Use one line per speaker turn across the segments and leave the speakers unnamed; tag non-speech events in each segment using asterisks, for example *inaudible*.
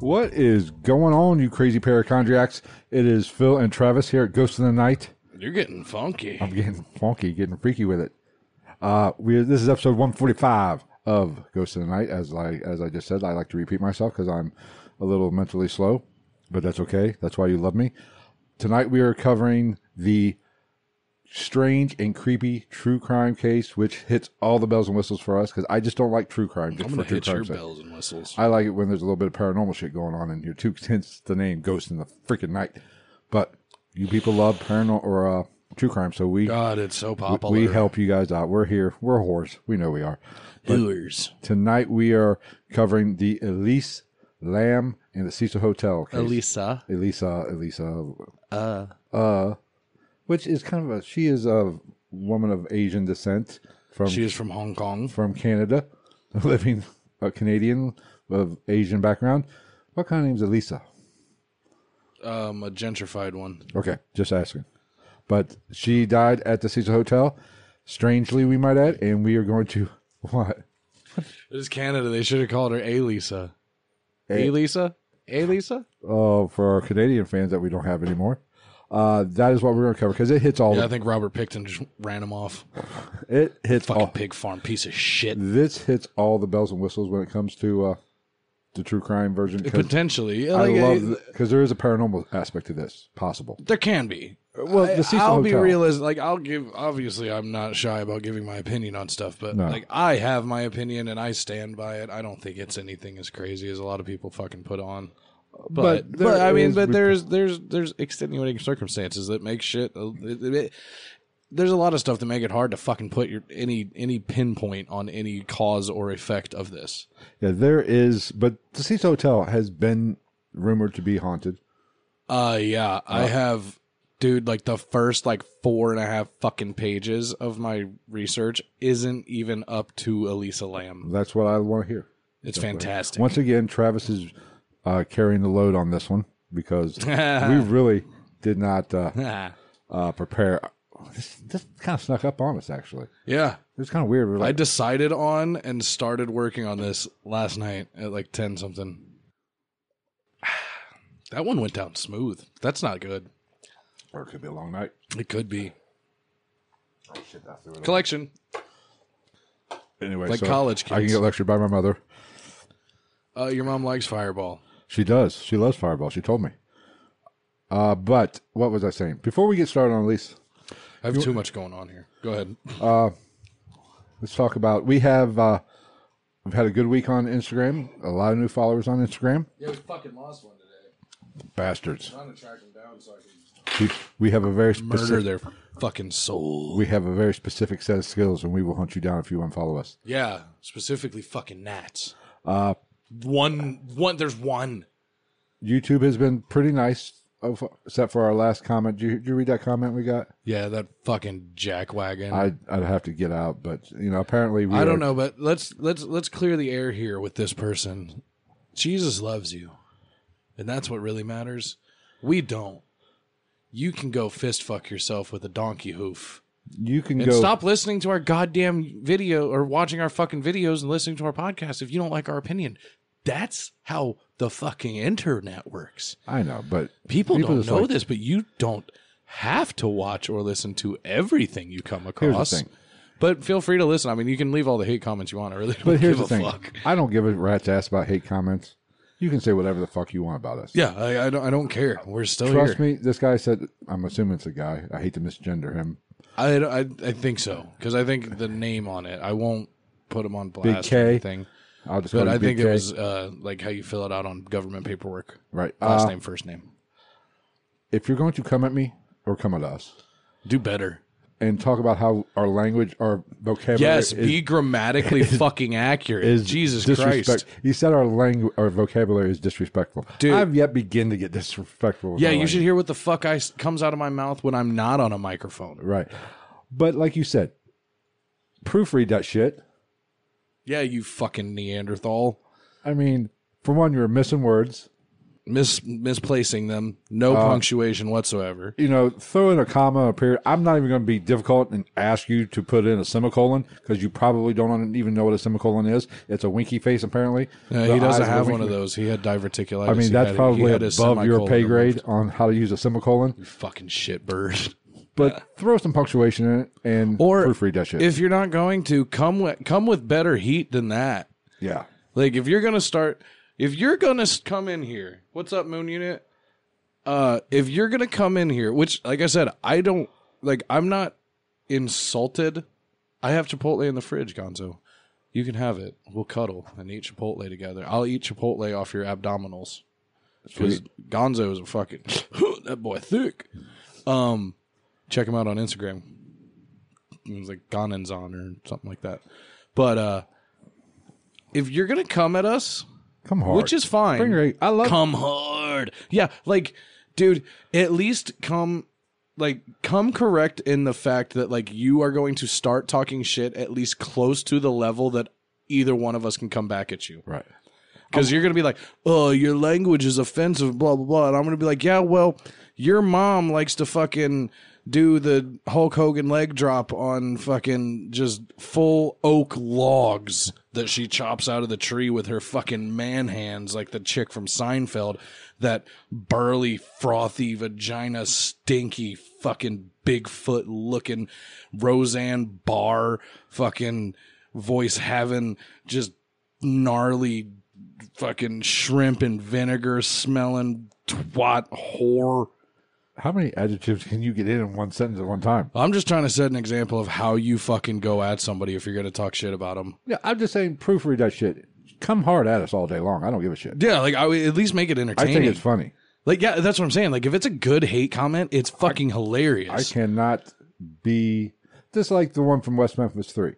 What is going on, you crazy parachondriacs? It is Phil and Travis here at Ghost in the Night.
You're getting funky.
I'm getting funky, getting freaky with it. Uh, we this is episode 145 of Ghost in the Night. As I as I just said, I like to repeat myself because I'm a little mentally slow, but that's okay. That's why you love me. Tonight we are covering the strange and creepy true crime case, which hits all the bells and whistles for us because I just don't like true crime. Just
I'm
for
gonna
true
hit your
crime's sake.
bells and whistles.
I like it when there's a little bit of paranormal shit going on in here too, hence the name Ghost in the freaking Night. But you people love paranormal or uh, true crime, so we
God, it's so popular.
we help you guys out. We're here. We're whores. We know we are.
Hooers.
Tonight we are covering the Elise Lamb and the Cecil Hotel case.
Elisa.
Elisa, Elisa, uh, uh, which is kind of a she is a woman of Asian descent from
She is from Hong Kong.
from Canada, *laughs* living a Canadian of Asian background. What kind of name's Elisa?
Um, a gentrified one.
Okay, just asking. But she died at the Cecil Hotel, strangely, we might add, and we are going to *laughs* what?
It is Canada. They should have called her Elisa. Elisa? Elisa?
Oh, for our Canadian fans that we don't have anymore. Uh, that is what we're going to cover because it hits all.
Yeah, I think Robert Picton just ran him off.
It hits
Fucking
all.
pig farm piece of shit.
This hits all the bells and whistles when it comes to uh, the true crime version. 'cause
Potentially.
I
Like,
love because there is a paranormal aspect to this possible.
there can be.
Well, the Cecil
I'll be
Hotel.
realistic. Like I'll give. Obviously, I'm not shy about giving my opinion on stuff, but
No.
like I have my opinion and I stand by it. I don't think it's anything as crazy as a lot of people fucking put on. But, but,
there
I mean,
is-
but there's there's there's extenuating circumstances that make shit. uh, It, it- it- there's a lot of stuff that make it hard to fucking put your any any pinpoint on any cause or effect of this.
Yeah, there is, but the Cecil Hotel has been rumored to be haunted.
Uh yeah, I have dude like the first like four and a half fucking pages of my research isn't even up to Elisa Lamb.
That's what I want to hear.
It's fantastic.
Once again, Travis is uh, carrying the load on this one because
*laughs*
we really did not uh,
Ah.
uh, prepare. This, this kind of snuck up on us, actually.
yeah.
It was kind of weird. We were
I
like,
decided on and started working on this last night at like 10 something. *sighs* That one went down smooth. That's not good.
or "Oh, it could be a long night.
It could be.
Oh, shit, I threw it away.
Collection.
Anyway,
like college
I can
kids.
get lectured by my mother.
Uh, your mom likes Fireball.
She does. She loves Fireball. She told me. Uh, but what was I saying? Before we get started on Elise,
I have too much going on here. Go ahead.
let's talk about we have uh we've had a good week on instagram a lot of new followers on instagram
Yeah, we fucking lost one today.
bastards
Trying to track him down so I can
we, we have a very
murder
specific
their fucking soul.
we have a very specific set of skills and we will hunt you down if you unfollow us
Yeah, specifically fucking gnats.
uh
One, one. There's one.
youtube has been pretty nice of- except for our last comment did you, did you read that comment we got
Yeah, that fucking jackwagon. I,
i'd, I'd have to get out but you know apparently we
don't
are-
know, but let's let's let's clear the air here with this person. Jesus loves you, and that's what really matters. We don't. You can go fist fuck yourself with a donkey hoof.
you can
And
go
stop listening to our goddamn video or watching our fucking videos and listening to our podcast if you don't like our opinion. That's how the fucking internet works.
i know but
People,
People
don't
just
know
like-
this, but you don't have to watch or listen to everything you come
the
across.
thing.
But feel free to listen. I mean, you can leave all the hate comments you want. I really don't
but here's
give
the
a
thing
fuck.
i don't give a rat's ass about hate comments you can say whatever the fuck you want about us
Yeah, I, I don't. I don't care. We're still
Trust
here.
me, this guy said. I'm assuming it's a guy. I hate to misgender him.
I, I I think so because I think the name on it. I won't put him on
Big
blast
K.
or anything.
I'll just.
But
call him
I think
BK.
it was uh, like how you fill it out on government paperwork.
right.
Last
Uh,
name, first name.
If you're going to come at me or come at us
Do better.
and talk about how our language, our vocabulary,
Yes,
is, *laughs*
be grammatically fucking accurate.
is
Jesus
disrespect-
Christ.
He said our language, our vocabulary is disrespectful.
Dude.
I've yet begin to get disrespectful. with
Yeah,
my
you
language.
should hear what the fuck I s- comes out of my mouth when I'm not on a microphone.
Right, but like you said, proofread that shit.
Yeah, you fucking Neanderthal.
I mean, for one, you're missing words.
mis- misplacing them, no
Uh,
punctuation whatsoever.
you know, throw in a comma, a period. I'm not even going to be difficult and ask you to put in a semicolon because you probably don't even know what a semicolon is. It's a winky face, apparently.
No,
The
Uh, he
eyes
doesn't
of a
have
winky-
one of those. He had diverticulitis.
I mean,
He
that's
had- he
probably
had his
above your pay
semicolon
grade
removed.
on how to use a semicolon,
Fucking shit bird.
but throw some punctuation in it and
*laughs* Or
proofread that shit.
If you're not going to come with come with better heat than that.
yeah.
Like if you're gonna start, if you're gonna s- come in here, what's up, Moon Unit? Uh, if you're gonna come in here, which, like I said, I don't like. I'm not insulted. I have Chipotle in the fridge, Gonzo. You can have it. We'll cuddle and eat Chipotle together. I'll eat Chipotle off your abdominals because Gonzo is a fucking *laughs* that boy thick. Um, check him out on Instagram. It was like Gonenzon or something like that. But uh, if you're gonna come at us,
Come hard.
which is fine.
Bring your- I love
come hard. Yeah, like, dude, at least come, like, come correct in the fact that like you are going to start talking shit at least close to the level that either one of us can come back at you
Right.
because you're gonna be like, oh, your language is offensive, blah blah blah, and I'm gonna be like, yeah, well, your mom likes to fucking do the Hulk Hogan leg drop on fucking just full oak logs that she chops out of the tree with her fucking man hands, like the chick from Seinfeld, that burly, frothy, vagina, stinky, fucking Bigfoot looking Roseanne Barr, fucking voice having just gnarly fucking shrimp and vinegar smelling twat whore.
How many adjectives can you get in in one sentence at one time?
I'm just trying to set an example of how you fucking go at somebody if you're going to talk shit about them.
Yeah, I'm just saying proofread that shit. Come hard at us all day long. I don't give a shit.
Yeah, like I would at least make it
I
entertaining.
think it's funny.
like yeah, that's what I'm saying. Like if it's a good hate comment, it's fucking
I
hilarious.
cannot be just like the one from West Memphis Three,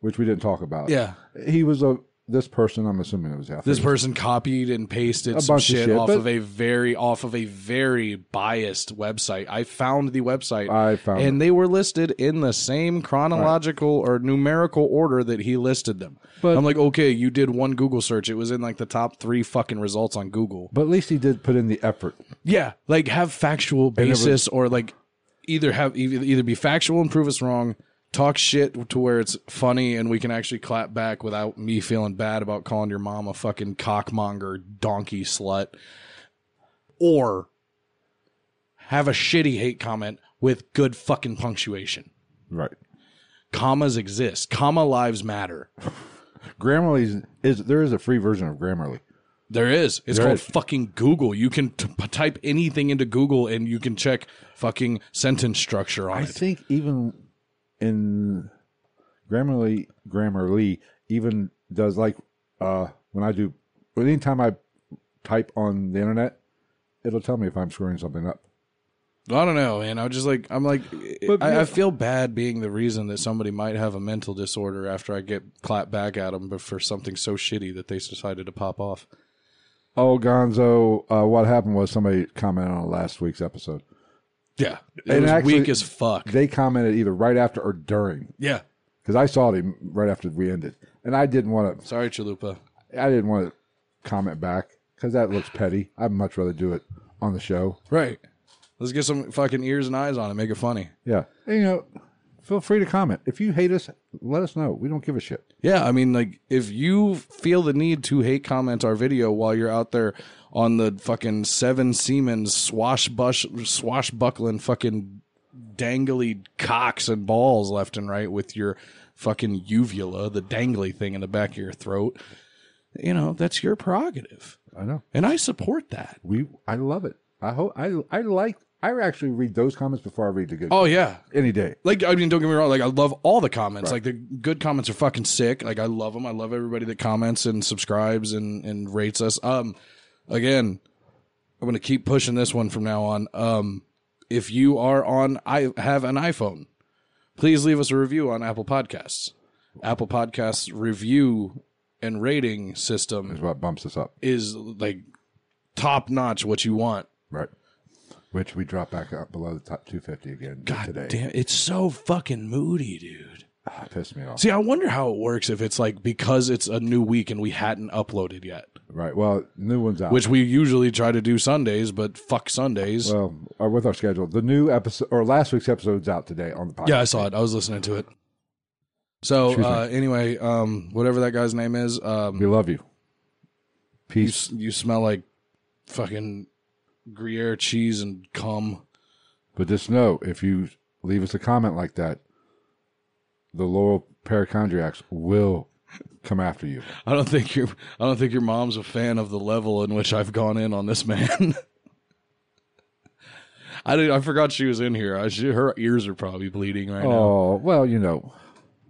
which we didn't talk about.
yeah,
he was a this person. I'm assuming it was I
this
think-
person copied and pasted
A
some
bunch of
shit,
shit,
off
but-
of a very off of a very biased website. I found the website.
I found
and they were listed in the same chronological or numerical order that he listed them.
But-
I'm like, okay, you did one Google search. It was in like the top three fucking results on Google.
but at least he did put in the effort.
Yeah, like have factual
was-
basis or like either have either either be factual and prove us wrong, talk shit to where it's funny and we can actually clap back without me feeling bad about calling your mom a fucking cockmonger donkey slut, or have a shitty hate comment with good fucking punctuation.
Right.
Commas exist. Comma lives matter.
Grammarly is there is a free version of Grammarly.
There is. It's
There
called
is.
fucking Google. You can t- p- type anything into Google and you can check fucking sentence structure on
I
it.
think even in Grammarly, Grammarly even does like uh when I do anytime I type on the internet, it'll tell me if I'm screwing something up.
I don't know, man. I'm just like I'm like
But
I,
you-
I feel bad being the reason that somebody might have a mental disorder after I get clapped back at them, but for something so shitty that they decided to pop off.
Oh, Gonzo, uh, what happened was somebody commented on last week's episode.
Yeah, it
And
was
actually-
weak as fuck.
They commented either right after or during
yeah,
because I saw it even right after we ended, and I didn't want to.
sorry, Chalupa.
I didn't want to comment back because that looks petty. I'd much rather do it on the show.
Right, let's get some fucking ears and eyes on it. Make it funny.
Yeah, And, you know, feel free to comment if you hate us. Let us know. We don't give a shit.
Yeah, I mean, like, if you feel the need to hate comment our video while you're out there on the fucking seven Siemens swashbush, swashbuckling fucking dangly cocks and balls left and right with your fucking uvula, the dangly thing in the back of your throat, you know, that's your prerogative.
I know
And I support that.
we. I love it. I hope. I I like. I actually read those comments before I read the good
Oh, yeah.
any day.
Like, I mean, don't get me wrong. Like, I love all the comments. Like, the good comments are fucking sick. Like, I love them. I love everybody that comments and subscribes and and rates us. Um, again, I'm gonna keep pushing this one from now on. Um, if you are on, I have an iPhone. Please leave us a review on Apple Podcasts. Apple Podcasts review and rating system
Is what bumps us up,
is like top notch. What you want.
right? Which we drop back up below the top 250 again
God
today.
damn, it's so fucking moody, dude.
Ah, it pissed me off.
See, I wonder how it works if it's like because it's a new week and we hadn't uploaded yet,
Right. Well, new one's out.
which we usually try to do Sundays, but fuck Sundays.
well, or with our schedule, the new episode or last week's episode's out today on the podcast.
yeah, I saw it. I was listening to it. So
Excuse me.
uh, anyway, um, whatever that guy's name is, um,
We love you.
you,
Peace.
s- you smell like fucking Gruyere cheese and cum.
But just know if you leave us a comment like that, the loyal perichondriacs will come after you.
I don't think your I don't think your mom's a fan of the level in which I've gone in on this man. *laughs* I did, I forgot she was in here. I, she, her ears are probably bleeding right now.
Oh, well, you know,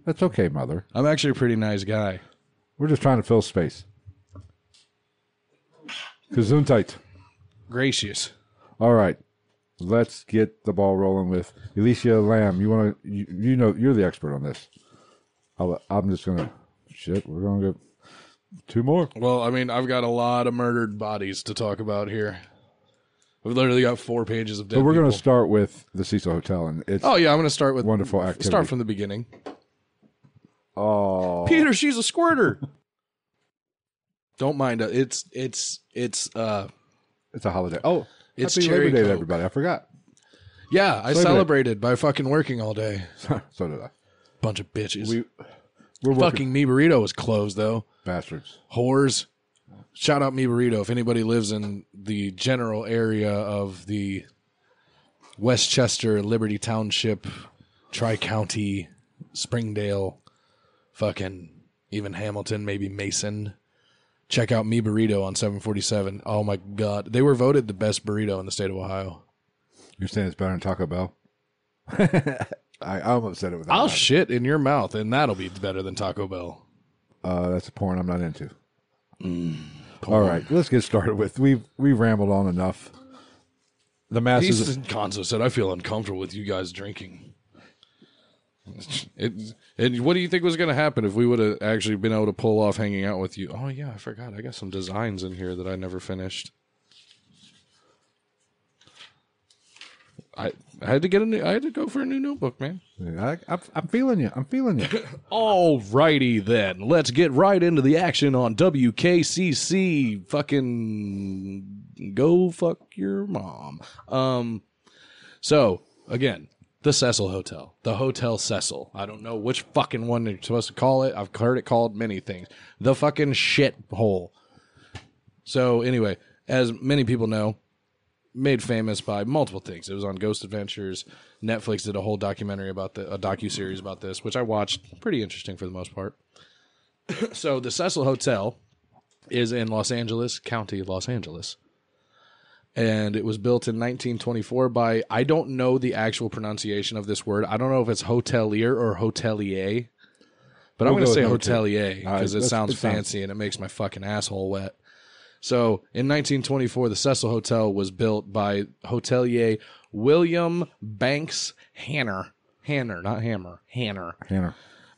that's okay, mother.
I'm actually a pretty nice guy.
We're just trying to fill space. Gesundheit.
Gracious.
All right. Let's get the ball rolling with Alicia Lamb. You want to, you, you know, you're the expert on this. I'll, I'm just going to, shit, we're going to go two more.
Well, I mean, I've got a lot of murdered bodies to talk about here. I've literally got four pages of dead.
But we're going to
people.
start with the Cecil Hotel. And it's,
Oh yeah, I'm gonna start with
Wonderful activity.
Start from the beginning.
oh,
Peter, she's
*laughs*
a squirter. Don't mind it. It's it's it's uh
it's a holiday. Oh,
It's
happy
cherry
Labor Day to
Coke.
everybody. I forgot. *laughs*
yeah, I
Slavery.
celebrated by fucking working all day.
so did I.
Bunch of bitches.
We, we're working
fucking me burrito was closed though.
bastards.
Whores. Shout out me burrito if anybody lives in the general area of the Westchester, Liberty Township, Tri County, Springdale, fucking even Hamilton, maybe Mason. Check out me burrito on 747. Oh my god, they were voted the best burrito in the state of Ohio.
You're saying it's better than Taco Bell? *laughs* I, I almost said it without.
I'll
that.
Oh, shit in your mouth, and that'll be better than Taco Bell.
uh, that's a porn I'm not into.
Mm,
All right, let's get started with we've we rambled on enough. The masses.
He's Conzo said, "I feel uncomfortable with you guys drinking." *laughs* It, and what do you think was going to happen if we would have actually been able to pull off hanging out with you? Oh yeah, I forgot. I got some designs in here that I never finished. I I had to get a new. I had to go for a new notebook, man.
I, I'm, I'm feeling you. I'm feeling
*laughs*
you.
Alrighty then, let's get right into the action on WKCC. Fucking go fuck your mom. Um, so again, the Cecil Hotel, the Hotel Cecil. I don't know which fucking one you're supposed to call it. I've heard it called many things. The fucking shit hole. So anyway, as many people know, made famous by multiple things. It was on Ghost Adventures. Netflix did a whole documentary about the a docu series about this, which I watched. Pretty interesting for the most part. *coughs* so the Cecil Hotel is in Los Angeles County, Los Angeles. And it was built in 1924 by I don't know the actual pronunciation of this word. I don't know if it's hotelier or hotelier, but I'm
We'll
going to
go
say
with hotelier.
hotelier
All right,
because Uh, it
that's-
sounds
it sounds-
fancy and it makes my fucking asshole wet. So in 1924, the Cecil Hotel was built by hotelier William Banks Hanner. Hanner, not Hammer. Hanner.
Hannah.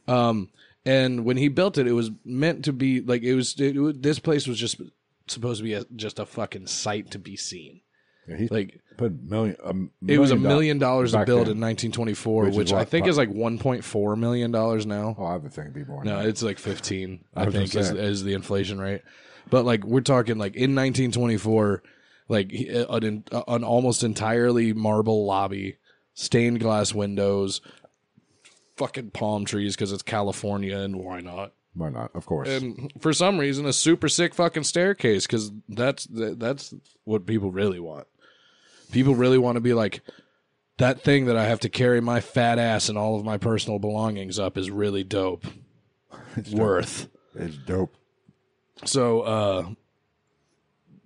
Um, and when he built it, it was meant to be like it was. It, was- this place was just supposed to be a, just a fucking sight to be seen.
Yeah, he
Like
put million. A million
it was a
dollars
million dollars to
back
build
then.
in 1924,
Which
which,
is
I
what-
think is like 1.4 million dollars now.
Oh, I would think it'd be more. than
No,
that.
it's like 15, I,
was
think,
gonna
is,
say.
is the inflation rate. But like, we're talking like in 1924, like he- uh, an, an an almost entirely marble lobby, stained glass windows, fucking palm trees because it's California and why not?
why not? Of course. *laughs*
And for some reason, a super sick fucking staircase because that's th- that's what people really want. People really want to be like that thing that I have to carry my fat ass and all of my personal belongings up is really dope. Worth.
it's dope.
So uh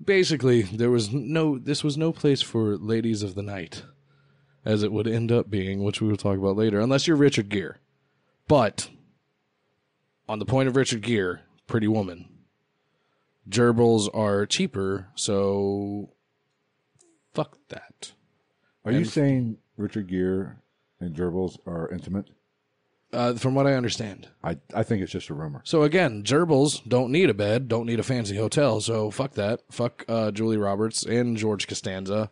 basically there was no this was no place for ladies of the night as it would end up being, which we will talk about later, unless you're Richard Gere. But on the point of Richard Gere, Pretty Woman, gerbils are cheaper, so fuck that.
Are you saying Richard Gere and gerbils are intimate?
Uh, from what I understand.
I I think it's just a rumor.
So again, gerbils don't need a bed, don't need a fancy hotel. So fuck that. Fuck uh, Julie Roberts and George Costanza,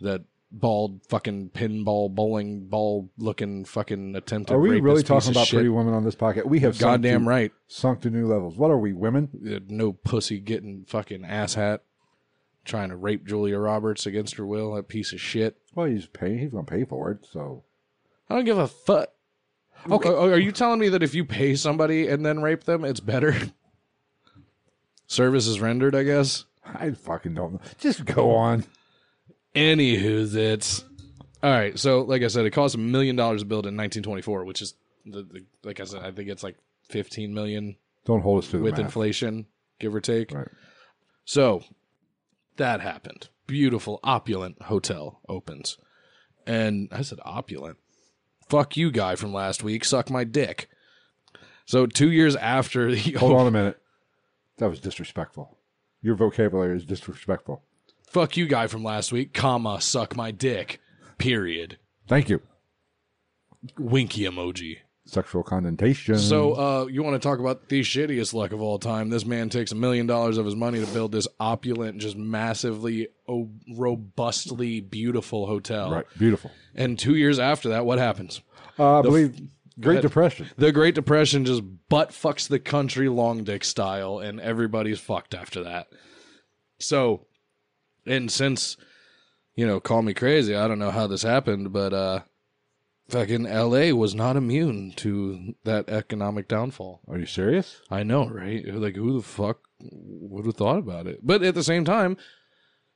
that bald fucking pinball bowling ball looking fucking attempted.
Are we
rapist
really
piece
talking
of
about
shit.
pretty women on this pocket? We have sunk
Goddamn
to,
right.
sunk to new levels. What are we, women?
Uh, No pussy getting fucking asshat trying to rape Julia Roberts against her will. That piece of shit.
Well, he's paying. He's going to pay for it. So
I don't give a fuck. Okay. Are you telling me that if you pay somebody and then rape them, it's better? *laughs* Service is rendered, I guess.
I fucking don't know. Just go on.
Anywho, it's all right. So, like I said, it cost a million dollars to build in 1924, which is the, the like I said, I think it's like 15 million
Don't hold us to the
with
math.
inflation, give or take.
Right.
So that happened. Beautiful, opulent hotel opens. And I said, opulent. Fuck you, guy from last week. Suck my dick. So two years after *laughs* the
Hold on a minute. That was disrespectful. Your vocabulary is disrespectful.
fuck you guy from last week, comma, suck my dick, period.
Thank you.
Winky emoji.
Sexual connotation.
So uh, you want to talk about the shittiest luck of all time? This man takes a million dollars of his money to build this opulent, just massively, oh, robustly beautiful hotel.
right, beautiful.
And two years after that, what happens?
Uh, I believe Great
ahead.
Depression.
The Great Depression just butt fucks the country long dick style, and everybody's fucked after that. So, and since, you know, call me crazy, I don't know how this happened, but uh, fucking LA was not immune to that economic downfall.
Are you serious?
I know, right? Like, who the fuck would have thought about it? But at the same time,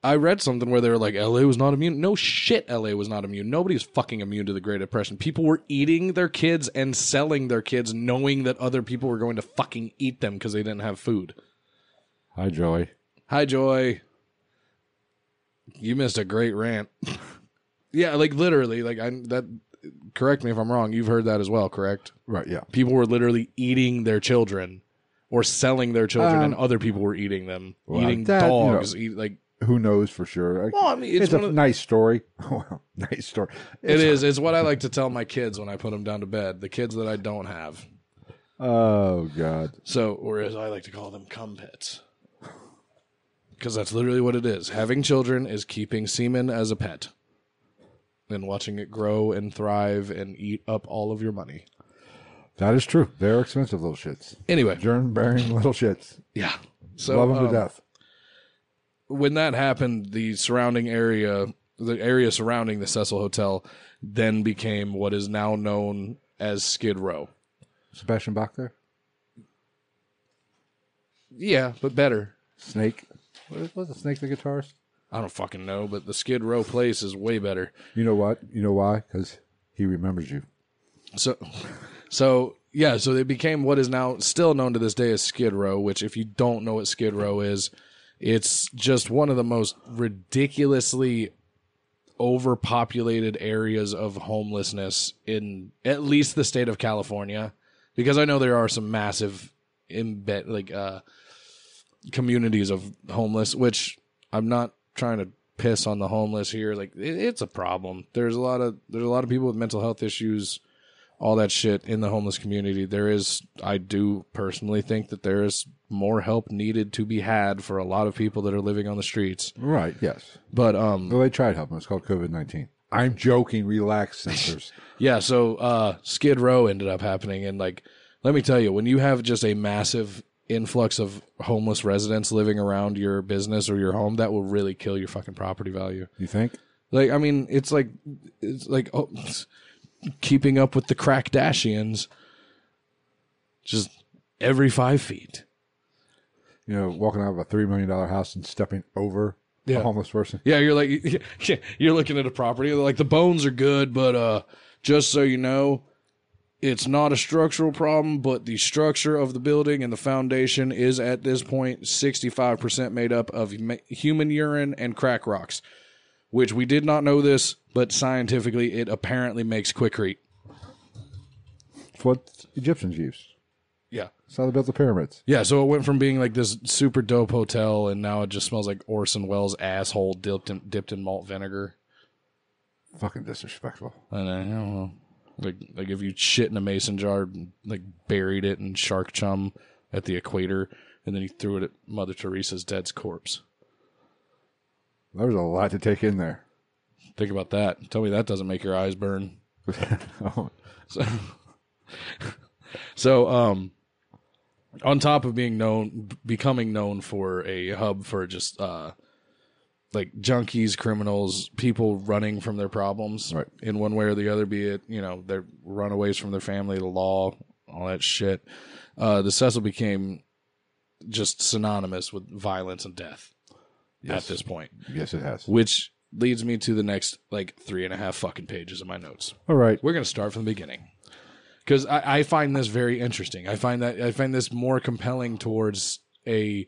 I read something where they were like, LA was not immune. No shit, LA was not immune. Nobody's fucking immune to the Great Depression. People were eating their kids and selling their kids, knowing that other people were going to fucking eat them because they didn't have food.
Hi, Joey.
Hi, Joy. You missed a great rant. *laughs* yeah, like literally, like I that. Correct me if I'm wrong. You've heard that as well, correct?
Right, yeah.
people were literally eating their children or selling their children and other people were eating them
well,
eating
Um, that, you know-
dogs eat, like
Who knows for sure? I-
well i mean
it's,
it's,
a
one of,
nice story. *laughs* well, nice story.
it is it's what i like to tell my kids when i put them down to bed the kids that i don't have
Oh God.
so or as i like to call them cum pets because that's literally what it is having children is keeping semen as a pet and watching it grow and thrive and eat up all of your money
That is true. They're expensive little shits.
anyway
Germ bearing little shits.
yeah so
Love them
um,
to death.
when that happened, the surrounding area, the area surrounding the Cecil Hotel, then became what is now known as Skid Row.
Sebastian Bach there.
Yeah, but better.
Snake. What was it? Snake the guitarist?
I don't fucking know, but the Skid Row place is way better.
You know what? You know why? Because he remembers you.
So, so yeah, so they became what is now still known to this day as Skid Row. Which, if you don't know what Skid Row is, it's just one of the most ridiculously overpopulated areas of homelessness in at least the state of California, because I know there are some massive embed like uh, communities of homeless. Which I'm not trying to piss on the homeless here. Like it, it's a problem. There's a lot of there's a lot of people with mental health issues all that shit in the homeless community. There is, I do personally think that there is more help needed to be had for a lot of people that are living on the streets.
Right. Yes.
But um,
Well, they tried helping. It's called COVID nineteen. I'm joking. Relax, *laughs* sisters.
yeah, so uh, Skid Row ended up happening, and like, let me tell you, when you have just a massive influx of homeless residents living around your business or your home, that will really kill your fucking property value.
you think?
Like, I mean, it's like, it's like oh, *laughs* keeping up with the Kardashians, just every five feet.
You know, walking out of a three million dollar house and stepping over
Yeah.
a homeless person.
Yeah, you're like *laughs* you're looking at a property they're like the bones are good, but uh just so you know, it's not a structural problem, but the structure of the building and the foundation is at this point 65% made up of ma- human urine and crack rocks, which we did not know this, but scientifically it apparently makes quickrete.
It's what Egyptians used.
Yeah.
It's how they built the pyramids.
Yeah, so it went from being like this super dope hotel and now it just smells like Orson Welles asshole dipped in, dipped in malt vinegar.
Fucking disrespectful.
And I don't know. Like like if you shit in a mason jar and like buried it in shark chum at the equator and then you threw it at Mother Teresa's dead's corpse.
There *laughs* was a lot to take in there.
Think about that. Tell me that doesn't make your eyes burn.
oh,
So, so um, on top of being known, becoming known for a hub for just uh, like junkies, criminals, people running from their problems
Right.
in one way or the other, be it you know their runaways from their family, the law, all that shit. Uh, the Cecil became just synonymous with violence and death at
Yes.
this point,
yes, it has.
which leads me to the next like three and a half fucking pages of my notes
All right.
we're going to start from the beginning because I, I find this very interesting. I find that I find this more compelling towards a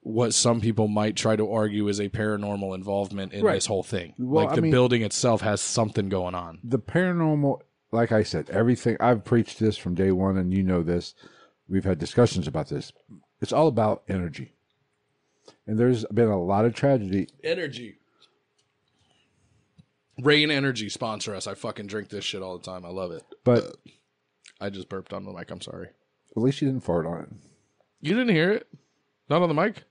what some people might try to argue is a paranormal involvement in
Right.
this whole thing.
Well,
like
I
the
mean-
building itself has something going on.
the paranormal like i said everything i've preached this from day one and you know this we've had discussions about this it's all about energy and there's been a lot of tragedy
Energy. Rain Energy sponsor us. I fucking drink this shit all the time. I love it.
but
I just burped on the mic. I'm sorry.
at least you didn't fart on it
You didn't hear it? Not on the mic?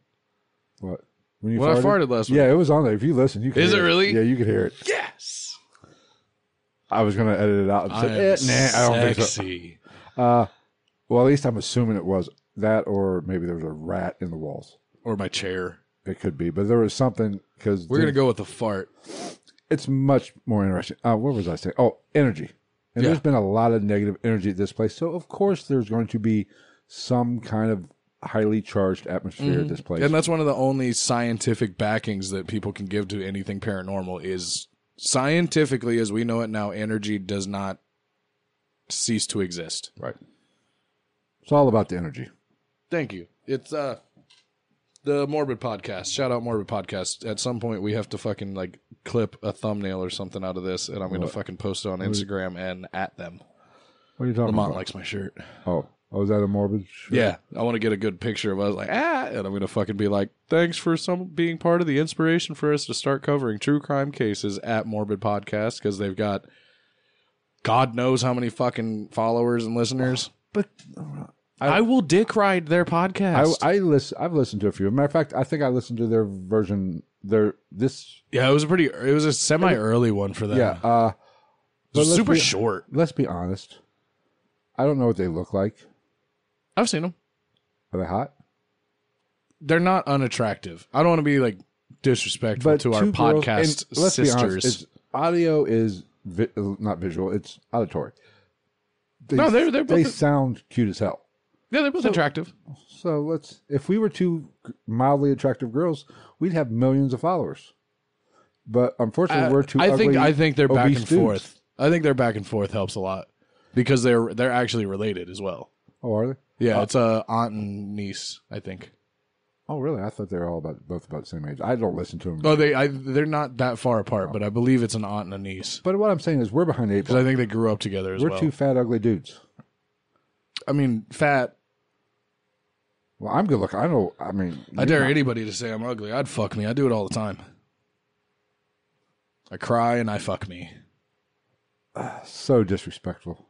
what when you
When I farted last
yeah it was on there if you listen you can
Is
hear
it really?
yeah you could hear it
Yes.
i was gonna edit it out and
I am
say, eh, nah, i don't think so Uh,
sexy.
well at least i'm assuming it was that or maybe there was a rat in the walls
Or my chair.
it could be but there was something because
We're gonna go with the fart.
it's much more interesting. Uh, what was I saying? Oh, energy. And
Yeah.
there's been a lot of negative energy at this place. So, of course, there's going to be some kind of highly charged atmosphere at this place.
Mm-hmm. And that's one of the only scientific backings that people can give to anything paranormal is scientifically as we know it now, energy does not cease to exist.
right. It's all about the energy.
Thank you. It's uh the Morbid Podcast. Shout out Morbid Podcast. At some point we have to fucking like clip a thumbnail or something out of this and I'm gonna fucking post it on Instagram and at them.
What are you talking
Lamont likes my shirt.
about? Oh, oh, is that a morbid? Sure.
Yeah, I want to get a good picture of us, like ah, and I'm gonna fucking be like, thanks for some being part of the inspiration for us to start covering true crime cases at Morbid Podcast because they've got God knows how many fucking followers and listeners.
But
I, will dick ride their
I,
podcast.
I listen. I've listened to a few. Matter of fact, I think I listened to their version. Their this.
yeah, it was a pretty, it was a semi early one for them.
Yeah. Uh,
It was
let's
super
be-
short.
let's be honest. I don't know what they look like.
I've seen them.
Are they hot?
They're not unattractive. I don't want to be like disrespectful to our
two girls-
podcast
and let's be
sisters.
honest, it's, audio is vi- uh, not visual; it's auditory. They,
No, they're- they're
they
both-
sound cute as hell.
yeah, they're both attractive.
So let's if we were two mildly attractive girls, we'd have millions of followers. But unfortunately, we're two.
Uh, I
ugly,
think I think they're back and
obese dudes.
forth. I think their back and forth helps a lot because they're they're actually related as well.
Oh, are they?
Yeah, it's a aunt and niece, I think.
Oh, really? I thought they were all about both about the same age. I don't listen to them.
No, they I, they're not that far apart, but I believe it's an aunt and a niece
But what I'm saying is, we're behind the eight
because
ball.
I think they grew up together as
We're
well.
two fat, ugly dudes.
I mean, fat.
Well, I'm good looking. I know. I mean,
I dare anybody to say I'm ugly. I'd fuck me. I do it all the time. I cry and I fuck me.
So disrespectful.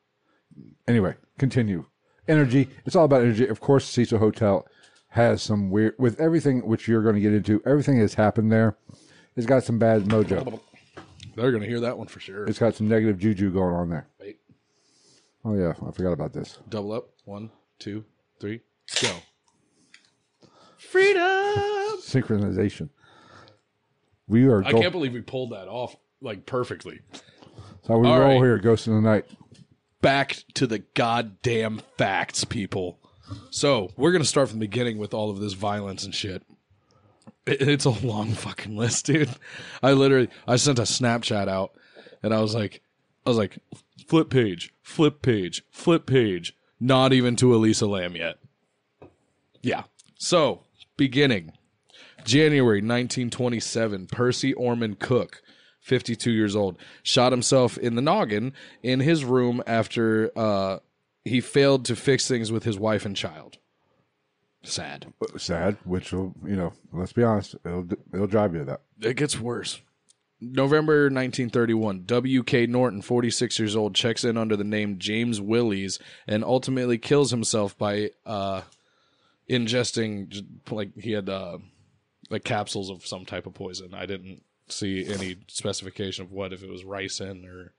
Anyway, continue. Energy. It's all about energy. Of course, Cecil Hotel has some weird, with everything which you're going to get into, everything that's happened there, it's got some bad mojo.
They're gonna hear that one for sure.
It's got some negative juju going on there.
Wait,
Oh, yeah. I forgot about this.
double up. One, two, three, go. Freedom.
Synchronization. We are
I
go-
can't believe we pulled that off like perfectly.
so we
all
roll
right.
here, Ghost in the Night.
Back to the goddamn facts, people. So we're gonna start from the beginning with all of this violence and shit. It- It's a long *laughs* fucking list, dude. I literally I sent a Snapchat out and I was like I was like flip page, flip page, flip page, not even to Elisa Lamb yet. Yeah. So, beginning January 1927, Percy Orman Cook, 52 years old, shot himself in the noggin in his room after uh, he failed to fix things with his wife and child. Sad.
Sad, which will, you know, let's be honest, it'll, it'll drive you to that.
It gets worse. November 1931, W.K. Norton, 46 years old, checks in under the name James Willies and ultimately kills himself by uh, ingesting, j- like, he had uh, like capsules of some type of poison. I didn't see any specification of what if it was ricin or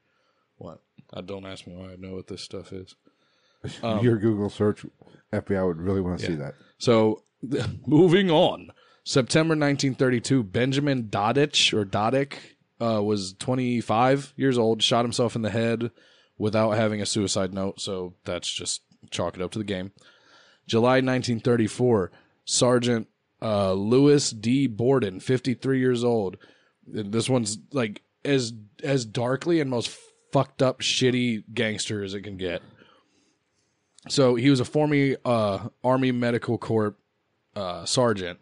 what. I don't ask me why I know what this stuff is. Um,
Your Google search, FBI would really want to see
Yeah.
that.
So *laughs* moving on. September 1932, Benjamin Dodich or Doddick uh, was 25 years old, shot himself in the head without having a suicide note. So that's just chalk it up to the game. July 1934, Sergeant uh, Lewis D. Borden, 53 years old. This one's like as as darkly and most fucked up shitty gangster as it can get. So he was a former uh, Army Medical Corps uh, sergeant,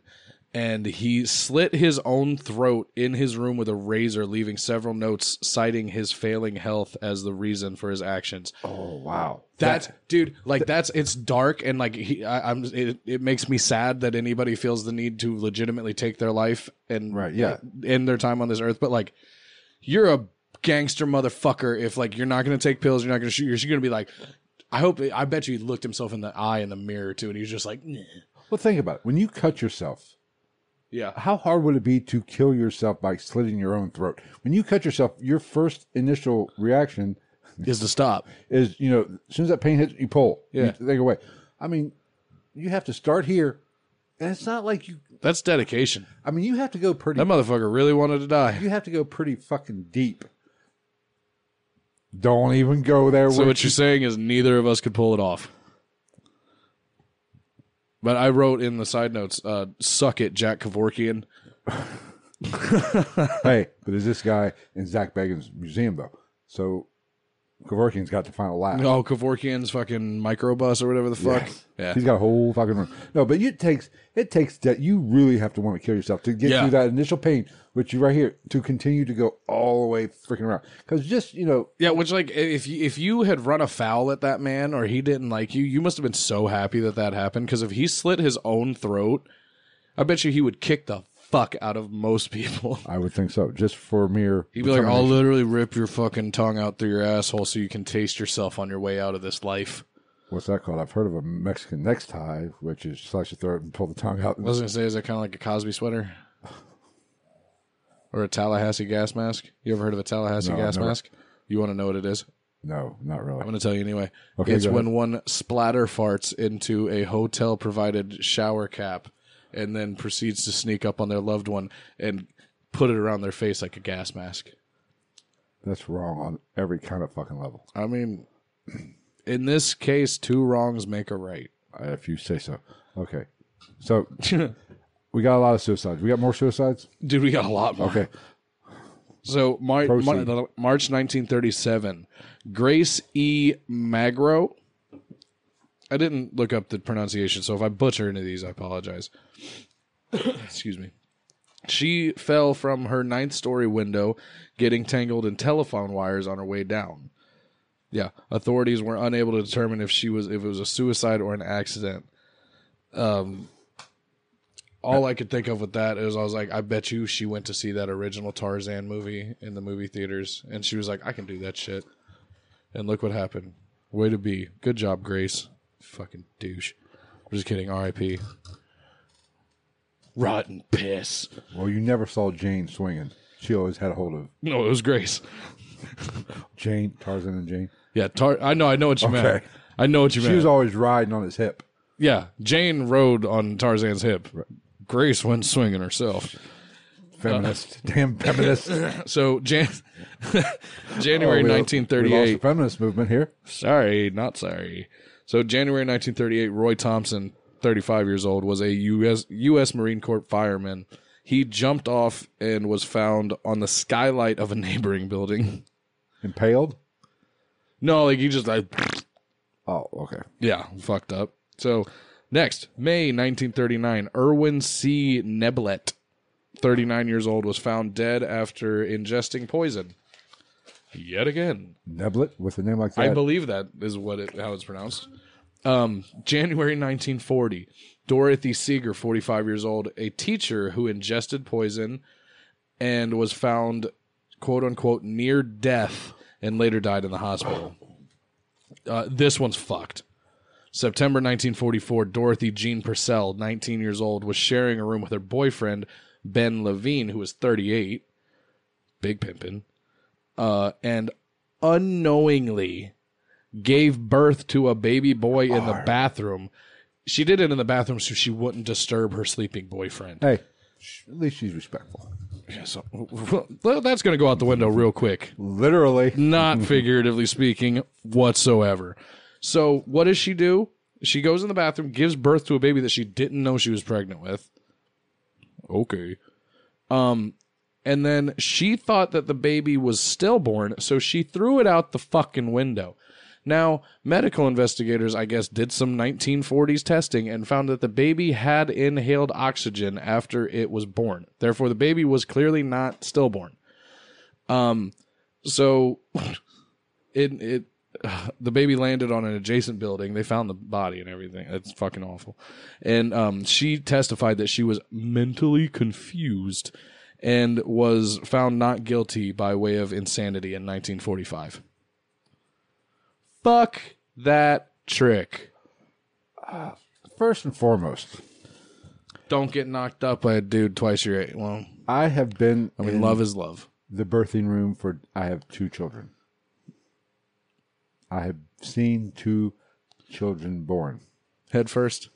and he slit his own throat in his room with a razor, leaving several notes citing his failing health as the reason for his actions.
Oh wow,
That's dude, like that's it's dark and like he, I, I'm. It, it makes me sad that anybody feels the need to legitimately take their life and
Right, yeah.
end their time on this earth. But like, you're a gangster motherfucker. If like you're not gonna take pills, you're not gonna shoot. You're gonna be like, I hope. I bet you he looked himself in the eye in the mirror too, and he was just like, "Nah."
Well, think about it. When you cut yourself,
yeah,
how hard would it be to kill yourself by slitting your own throat? When you cut yourself, your first initial reaction
is to stop.
is, you know, as soon as that pain hits, you pull.
Yeah.
You take away. I mean, you have to start here. And it's not like you,
That's dedication.
I mean, you have to go pretty,
That motherfucker really wanted to die.
you have to go pretty fucking deep. Don't even go there.
So
with-
what you're saying is neither of us could pull it off. But I wrote in the side notes, uh, "Suck it, Jack Kevorkian."
*laughs* hey, but is this guy in Zach Bagans' museum, though? So Kevorkian's got the final laugh.
Oh, Kevorkian's fucking microbus or whatever the fuck. Yeah,
He's got a whole fucking room. No, but it takes it takes that you really have to want to kill yourself to get
Yeah.
through that initial pain, which you right here to continue to go all the way freaking around. Because just you know,
yeah. Which like, if you, if you had run afoul at that man or he didn't like you, you must have been so happy that that happened. Because if he slit his own throat, I bet you he would kick the fuck out of most people. *laughs*
I would think so. Just for mere,
He'd be like, "I'll literally rip your fucking tongue out through your asshole so you can taste yourself on your way out of this life."
what's that called? I've heard of a Mexican next tie, which is slash your throat and pull the tongue out.
I was gonna say, is that kind of like a Cosby sweater or a Tallahassee gas mask? You ever heard of a Tallahassee
No,
gas
never.
mask? You want to know what it is?
No, not really.
I'm gonna tell you anyway.
Okay,
it's
go
when one splatter farts into a hotel provided shower cap and then proceeds to sneak up on their loved one and put it around their face like a gas mask.
That's wrong on every kind of fucking level.
I mean, in this case, two wrongs make a right. *laughs*
If you say so. Okay, so we got a lot of suicides. We got more suicides.
Dude, we got a lot more.
Okay,
So Mar- Mar-
Proceed.
March 1937, Grace E. Magro. I didn't look up the pronunciation, so if I butcher any of these, I apologize. *coughs* Excuse me. She fell from her ninth story window, getting tangled in telephone wires on her way down. Yeah, authorities were unable to determine if she was if it was a suicide or an accident. Um, all I could think of with that is I was like, I bet you she went to see that original Tarzan movie in the movie theaters, and she was like, I can do that shit. And look what happened. Way to be. Good job, Grace. Fucking douche. I'm just kidding. R.I.P. Rotten piss.
well, you never saw Jane swinging. She always had a hold of
No, it was Grace.
Jane, Tarzan, and Jane.
Yeah, tar- I know. I know what you meant.
Okay.
I know what you
He
meant.
was always riding on his hip.
yeah, Jane rode on Tarzan's hip. Grace went swinging herself.
Feminist.
Uh,
Damn
*laughs*
feminist. We
So Jan- *laughs* January
lost- Oh, We lost
1938.
the feminist movement here.
Sorry, not sorry. So January 1938, Roy Thompson, 35 years old, was a U.S. U.S. Marine Corps fireman. He jumped off and was found on the skylight of a *laughs* neighboring building.
Impaled.
No, like he just like
Oh, okay.
yeah, fucked up. So next, May 1939, Erwin C. Neblet, 39 years old, was found dead after ingesting poison. Yet again.
Neblet with a name like
I
that.
believe that is what it how it's pronounced. Um, January 1940, Dorothy Seeger, 45 years old, a teacher who ingested poison and was found quote unquote near death and later died in the hospital. Uh, this one's fucked. September 1944, Dorothy Jean Purcell, 19 years old, was sharing a room with her boyfriend Ben Levine, who was 38 big pimpin, uh, and unknowingly gave birth to a baby boy in the bathroom. She did it in the bathroom so she wouldn't disturb her sleeping boyfriend.
Hey, sh- at least she's respectful.
Yeah, so- well, that's going to go out the window real quick.
Literally.
Not figuratively speaking whatsoever. So, what does she do? She goes in the bathroom, gives birth to a baby that she didn't know she was pregnant with. Okay. Um, and then she thought that the baby was stillborn, so she threw it out the fucking window. Now, medical investigators, I guess, did some 1940s testing and found that the baby had inhaled oxygen after it was born. Therefore, the baby was clearly not stillborn. Um, So it it *sighs* the baby landed on an adjacent building. They found the body and everything. That's fucking awful. And um, she testified that she was mentally confused and was found not guilty by way of insanity in 1945. Fuck that trick.
First and foremost,
Don't get knocked up by a dude twice your age. Well,
I have been
I mean,
in
love is love.
the birthing room for I have two children. I have seen two children born.
Head first,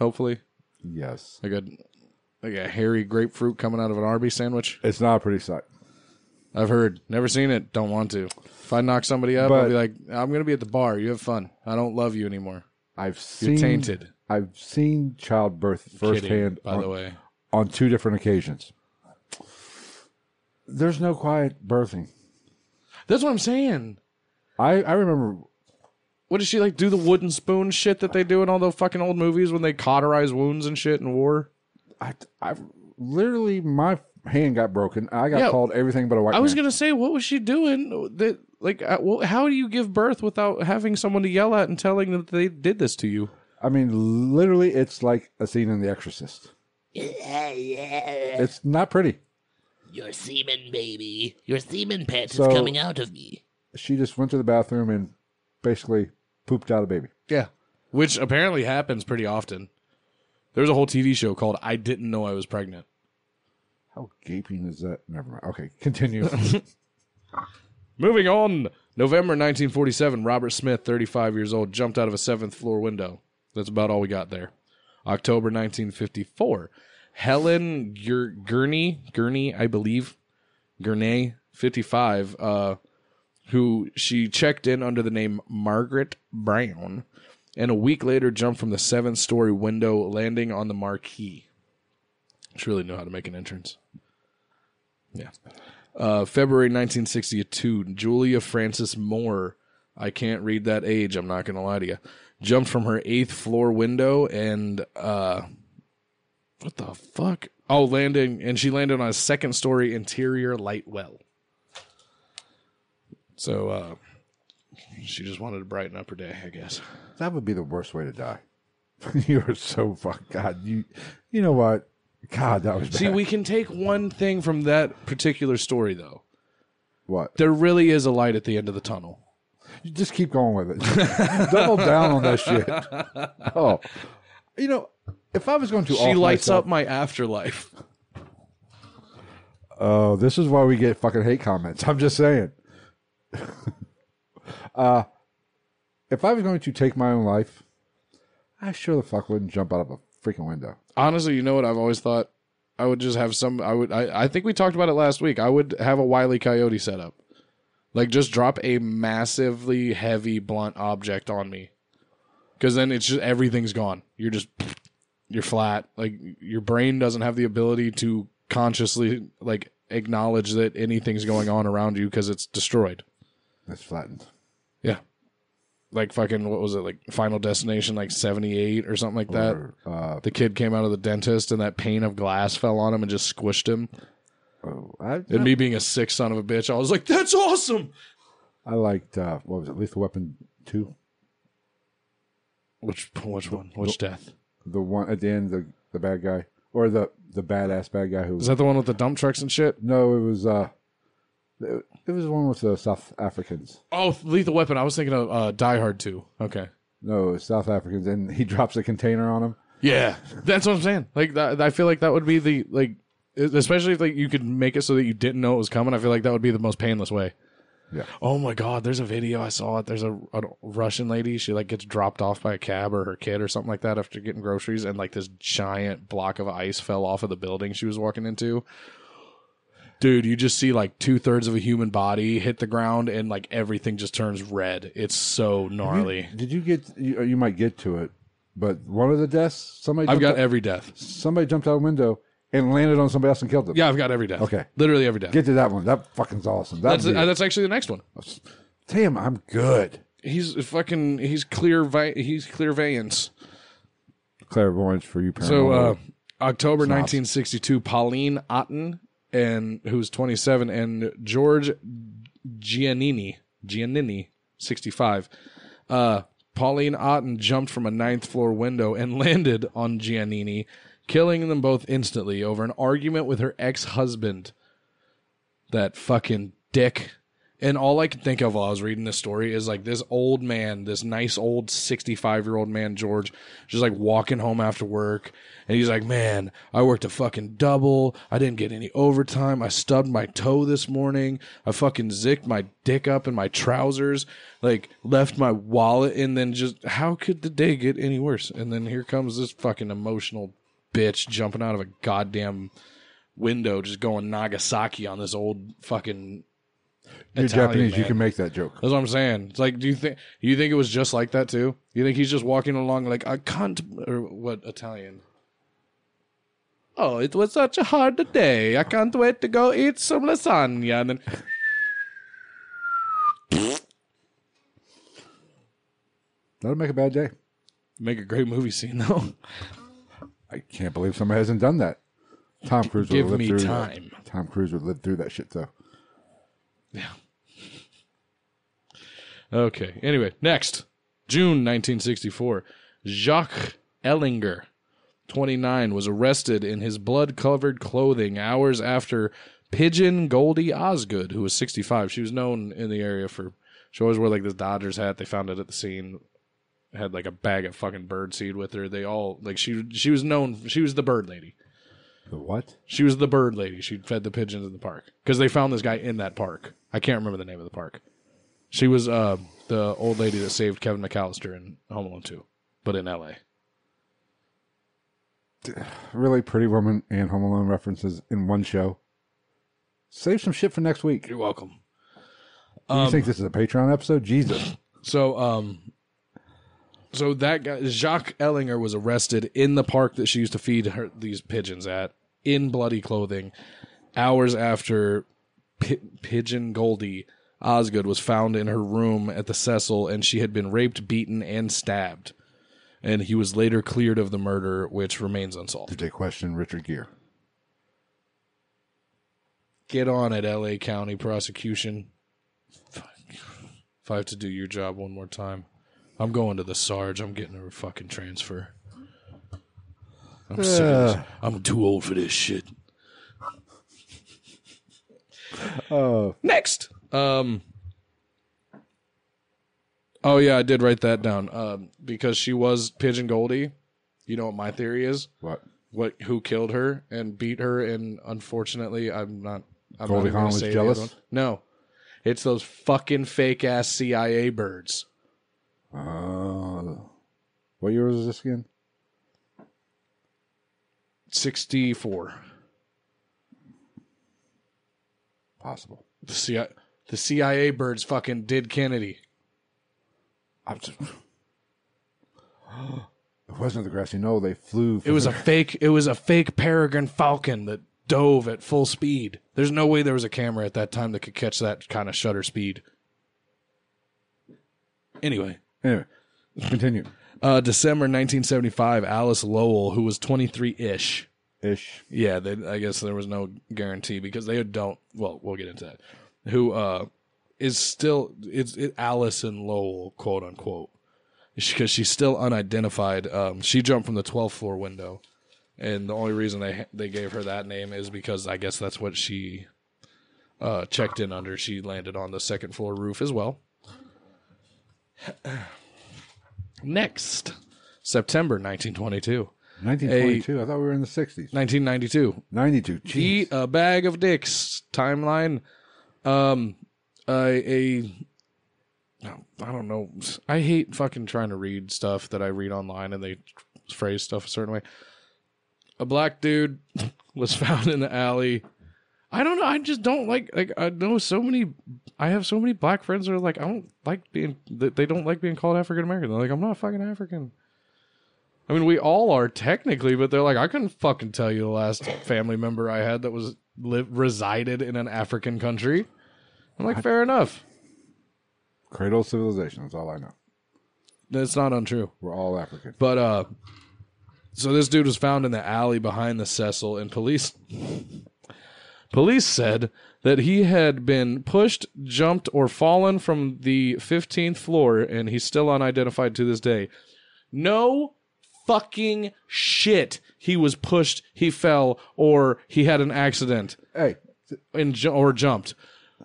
hopefully.
Yes.
Like a like a hairy grapefruit coming out of an Arby sandwich.
It's not a pretty sight.
I've heard. Never seen it. Don't want to. If I knock somebody up, I'll
But-
be like, I'm going to be at the bar. You have fun. I don't love you anymore.
I've seen
You're tainted.
I've seen childbirth
Kidding,
firsthand
by
on,
the way.
on two different occasions. There's no quiet birthing.
That's what I'm saying.
I, I remember
What does she like do the wooden spoon shit that they do in all the fucking old movies when they cauterize wounds and shit in war?
I, I literally my hand got broken. I got
Yeah.
called everything but a white
I was
man.
going to say, what was she doing? That like, uh, well, how do you give birth without having someone to yell at and telling them that they did this to you?
I mean, literally, it's like a scene in The Exorcist.
*laughs*
It's not pretty.
Your semen, baby. Your semen patch
So-
is coming out of me.
She just went to the bathroom and basically pooped out a baby.
Yeah, which apparently happens pretty often. There's a whole TV show called "I Didn't Know I Was Pregnant."
How gaping is that? Never mind. Okay,
*laughs*
continue.
Moving on. November 1947, Robert Smith, 35 years old, jumped out of a seventh floor window. That's about all we got there. October 1954, Helen Gur- Gurney, Gurney, I believe, Gurney, 55, uh, who she checked in under the name Margaret Brown, and a week later jumped from the seventh story window, landing on the marquee. She really knew how to make an entrance. Yeah. Uh, February 1962, Julia Frances Moore. I can't read that age. I'm not going to lie to you. Jumped from her eighth floor window and uh, what the fuck? Oh, landing, and she landed on a second story interior light well. So uh, she just wanted to brighten up her day, I guess.
that would be the worst way to die. *laughs* you are so fuck. God, you. You know what? God, that was bad.
See, we can take one thing from that particular story, though.
what?
There really is a light at the end of the tunnel.
You just keep going with it. *laughs* Double down on that shit. Oh, you know, if I was going to,
She
off
lights
myself-
up my afterlife.
Oh, this is why we get fucking hate comments. I'm just saying. *laughs* uh, if I was going to take my own life, I sure the fuck wouldn't jump out of a freaking window.
honestly, you know what I've always thought? I would just have some. I would. I, I think we talked about it last week. I would have a wily coyote setup, like just drop a massively heavy blunt object on me, because then it's just everything's gone. You're just you're flat. Like your brain doesn't have the ability to consciously like acknowledge that anything's going on around you because it's destroyed.
That's flattened.
Yeah. Like fucking what was it like Final Destination like seventy eight or something like that.
Or, uh,
The kid came out of the dentist and that pane of glass fell on him and just squished him.
oh, I,
And me being a sick son of a bitch, I was like, that's awesome.
I liked uh, what was it? Lethal Weapon two.
Which which one? Which death?
The one at the end, the the bad guy or the the badass bad guy who
Is that the one with the dump trucks and shit?
No, it was uh, it, it was one with the South Africans.
Oh, Lethal Weapon. I was thinking of uh, Die Hard 2. Okay.
No, it was South Africans, and he *laughs* drops a container on him.
Yeah. That's what I'm saying. Like, that, I feel like that would be the, like, especially if like you could make it so that you didn't know it was coming. I feel like that would be the most painless way.
Yeah.
Oh my God! There's a video I saw it. There's a, a Russian lady. She like gets dropped off by a cab or her kid or something like that after getting groceries, and like this giant block of ice fell off of the building she was walking into. Dude, you just see like two thirds of a human body hit the ground, and like everything just turns red. It's so gnarly.
Did you get? You, you might get to it, but one of the deaths, somebody
I've
jumped
got
out,
every death.
somebody jumped out a window and landed on somebody else and killed them.
Yeah, I've got every death.
Okay.
literally every death.
Get to that one. That fucking's awesome. That
that's uh, that's actually the next one.
damn. I'm good.
He's fucking. He's clear. Vi- he's clairvoyance.
Clairvoyance for you, paranormal.
So uh, October 1962, Pauline Otten, and who's 27, and George Giannini, Giannini, 65. Uh, Pauline Otten jumped from a ninth floor window and *laughs* landed on Giannini, killing them both instantly over an argument with her ex husband. That fucking dick. And all I could think of while I was reading this story is like this old man, this nice old 65 year old man, George, just like walking home after work. And he's like, man, I worked a fucking double. I didn't get any overtime. I stubbed my toe this morning. I fucking zicked my dick up in my trousers, like left my wallet. And then just, how could the day get any worse? And then here comes this fucking emotional bitch jumping out of a goddamn window, just going Nagasaki on this old fucking
you're
Italian
Japanese. You
man.
can make that joke.
That's what I'm saying. It's like, do you think you think it was just like that too? You think he's just walking along like I can't or what Italian? Oh, it was such a hard day. I can't wait to go eat some lasagna. And then
That'll make a bad day.
make a great movie scene though. *laughs*
I can't believe somebody hasn't done that. Tom Cruise would
Give
have lived
me
through
time.
That. Tom Cruise would live through that shit though.
Yeah. Okay. Anyway, next June 1964, Jacques Ellinger, 29, was arrested in his blood-covered clothing hours after Pigeon Goldie Osgood, who was 65. She was known in the area for she always wore like this Dodgers hat. They found it at the scene. Had like a bag of fucking bird seed with her. They all like she she was known she was the bird lady.
The what?
She was the bird lady. She fed the pigeons in the park because they found this guy in that park. I can't remember the name of the park. She was uh, the old lady that saved Kevin McAllister in Home Alone 2, but in L.A.
Really pretty woman and Home Alone references in one show. Save some shit for next week.
You're welcome. Um,
you think this is a Patreon episode? Jesus.
So, um, so that guy Jacques Ellinger was arrested in the park that she used to feed her these pigeons at in bloody clothing, hours after P- Pigeon Goldie Osgood was found in her room at the Cecil, and she had been raped, beaten, and stabbed. And he was later cleared of the murder, which remains unsolved.
Did they question Richard Gere?
Get on it, L.A. County Prosecution. Fuck. If I have to do your job one more time, I'm going to the Sarge. I'm getting a fucking transfer. I'm sick of this. I'm too old for this shit. Uh,
Oh,
Next. Um. Oh yeah, I did write that down. Um, because she was Pigeon Goldie. You know what my theory is?
what?
What who killed her and beat her? And unfortunately, I'm not. I'm
Goldie
not even gonna
Hawn was
say the
jealous?
other one. No, it's those fucking fake ass CIA birds.
Oh. What year was this again?
Sixty four.
Possible.
The CIA. The CIA birds fucking did Kennedy.
I'm just... *gasps* It wasn't the grassy knoll. They flew.
It
*laughs*
was a fake. It was a fake peregrine falcon that dove at full speed. There's no way there was a camera at that time that could catch that kind of shutter speed. Anyway,
Anyway, continue.
uh, December 1975, Alice Lowell, who was 23 ish.
Ish.
Yeah, they, I guess there was no guarantee because they don't. Well, we'll get into that. Who uh, is still it's it, Allison Lowell, quote unquote, because she's still unidentified. Um, she jumped from the 12th floor window, and the only reason they they gave her that name is because I guess that's what she uh, checked in under. She landed on the second floor roof as well. *clears throat* Next, September 1922.
1922. I thought we were in the 60s.
1992.
92. Jeez.
Eat a bag of dicks. Timeline. Um, a, a I don't know. I hate fucking trying to read stuff that I read online and they phrase stuff a certain way. A black dude *laughs* was found in the alley. I don't know. I just don't like. Like I know so many. I have so many black friends that are like, I don't like being. that They don't like being called African American. They're like, I'm not fucking African. I mean, we all are technically, but they're like, I couldn't fucking tell you the last family member I had that was live, resided in an African country. I'm like, fair enough.
Cradle of civilization. That's all I know.
That's not untrue.
We're all African.
But uh so this dude was found in the alley behind the Cecil and police police said that he had been pushed, jumped or fallen from the 15th floor and he's still unidentified to this day. No fucking shit. He was pushed, he fell or he had an accident
Hey,
and ju- or jumped.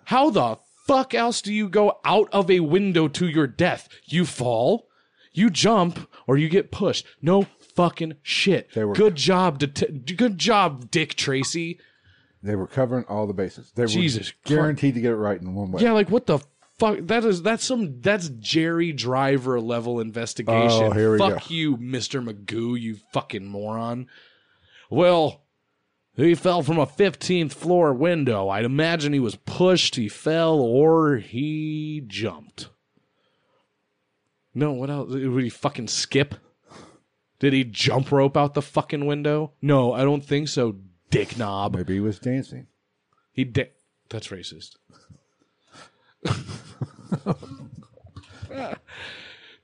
How the fuck else do you go out of a window to your death? You fall, you jump, or you get pushed. No fucking shit.
They were-
good job, det- good job, Dick Tracy.
they were covering all the bases. They were
Jesus
guaranteed to get it right in one way.
Yeah, like what the fuck? That is that's some that's Jerry Driver level investigation.
Oh, here we
fuck
go.
you, Mister Magoo, you fucking moron. Well, he fell from a fifteenth floor window. I'd imagine he was pushed, he fell, or he jumped. No, what else? Would he fucking skip? Did he jump rope out the fucking window? No, I don't think so, dick knob.
Maybe he was dancing.
He di- That's racist. *laughs*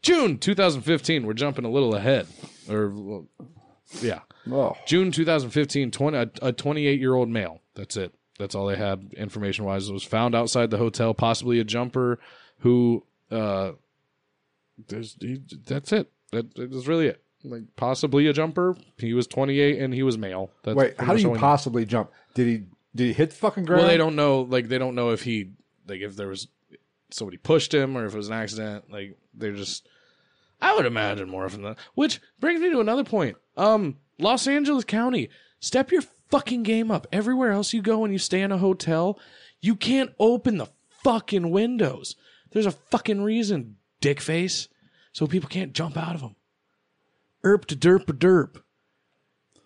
June 2015. We're jumping a little ahead. Or, well, yeah.
Oh,
June 2015, 20, a- a 28 year old male. That's it. That's all they had information wise. Was found outside the hotel, possibly a jumper who, uh, there's, he, that's it. That, that is really it. Like, possibly a jumper. He was 28 and he was male. That's
wait.
pretty
How
much
do you
all we know.
possibly jump? Did he? Did he hit the fucking ground?
Well, they don't know. Like they don't know if he like if there was somebody pushed him or if it was an accident. Like they're just. I would imagine more often than Which brings me to another point. Um, Los Angeles County, step your fucking game up. Everywhere else you go and you stay in a hotel, you can't open the fucking windows. There's a fucking reason, dickface. So people can't jump out of them. Erp to derp a derp.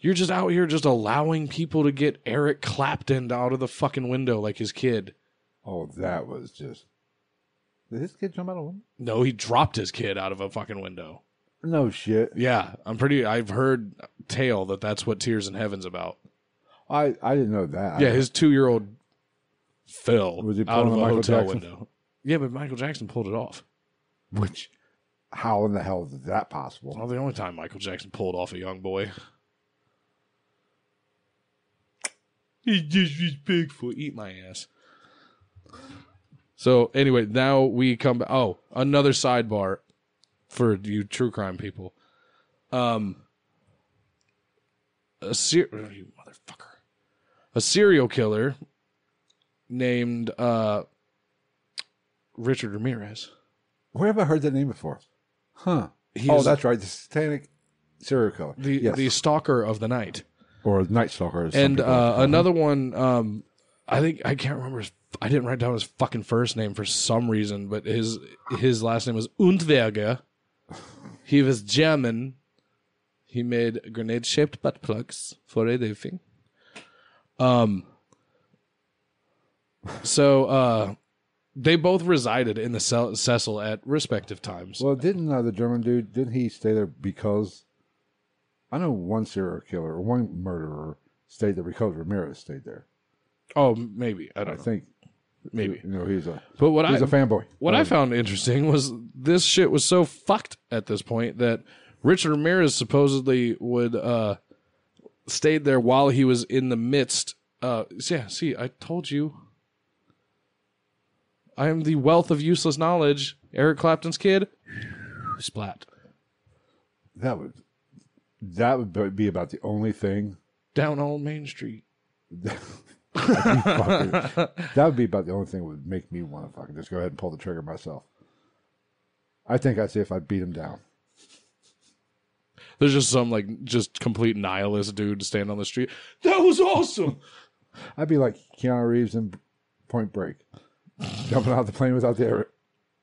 You're just out here just allowing people to get Eric Clapton out of the fucking window like his kid.
Oh, that was just. Did this kid jump out of a window?
No, he dropped his kid out of a fucking window.
No shit.
Yeah, I'm pretty. I've heard tale that that's what Tears in Heaven's about.
I I didn't know that.
Yeah, his two year old Phil
Was he
out
pulling
of
a
a
Michael
hotel
Jackson?
window. Yeah, but Michael Jackson pulled it off.
Which? How in the hell is that
Well,
possible?
the only time Michael Jackson pulled off a young boy. He's disrespectful. Eat my ass. So anyway, now we come. ba- Oh, another sidebar for you true crime people. Um, a ser- oh, you motherfucker, a serial killer named uh Richard Ramirez.
Where have I heard that name before? Huh?
He
oh,
is-
that's right. The satanic serial killer.
The
yes.
the stalker of the night.
or night stalker. as some
and
people
uh,
call him.
another one um i think i can't remember his, i didn't write down his fucking first name for some reason but his his last name was Untwerger. he was german he made grenade shaped butt plugs for a living um so uh they both resided in the Ce- Cecil at respective times.
Well, didn't uh, the German dude? Didn't he stay there because? I know one serial killer, or one murderer stayed there because Ramirez stayed there.
oh, maybe I
I
don't know.
think
Maybe.
you know he's a
But what
he's
I
a fanboy.
What I found interesting was this shit was so fucked at this point that Richard Ramirez supposedly would uh stayed there while he was in the midst uh yeah, see, I told you. I am the wealth of useless knowledge. Eric Clapton's kid. *sighs* Splat.
that would that would be about the only thing *laughs*
Down on Main Street. *laughs*
fucking- that would be about the only thing that would make me want to fucking just go ahead and pull the trigger myself. I think I'd see if I beat him down.
There's just some like just complete nihilist dude standing on the street. That was awesome.
I'd be like Keanu Reeves in Point Break, *laughs* jumping out the plane without the air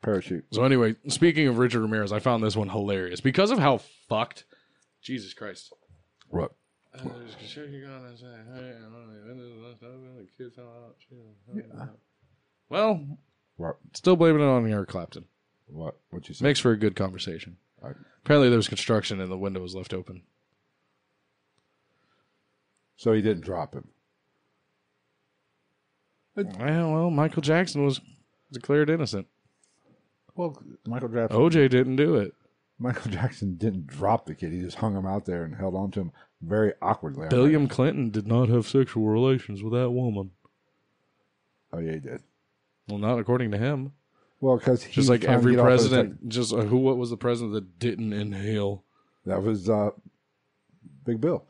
parachute.
So anyway, speaking of Richard Ramirez, I found this one hilarious because of how fucked. Jesus Christ.
What?
Well,
What?
still blaming it on Eric Clapton.
What? What you say?
Makes for a good conversation.
All right.
Apparently, there was construction and the window was left open.
So he didn't drop him.
Well, well, Michael Jackson was declared innocent.
Well, Michael Jackson.
OJ didn't do it.
Michael Jackson didn't drop the kid. He just hung him out there and held on to him very awkwardly.
William Clinton did not have sexual relations with that woman.
Oh yeah, he did.
Well, not according to him.
Well, because
Just like every president, just uh, who? What was the president that didn't inhale?
that was uh, Big Bill.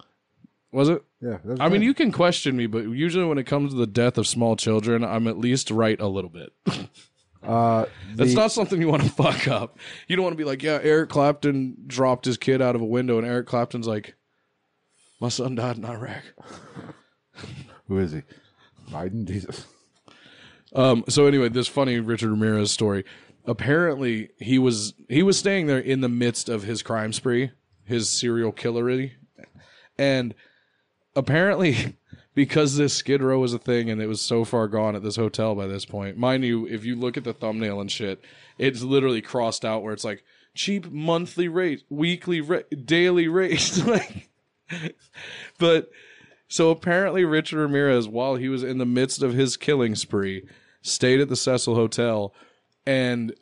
Was it?
Yeah, that was
I mean,
him.
you can question me, but usually when it comes to the death of small children, I'm at least right a little bit. *laughs*
Uh,
That's
the-
not something you want to *laughs* fuck up. You don't want to be like, yeah, Eric Clapton dropped his kid out of a window, and Eric Clapton's like, my son died in Iraq.
Who is he? Biden, Jesus.
Um, so anyway, this funny Richard Ramirez story. Apparently, he was he was staying there in the midst of his crime spree, his serial killery, and apparently, *laughs* because this Skid Row was a thing and it was so far gone at this hotel by this point, mind you, if you look at the thumbnail and shit, it's literally crossed out where it's like cheap monthly rate, weekly rate, daily rate, *laughs* like. But so apparently, Richard Ramirez, while he was in the midst of his killing spree, stayed at the Cecil Hotel. And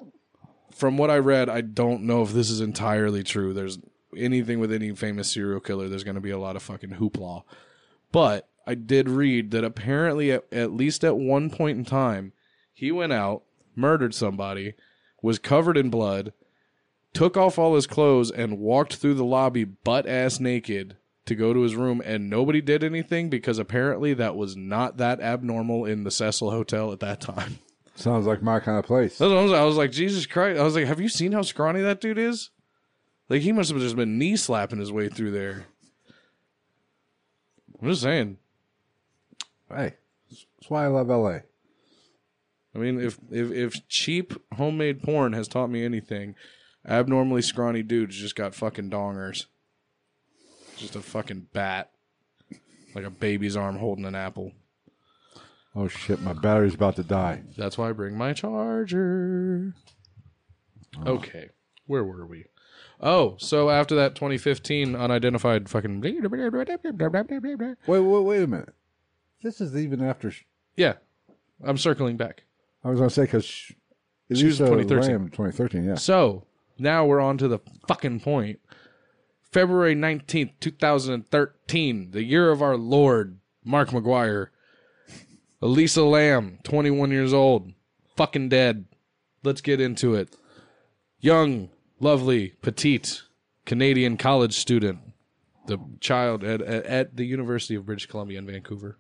from what I read, I don't know if this is entirely true. There's anything with any famous serial killer, there's going to be a lot of fucking hoopla. But I did read that apparently, at, at least at one point in time, he went out, murdered somebody, was covered in blood, took off all his clothes, and walked through the lobby butt ass naked to go to his room, and nobody did anything because apparently that was not that abnormal in the Cecil Hotel at that time.
Sounds like my kind of place.
*laughs* That's what I was, I was like, Jesus Christ. I was like, have you seen how scrawny that dude is? Like, he must have just been knee slapping his way through there. I'm just saying.
Hey, that's why I love L.A.
I mean, if if if cheap homemade porn has taught me anything, abnormally scrawny dudes just got fucking dongers. Just a fucking bat, like a baby's arm holding an apple.
Oh shit, my battery's about to die.
That's why I bring my charger. Okay, where were we? Oh, so after that 2015 unidentified fucking
Wait, wait, wait a minute. This is even after. Sh-
yeah, I'm circling back.
I was gonna say because sh-
She was 2013.
2013. Yeah.
So now we're on to the fucking point. February 19th, 2013, the year of our Lord, Mark McGuire. Elisa Lamb, 21 years old, fucking dead. Let's get into it. Young, lovely, petite, Canadian college student, the child at, at, at the University of British Columbia in Vancouver.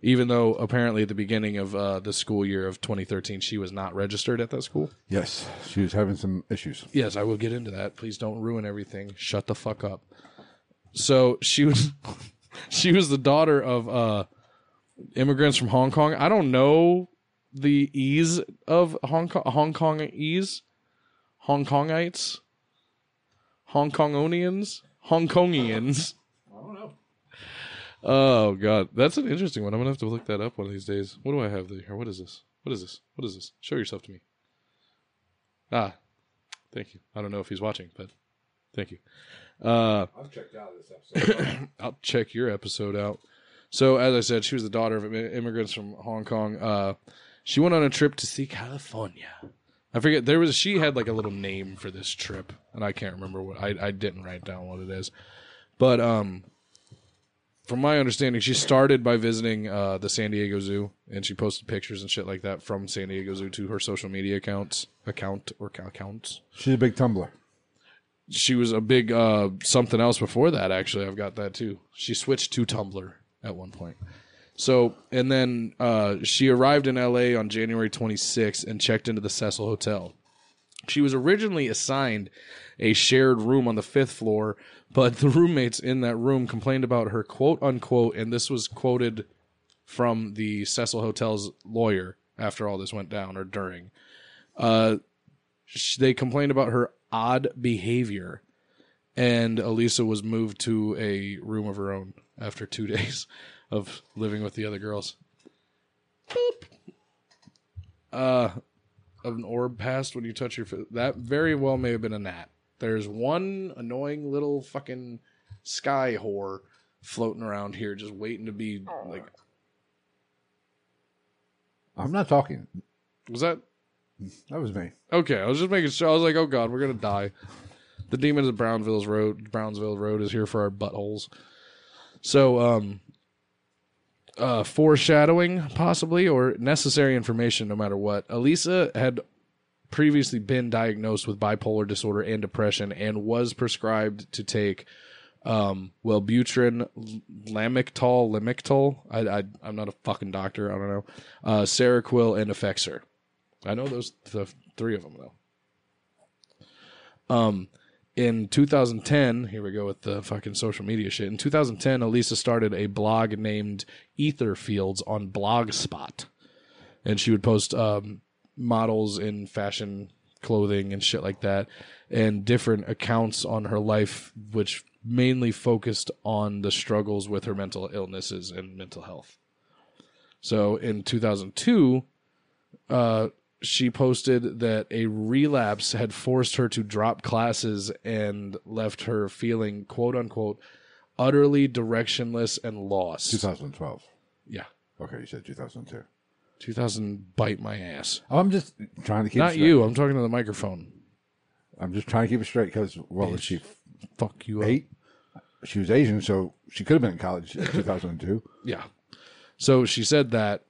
Even though apparently at the beginning of uh, the school year of 2013, she was not registered at that school.
Yes, she was having some issues.
Yes, I will get into that. Please don't ruin everything. Shut the fuck up. So she was *laughs* she was the daughter of uh immigrants from Hong Kong. I don't know the ease of Hong Kong Hong Kongese, Hong Kongites, Hong Kongonians, Hong Kongians. I don't know. Oh god, that's an interesting one. I'm gonna have to look that up one of these days. What do I have there? What is this? What is this? What is this? Show yourself to me. Ah, Thank you. I don't know if he's watching, but thank you. Uh,
I've checked out this episode.
*coughs* I'll check your episode out. So, as I said, she was the daughter of immi- immigrants from Hong Kong. Uh, she went on a trip to see California. I forget there was she had like a little name for this trip, and I can't remember what I, I didn't write down what it is. But um, from my understanding, she started by visiting uh, the San Diego Zoo, and she posted pictures and shit like that from San Diego Zoo to her social media accounts, account or ca- accounts
She's a big tumbler.
she was a big uh, something else before that. Actually, I've got that too. She switched to Tumblr at one point. So, and then uh, she arrived in LA on January 26th and checked into the Cecil Hotel. She was originally assigned a shared room on the fifth floor, but the roommates in that room complained about her quote unquote, and this was quoted from the Cecil Hotel's lawyer after all this went down or during. Uh, sh- they complained about her odd behavior, and Elisa was moved to a room of her own after two *laughs* days of living with the other girls. Boop. Uh, of an orb passed when you touch your fi- that very well may have been a gnat. There's one annoying little fucking sky whore floating around here just waiting to be like
I'm not talking.
was that
That was me.
okay i was just making sure i was like oh god we're gonna die the demons of brownsville's road brownsville road is here for our buttholes so um uh foreshadowing possibly or necessary information no matter what elisa had previously been diagnosed with bipolar disorder and depression and was prescribed to take um wellbutrin l- lamictal lamictal I, I i'm not a fucking doctor i don't know uh seroquel and effexor I know those the three of them though. Um, in 2010, here we go with the fucking social media shit. In 2010, Elisa started a blog named Ether Fields on Blogspot, and she would post um, models in fashion clothing and shit like that, and different accounts on her life, which mainly focused on the struggles with her mental illnesses and mental health. So in 2002, uh, she posted that a relapse had forced her to drop classes and left her feeling quote unquote utterly directionless and lost.
2012.
Yeah.
Okay, you said 2002.
2000 bite my ass.
Oh, I'm just trying to keep. it
Not
straight.
you. I'm talking to the microphone.
I'm just trying to keep it straight because well,
Bitch.
she
Fuck you. up.
eight. She was Asian, so she could have been in college in 2002.
Yeah. So she said that,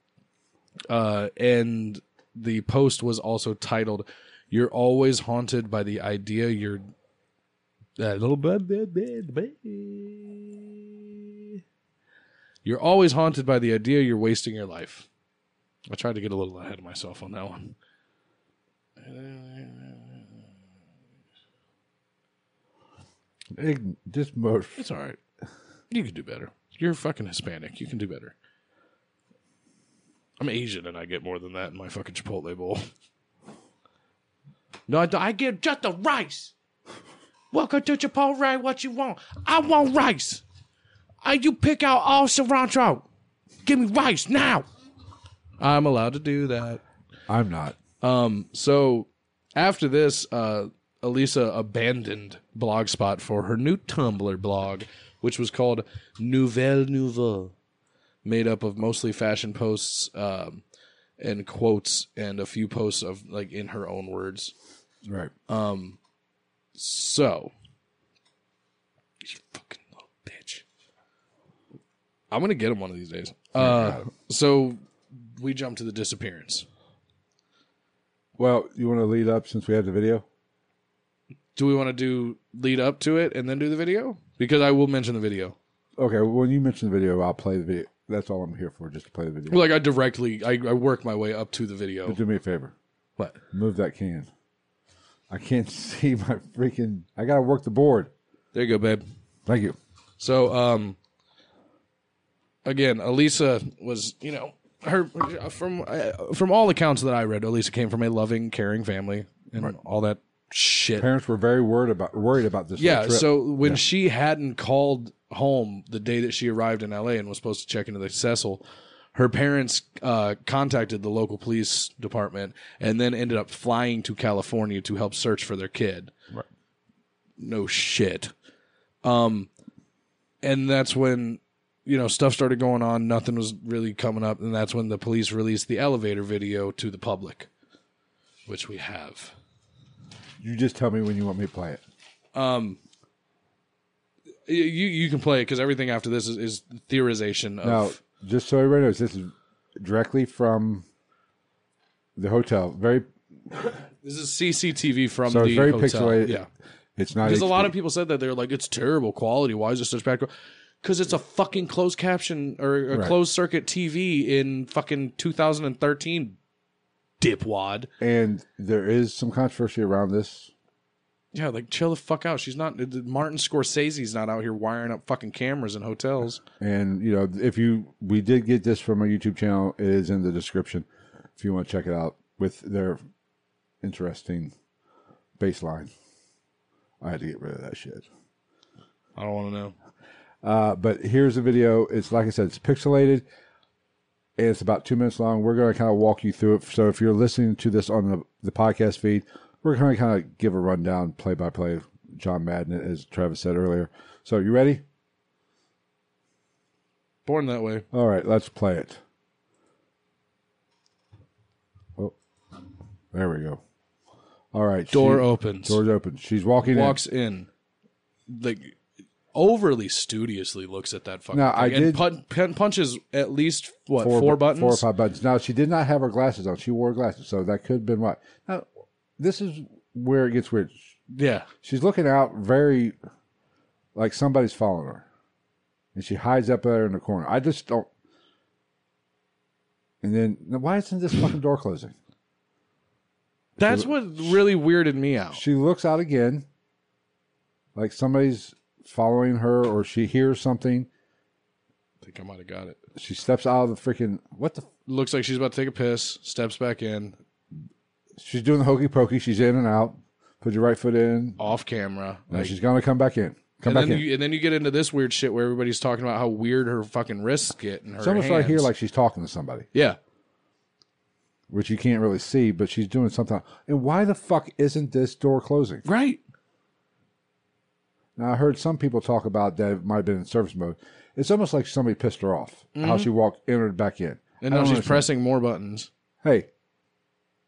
uh, and the post was also titled "You're always haunted by the idea you're that little bad bad bad bad." You're always haunted by the idea you're wasting your life. I tried to get a little ahead of myself on that one.
Ign- Just most.
It's all right. You can do better. You're fucking Hispanic. You can do better. I'm Asian and I get more than that in my fucking Chipotle bowl. No, I, don't- I get just the rice. Welcome to Chipotle. What you want? I want rice. I, you pick out all cilantro. Give me rice now. I'm allowed to do that.
I'm not.
Um, so after this, uh, Elisa abandoned Blogspot for her new Tumblr blog, which was called Nouvelle Nouvelle, made up of mostly fashion posts um, and quotes and a few posts of like in her own words.
Right.
So, you fucking little bitch. I'm gonna get him one of these days. Uh, so we jump to the disappearance.
Well, you want to lead up since we have the video?
do we want to do lead up to it and then do the video? Because I will mention the video.
Okay. Well, when you mention the video, I'll play the video. That's all I'm here for, just to play the video.
Like I directly, I, I work my way up to the video.
Do me a favor.
What?
Move that can. I can't *laughs* see my freaking. I gotta work the board.
There you go, babe.
Thank you.
So, um, again, Elisa was, you know, her from uh, from all accounts that I read, Elisa came from a loving, caring family and all that shit.
Parents were very worried about worried about this.
Yeah.
little trip.
So when she hadn't called home the day that she arrived in LA and was supposed to check into the Cecil, her parents uh, contacted the local police department and then ended up flying to California to help search for their kid.
Right.
No shit. Um, and that's when you know stuff started going on. Nothing was really coming up, and that's when the police released the elevator video to the public, which we have.
you just tell me when you want me to play it.
Um, You you can play it because everything after this is, is theorization of.
Now, just so everybody knows, this is directly from the hotel. Very,
This is CCTV from
so
the
it's very
hotel.
pixelated.
Yeah,
it's not
because a lot
HD.
of people said that they're like, it's terrible quality. Why is it such bad? Because it's a fucking closed caption or a
Right.
closed circuit TV in fucking 2013.
dipwad.
And there is some controversy around this.
Yeah, like chill the fuck out. She's not Martin Scorsese's not out here wiring up fucking cameras in hotels.
And you know, if you we did get this from our YouTube channel, it is in the description if you want to check it out with their interesting baseline. I had to get rid of that shit.
I don't want to know.
Uh, but here's the video. It's like I said, it's pixelated. And it's about two minutes long. We're going to kind of walk you through it. So if you're listening to this on the, the podcast feed, we're going to kind of give a rundown, play by play, John Madden, as Travis said earlier. So you ready?
Born that way.
All right, let's play it. Oh, there we go. All right,
Door
she-
opens.
Door's open. She's walking.
walks in.
Like overly studiously looks at that fucking.
No,
thing.
I
and
did-
pun- pun- punches at least what
in.
four, buttons.
Four or five buttons. Now she did not have her glasses on. She wore glasses, so that could have been why. Now, this is where it gets weird.
Yeah.
She's looking out very, like somebody's following her, and she hides up there in the corner. I just don't. And then now why isn't this fucking door closing?
That's what really weirded me out.
She looks out again, like somebody's following her, or she hears something.
I think I might have got it.
She steps out of the freaking what the.
Looks like she's about to take a piss, steps back in,
She's doing the hokey pokey. She's in and out. Put your right foot in.
off camera.
Now
Like,
she's gonna come back in. Come back
and then
in.
you and then you get into this weird shit where everybody's talking about how weird her fucking wrists get and her.
it's almost right here,
hands.
like she's talking to somebody,
Yeah.
which you can't really see, but she's doing something. And why the fuck isn't this door closing?
Right.
Now I heard some people talk about that it might have been in service mode. It's almost like somebody pissed her off how she walked entered back in.
Mm-hmm. And
I
now
don't
she's
understand.
pressing more buttons.
Hey,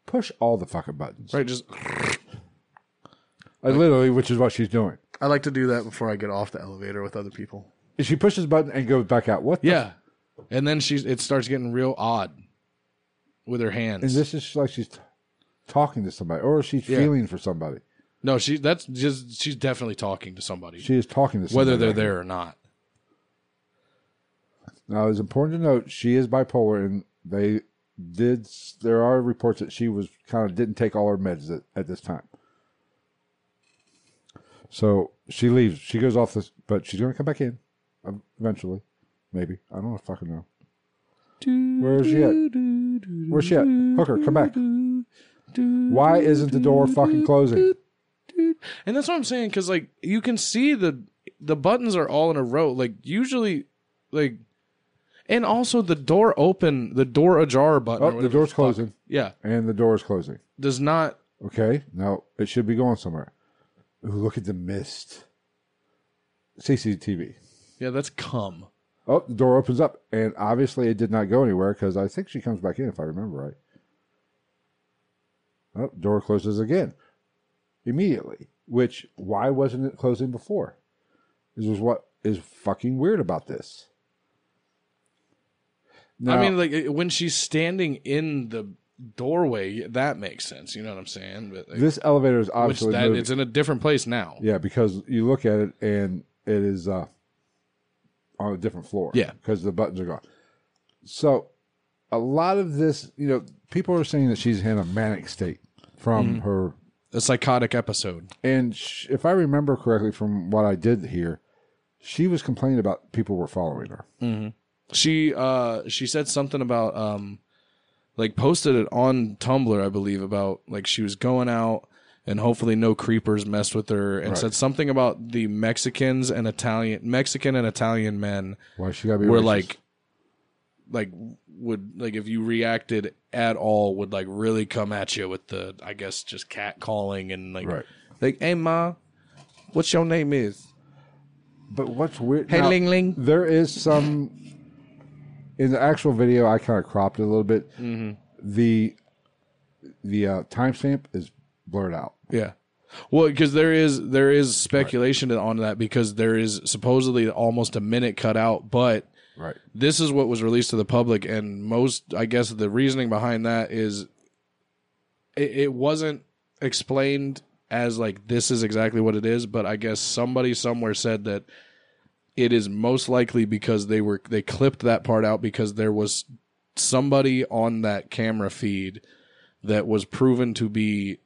push all the fucking buttons.
Right, just
Uh, literally, which is what she's doing.
I like to do that before I get off the elevator with other people.
She pushes a button and goes back out. What? the-
Yeah. And then she's it starts getting real odd with her
and
hands.
this is like she's t- talking to somebody, or she's
Yeah.
feeling for somebody.
no, she that's just she's definitely talking to somebody.
She is talking to somebody.
whether they're there or not.
Now, it's important to note she is bipolar, and they did. s- There are reports that she was kind of didn't take all her meds at, at this time. So she leaves. She goes off this, but she's going to come back in um, eventually, maybe. I don't know, fucking know. Where's she at? Where's she at? Hooker, come back. Why isn't the door fucking closing?
And that's what I'm saying cuz like you can see the the buttons are all in a row like usually like and also the door open, the door ajar button. or
Oh, the
whatever
door's
fuck-
closing,
Yeah,
and the door is closing.
does not
Okay, now it should be going somewhere. Ooh, look at the mist. CCTV.
Yeah, that's cum.
Oh, the door opens up, and obviously it did not go anywhere because I think she comes back in if I remember right. Oh, door closes again immediately. Which why wasn't it closing before? This is what is fucking weird about this. Now-
I mean like it- when she's standing in the doorway, that makes sense, you know what I'm saying? But like,
this elevator is
which
obviously
that
moving.
it's in a different place now.
Yeah, because you look at it and it is uh, on a different floor.
Yeah.
because the buttons are gone. So, a lot of this, you know, people are saying that she's in a manic state
Mm-hmm.
from her,
A psychotic episode.
and sh if I remember correctly from what I did hear, she was complaining about people were following her.
she uh she said something about um like posted it on Tumblr I believe about like she was going out and hopefully no creepers messed with her and said something about the Mexicans and Italian Mexican and Italian men
Why she gotta be?
were
racist?
like like would like if you reacted at all would like really come at you with the I guess just cat calling and like
Right.
like hey ma what's your name is
But what's weird?
hey
now-
ling ling
there is some in the actual video i kind of cropped it a little bit the the uh, timestamp is blurred out
Yeah. Well, because there is there is speculation on that because there is supposedly almost a minute cut out, but
right
this is what was released to the public, and most I guess the reasoning behind that is it, it wasn't explained as like this is exactly what it is, but I guess somebody somewhere said that it is most likely because they were they clipped that part out because there was somebody on that camera feed that was proven to be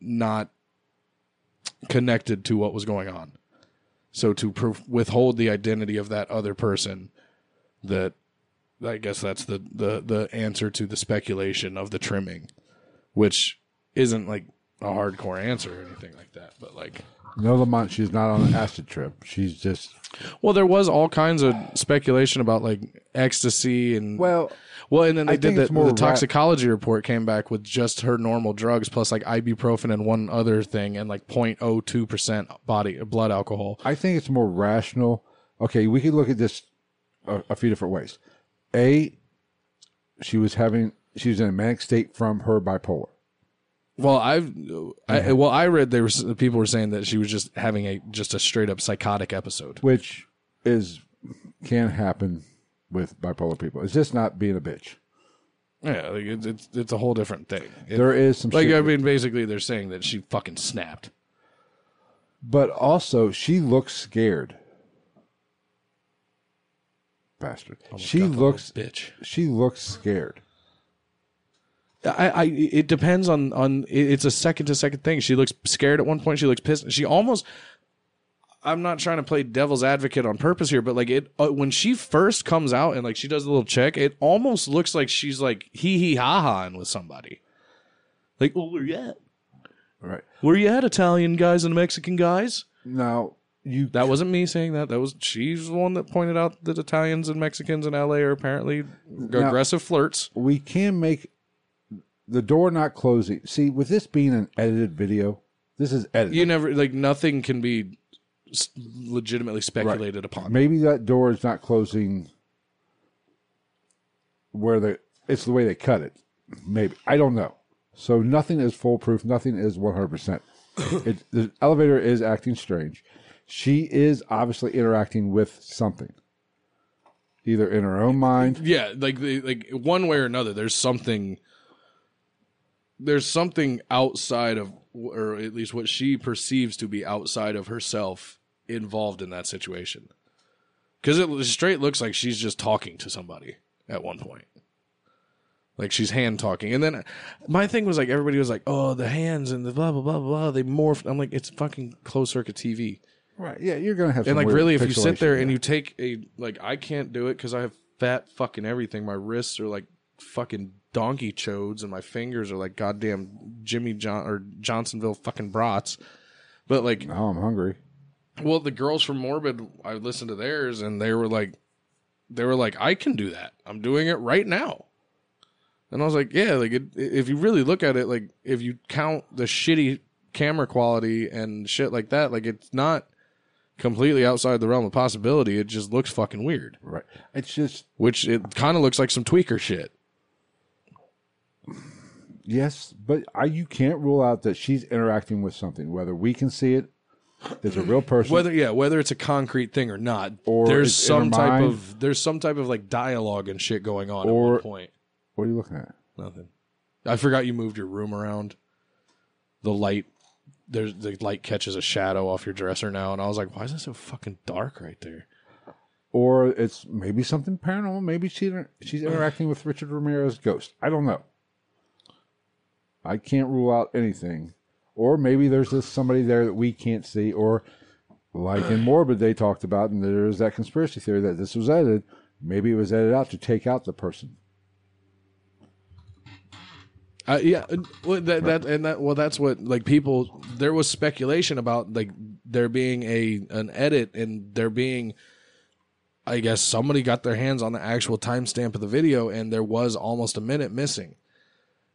not connected to what was going on. So to pro- withhold the identity of that other person, that I guess that's the, the the answer to the speculation of the trimming, which isn't like a hardcore answer or anything like that. But like,
No, Lamont, she's not on an acid trip. She's just
well, there was all kinds of speculation about like ecstasy and
well.
Well, and then they
I
did
think
the,
it's more
the
ra-
toxicology report came back with just her normal drugs plus like ibuprofen and one other thing and like 0.02 percent body blood alcohol.
I think it's more rational. Okay, we could look at this a, a few different ways. A, she was having she was in a manic state from her bipolar.
Well, I've I, well I read there was people were saying that she was just having a just a straight up psychotic episode.
which is can happen with bipolar people. It's just not being a bitch.
Yeah, like it's it's, it's a whole different thing. It-
There is some
like
shit,
I mean, basically they're saying that she fucking snapped.
but also she looks scared. Bastard. she looks
bitch.
she looks scared.
I, I it depends on on it- it's a second to second thing. She looks scared at one point. She looks pissed. She almost. I'm not trying to play devil's advocate on purpose here, but like it uh, when she first comes out and like she does the little check, it almost looks like she's like hee hee ha ha with somebody. Like, oh, where you at?
Right.
Where you at, Italian guys and Mexican guys?
Now you
That wasn't me saying that. That was she's the one that pointed out that Italians and Mexicans in LA are apparently aggressive flirts.
we can make the door not closing. See, with this being an edited video, this is edited.
you never like nothing can be s- legitimately speculated upon.
Maybe that door is not closing where the it's the way they cut it. Maybe I don't know. So nothing is foolproof. Nothing is one hundred percent. The elevator is acting strange. She is obviously interacting with something, either in her own mind.
Yeah, like the- like one way or another, there's something. There's something outside of, or at least what she perceives to be outside of herself, involved in that situation. Because it straight looks like she's just talking to somebody at one point. Like she's hand talking. And then my thing was like, everybody was like, oh, the hands and the blah, blah, blah, blah. They morphed. I'm like, it's fucking closed circuit TV.
Right? Yeah, you're gonna have.
and
some
like
weird
really if you sit
pixelation
there and you take a like i can't do it because i have fat fucking everything my wrists are like fucking donkey chodes and my fingers are like goddamn jimmy john or johnsonville fucking brats but like
Now Oh, I'm hungry.
well the girls from morbid i listened to theirs and they were like they were like i can do that i'm doing it right now and i was like yeah like it, if you really look at it like if you count the shitty camera quality and shit like that like it's not completely outside the realm of possibility it just looks fucking weird
Right? It's just
which it kind of looks like some tweaker shit
Yes, but I, you can't rule out that she's interacting with something, whether we can see it, there's a real person.
whether yeah whether it's a concrete thing or not
Or
there's
it's in her
some type
mind.
of there's some type of like dialogue and shit going on at
Or-
one point
what are you looking at?
Nothing. I forgot you moved your room around. The light, there's the light catches a shadow off your dresser now, and I was like, why is it so fucking dark right there?
Or it's maybe something paranormal. Maybe she, inter- she's interacting with Richard Ramirez's ghost. I don't know. I can't rule out anything. Or maybe there's this somebody there that we can't see. Or like in Morbid, they talked about, and there's that conspiracy theory that this was edited. Maybe it was edited out to take out the person.
Uh, yeah, and- well, that, that and that. Well, that's what like people. There was speculation about like there being a an edit and there being, I guess somebody got their hands on the actual timestamp of the video and there was almost a minute missing,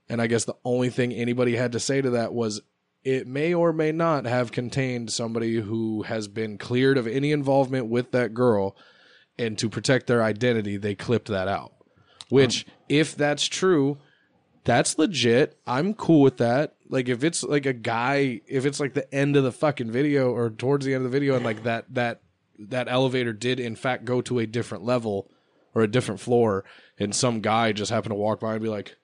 and I guess the only thing anybody had to say to that was it may or may not have contained somebody who has been cleared of any involvement with that girl, and to protect their identity they clipped that out. Which, if that's true, that's legit. I'm cool with that. Like if it's like a guy, if it's like the end of the fucking video or towards the end of the video, and like that that that elevator did in fact go to a different level or a different floor, and some guy just happened to walk by and be like,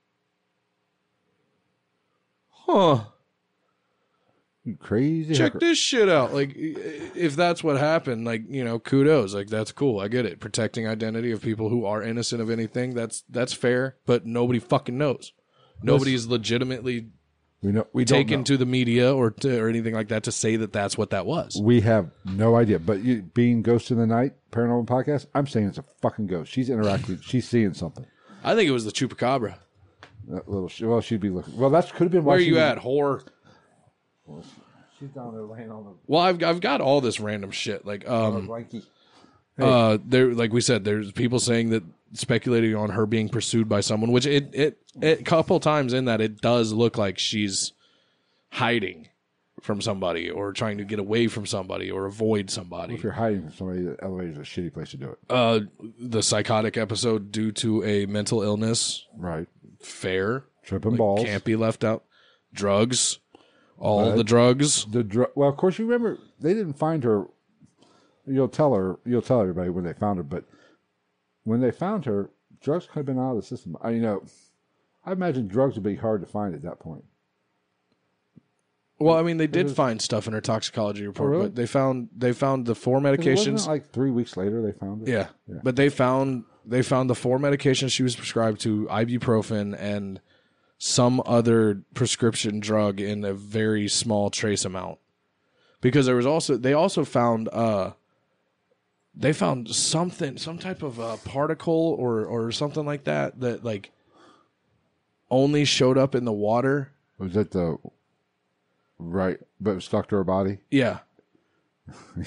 "Huh."
You crazy.
check
hooker.
this shit out. Like, i- if that's what happened, like you know, kudos. Like that's cool. I get it. Protecting identity of people who are innocent of anything. That's that's fair. But nobody fucking knows. Nobody's legitimately
We know we don't
taken
know.
to the media or to, or anything like that to say that that's what that was.
We have no idea. But you, being Ghost in the Night paranormal podcast, I'm saying it's a fucking ghost. She's interacting. she's seeing something.
I think it was the chupacabra.
That little. sh- Well, she'd be looking. Well, that could have been. Why
Where are
she
you
was-
at, whore?
She's down there laying on
Well, I've I've got all this random shit. Like
the
um
blankie.
uh there like we said, there's people saying that speculating on her being pursued by someone, which it it a couple times in that it does look like she's hiding from somebody or trying to get away from somebody or avoid somebody.
If you're hiding from somebody, the elevator's a shitty place to do it.
Uh the psychotic episode due to a mental illness,
Right.
fair.
Tripping balls.
Can't be left out. Drugs. All
Right.
the drugs.
The dr- well, of course, you remember they didn't find her. You'll tell her. You'll tell everybody when they found her. But when they found her, drugs could have been out of the system. I you know. I imagine drugs would be hard to find at that point.
Well, I mean, they did find stuff in her toxicology report,
Oh, really?
but they found they found the four
'Cause it wasn't
medications.
like three weeks later they found it.
yeah. but they found they found the four medications she was prescribed to ibuprofen and some other prescription drug in a very small trace amount. Because there was also they also found uh they found something some type of uh particle or or something like that that like only showed up in the water.
Was that the right? But it was stuck to her body. *laughs*
Yeah.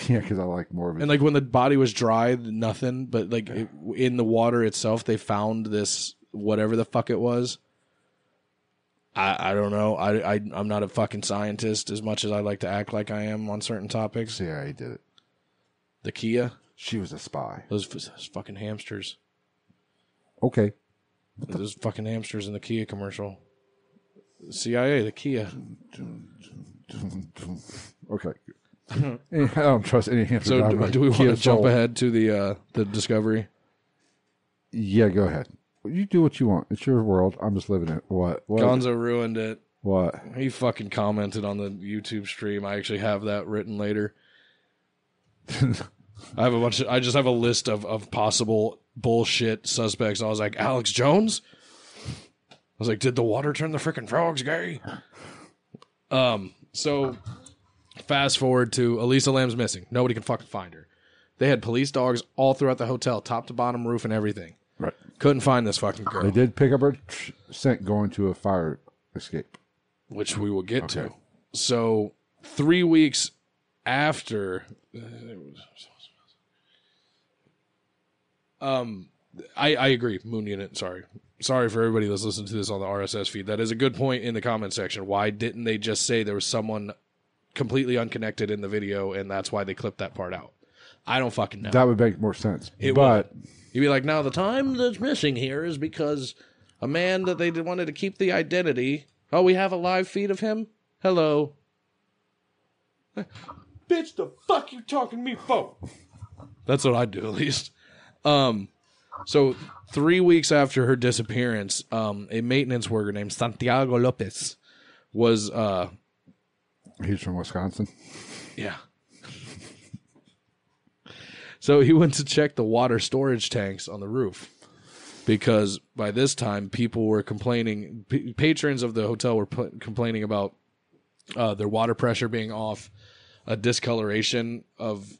yeah, because I like more of it.
And like when the body was dry, nothing. But like it, in the water itself, they found this whatever the fuck it was. I I don't know. I I I'm not a fucking scientist as much as I like to act like I am on certain topics.
CIA did it.
The Kia,
She was a spy.
those, those fucking hamsters,
Okay,
those fucking hamsters in the Kia commercial. CIA, the Kia.
okay. *laughs* I don't trust any hamster.
Mm-hmm. So
driver.
do, do we want
Kia
to jump
Soul.
ahead to the uh the discovery?
Yeah, go ahead. You do what you want. It's your world. I'm just living it. What? What?
Gonzo ruined it.
What? *laughs*
He fucking commented on the YouTube stream. I actually have that written later. I have a bunch of, I just have a list of, of possible bullshit suspects. I was like, Alex Jones? I was like, did the water turn the freaking frogs gay? Um, so fast forward to Elisa Lamb's missing. Nobody can fucking find her. They had police dogs all throughout the hotel, top to bottom, roof, and everything.
Right.
Couldn't find this fucking girl,
They did pick up her tr- scent going to a fire escape.
which we will get to. So three weeks after uh, um I, I agree moon unit sorry sorry for everybody that's listening to this on the rss feed that is a good point in the comment section why didn't they just say there was someone completely unconnected in the video and that's why they clipped that part out i don't fucking know
That would make more sense.
It
but
you'd be like now the time that's missing here is because a man that they did- wanted to keep the identity oh we have a live feed of him hello *laughs* bitch the fuck you talking to me for that's what i do at least um so three weeks after her disappearance um a maintenance worker named santiago lopez was uh
he's from Wisconsin.
yeah *laughs* so he went to check the water storage tanks on the roof because by this time people were complaining p- patrons of the hotel were pl- complaining about uh, their water pressure being off a discoloration of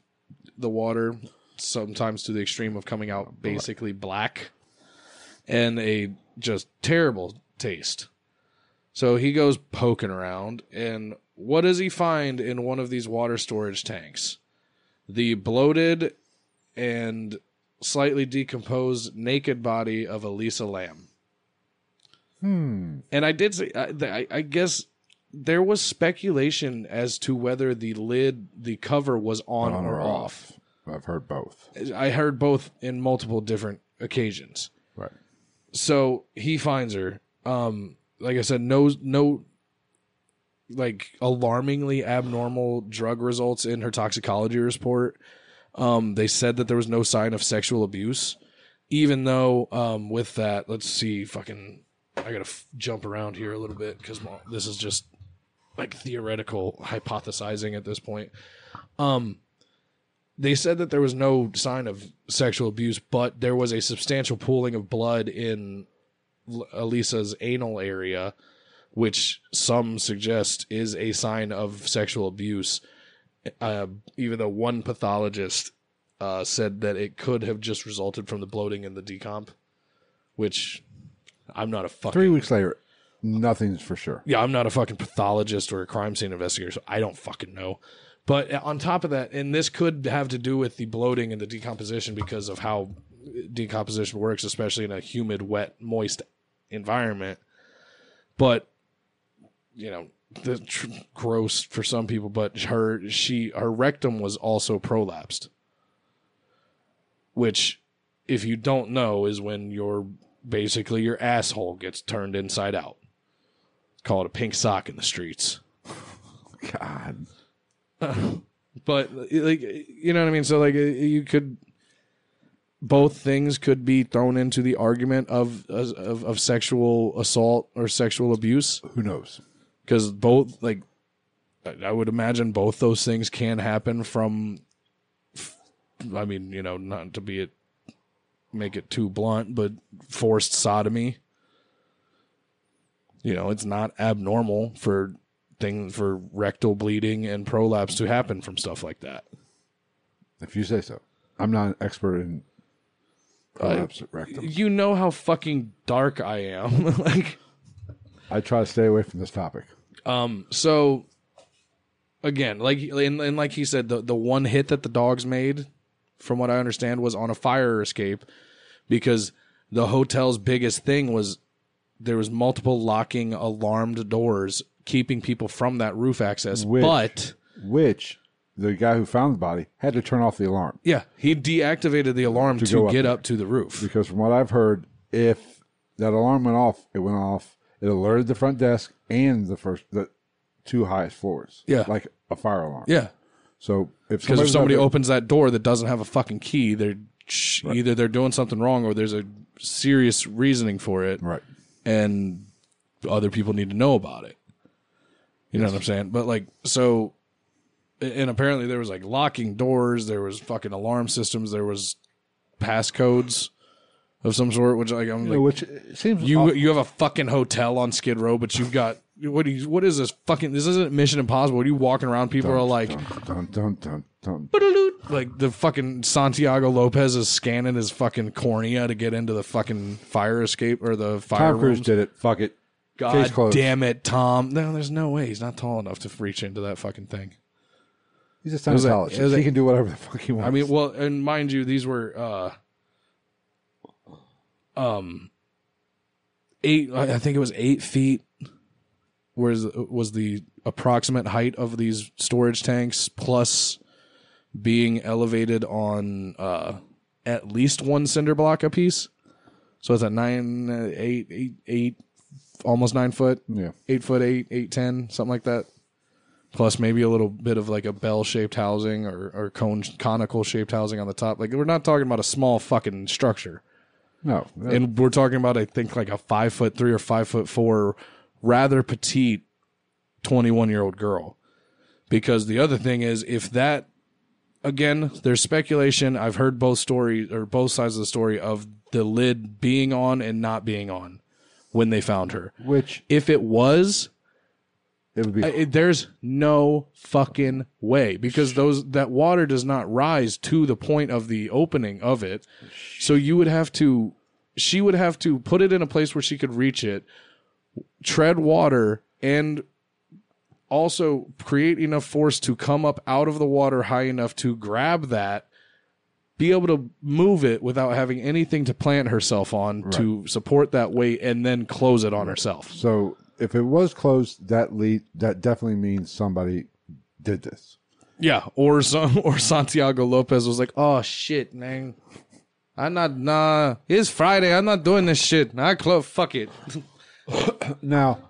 the water sometimes to the extreme of coming out basically black and a just terrible taste so he goes poking around and what does he find in one of these water storage tanks the bloated and slightly decomposed naked body of Elisa Lamb. Hmm. And I did say, I, th- I, I guess there was speculation as to whether the lid, the cover was on,
On
or
or
off.
I've heard both.
I heard both in multiple different occasions.
Right.
So he finds her. Um, like I said, no, no, like alarmingly abnormal drug results in her toxicology report. Um, they said that there was no sign of sexual abuse, even though, um, with that, let's see, fucking, I gotta f- jump around here a little bit because this is just like theoretical hypothesizing at this point. Um, they said that there was no sign of sexual abuse, but there was a substantial pooling of blood in L- Elisa's anal area, which some suggest is a sign of sexual abuse. Uh, even though one pathologist uh, said that it could have just resulted from the bloating and the decomp, which I'm not a fucking
Three weeks later, nothing's for sure.
yeah, I'm not a fucking pathologist or a crime scene investigator, so I don't fucking know. But uh, on top of that, and this could have to do with the bloating and the decomposition because of how decomposition works, especially in a humid, wet, moist environment. But you know, the tr- gross for some people. But her she her rectum was also prolapsed, which, if you don't know, is when your basically your asshole gets turned inside out call it a pink sock in the streets.
God.
But like you know what I mean? So like uh, you could both things could be thrown into the argument of of, of sexual assault or sexual abuse
Who knows?
because both like I- I would imagine both those things can happen from I mean, you know, not to be it make it too blunt, but forced sodomy. You know, it's not abnormal for things for rectal bleeding and prolapse to happen from stuff like that.
If you say so. I'm not an expert in prolapse rectum.
You know how fucking dark I am. *laughs* like
I try to stay away from this topic.
Um, so again, like and, and like he said, the the one hit that the dogs made, from what I understand, was on a fire escape because the hotel's biggest thing was there was multiple locking alarmed doors keeping people from that roof access.
Which-
But
Which the guy who found the body had to turn off the alarm.
yeah, he deactivated the alarm to,
go up
get
there.
up to the roof.
Because from what I've heard, if that alarm went off, it went off. It alerted the front desk and the first the two highest floors.
Yeah.
Like a fire alarm.
Yeah,
So if
because if
somebody's out
somebody
there-
opens that door that doesn't have a fucking key, they're sh either they're doing something wrong or there's a serious reasoning for it.
right,
and other people need to know about it. You know what I'm saying? But like, so, and apparently there was like locking doors, there was fucking alarm systems, there was passcodes of some sort. Which like, I'm
You
like,
know, which seems
you
off-
you have a fucking hotel on Skid Row, but you've got what do you, what is this fucking? This isn't Mission Impossible. You walking around, people are like,
dun, dun, dun, dun.
like the fucking Santiago Lopez is scanning his fucking cornea to get into the fucking fire escape or the fire
Tom Cruise
rooms.
did it. Fuck it. Case
God
closed.
damn it, Tom. No, there's no way. He's not tall enough to reach into that fucking thing.
He's a
was like- it was
Scientologist.
like-
He can do whatever the fuck he wants.
I mean, well, and mind you, these were uh um eight I I think it was eight feet was was the approximate height of these storage tanks plus being elevated on uh at least one cinder block a piece. So it's at nine, uh, eight, eight, eight, almost nine foot
yeah.
eight foot eight, eight ten, something like that. Plus maybe a little bit of like a bell shaped housing or, or cone conical shaped housing on the top. Like we're not talking about a small fucking structure.
No.
And we're talking about I think like a five foot three or five foot four rather petite twenty one year old girl. Because the other thing is if that again, there's speculation. I've heard both stories or both sides of the story of the lid being on and not being on when they found her.
which
If it was,
it would be
I- it- there's no fucking way because those that water does not rise to the point of the opening of it. So you would have to she would have to put it in a place where she could reach it, tread water and also create enough force to come up out of the water high enough to grab that be able to move it without having anything to plant herself on to support that weight and then close it on herself.
so. If it was closed, that lead that definitely means somebody did this.
Yeah, or some, *laughs* or Santiago Lopez was like, "Oh shit, man, I'm not nah. It's Friday. I'm not doing this shit. I close. Fuck it.
Now,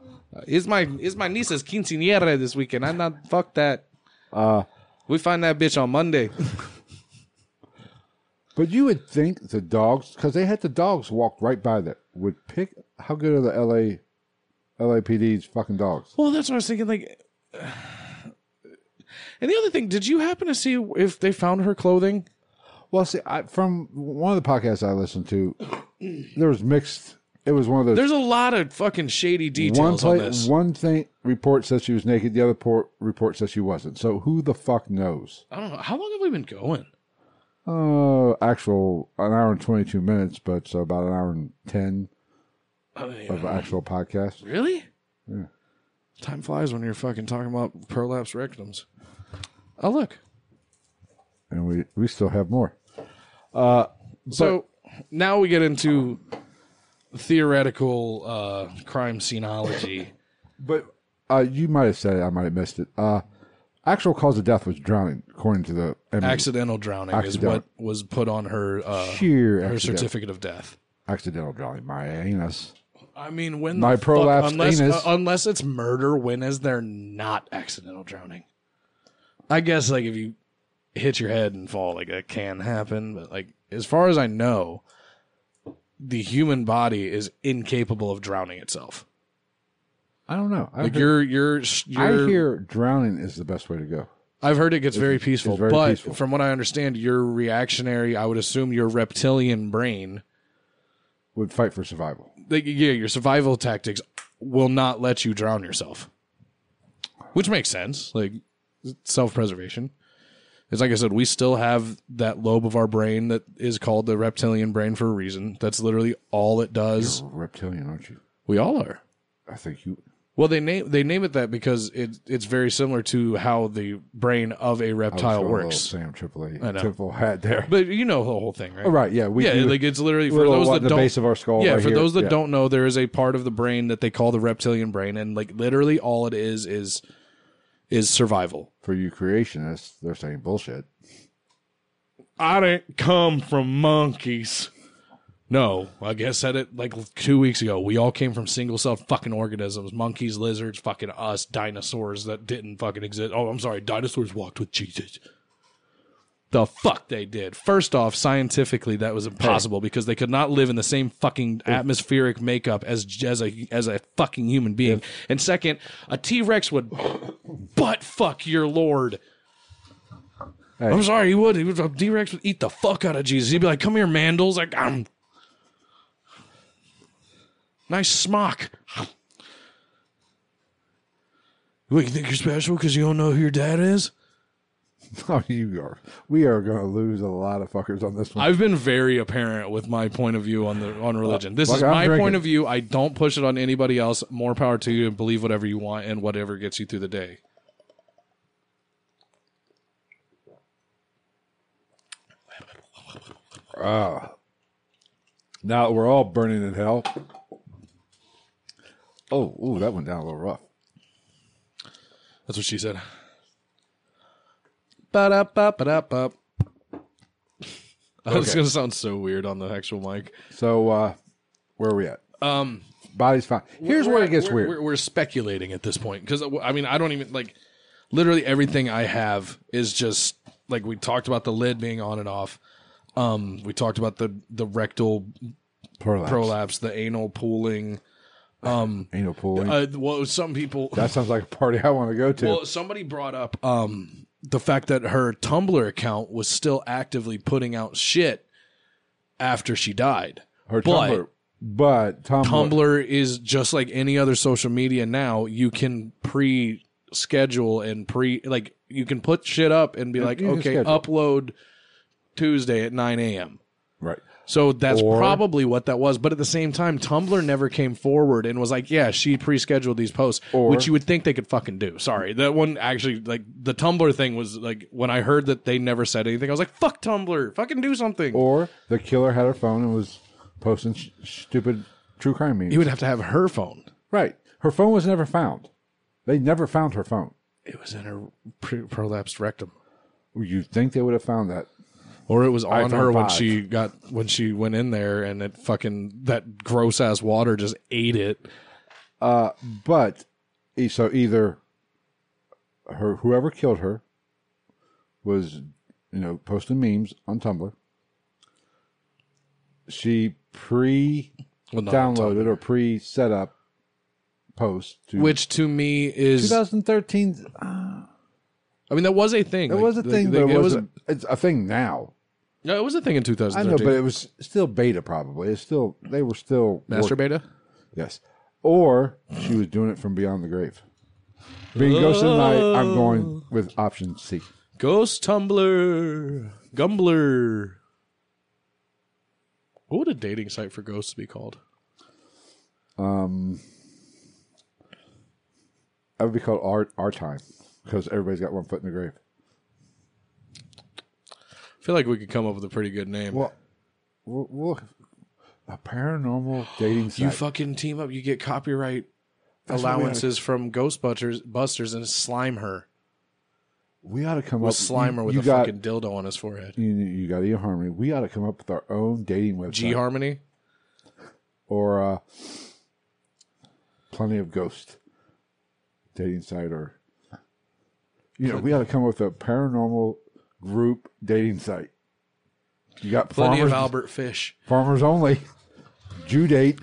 It's my it's my niece's quinceañera this weekend. I'm not. Fuck that.
Uh,
Ah. we find that bitch on Monday.
but you would think the dogs, because they had the dogs walk right by that, would pick. How good are the L.A. LAPD's fucking dogs?
Well, that's what I was thinking. Like, *sighs* and the other thing, did you happen to see if they found her clothing?
Well, see, I, from one of the podcasts I listened to, there was mixed It was one of those.
There's a lot of fucking shady details
one
on
pla-
this.
one thing report says she was naked. The other port report says she wasn't. So who the fuck knows?
I don't know. How long have we been going?
Uh, actual an hour and twenty two minutes, but so about an hour and ten
I mean,
of actual podcast.
really? Time flies when you're fucking talking about prolapse rectums. Oh look.
and we we still have more.
So now we get into theoretical uh,
*laughs*
crime sceneology.
But uh, you might have said it. I might have missed it. Uh, actual cause of death was drowning, according to the I mean,
Accidental drowning
Accidental.
is what was put on her uh,
sheer
her
accident-
certificate of death.
accidental drowning. My anus.
I mean, when
My
the
prolapsed
fuck, unless,
anus.
uh, unless it's murder, when is there not accidental drowning? I guess like if you hit your head and fall, like that can happen. But like as far as I know, the human body is incapable of drowning itself.
I don't know. I,
Like
heard,
you're, you're,
I
you're,
hear drowning is the best way to go.
I've heard it gets very peaceful,
very
but
peaceful.
from what I understand, your reactionary, I would assume your reptilian brain,
Would fight for survival.
like, yeah, your survival tactics will not let you drown yourself, which makes sense, like self-preservation. It's like I said, we still have that lobe of our brain that is called the reptilian brain for a reason. That's literally all it does.
You're a reptilian, aren't you?
We all are.
I think you.
Well, they name they name it that because it it's very similar to how the brain of a
I was
reptile
going Oh, a little
works.
Sam Triple
I know.
A Triple hat
*laughs*
there.
But you know the whole thing, right?
Oh, right. Yeah. We
yeah,
do
like it's literally for
little
those
what-
that
the
don't.
base of our skull.
yeah,
right
for
here.
those that
Yeah.
don't know, there is a part of the brain that they call the reptilian brain, and like literally all it is is is survival.
For you creationists, they're saying bullshit. *laughs*
I didn't come from monkeys. No, I guess said it like two weeks ago. We all came from single cell fucking organisms: monkeys, lizards, fucking us, dinosaurs that didn't fucking exist. Oh, I'm sorry, dinosaurs walked with Jesus. The fuck they did. First off, scientifically, that was impossible because they could not live in the same fucking atmospheric makeup as as a as a fucking human being. And second, a T Rex would *coughs* butt fuck your lord. I'm sorry, he would. He would D Rex would eat the fuck out of Jesus. He'd be like, "Come here, Mandels." Like, um, nice smock. What you think you're special because you don't know who your dad is?
Oh, you are. We are going to lose a lot of fuckers on this one.
I've been very apparent with my point of view on the on religion. This
Like,
is
I'm
my
drinking.
point of view. I don't push it on anybody else. More power to you, and believe whatever you want and whatever gets you through the day.
Now that we're all burning in hell. Oh, ooh, that went down a little rough.
That's what she said. *laughs* Ba-da-ba-ba-da-ba. That's gonna sound so weird on the actual mic.
So, uh, where are we at?
Um,
Body's fine. Here's where
we're-
it gets
we're-
weird.
We're, we're speculating at this point because I mean I don't even like literally everything I have is just like we talked about the lid being on and off. Um, we talked about the the rectal
prolapse.
prolapse, the anal pooling.
Anal pulling.
Uh, well, some people
that sounds like a party I want to go to.
Well, somebody brought up um, the fact that her Tumblr account was still actively putting out shit after she died.
Her
but-
Tumblr. But Tumblr.
Tumblr is just like any other social media now. You can pre schedule and pre like you can put shit up and be like,
you can
okay,
schedule.
upload Tuesday at nine a.m.
Right.
So that's
Or-
probably what that was. But at the same time, Tumblr never came forward and was like, yeah, she pre scheduled these posts,
Or-
which you would think they could fucking do. Sorry. That one actually, like, the Tumblr thing was like, when I heard that they never said anything, I was like, fuck Tumblr. Fucking do something.
Or the killer had her phone and was posting sh- stupid true crime memes.
you would have to have her phone.
right. Her phone was never found. They never found her phone.
It was in her pre- prolapsed rectum.
You'd think they would have found that.
Or it was on
iPhone
her when
5.
she got when she went in there and it fucking that gross ass water just ate it.
But e- so either her whoever killed her was you know posting memes on Tumblr. She pre-downloaded
Well, not on Tumblr.
or pre-set up posts to
which to me is
2013.
I mean that was a thing.
It was a thing, but it,
it was
wasn't. It's a thing now.
No, it was a thing in
I know,
2013.
but it was still beta. Probably it's still they were still
Master Beta?
Yes, or she was doing it from beyond the grave. Being Ghost of the Night, I'm going with option C.
Ghost Tumblr. Gumbler. What would a dating site for ghosts be called?
Um, that would be called our our time because everybody's got one foot in the grave.
I feel like we could come up with a pretty good name.
Well, well, look, a paranormal dating site.
you fucking team up, you get copyright
what we oughta-
allowances from Ghostbusters Busters and slime her.
we ought to come
With
up
Slimer
you-
with
you
a
got,
fucking dildo on his forehead.
You, you got E Harmony. We ought to come up with our own dating website
G Harmony?
or uh, plenty of ghost dating site or you know we ought to come up with a paranormal group dating site. You got
Plenty
farmers,
of Albert Fish.
farmers only, Jew date.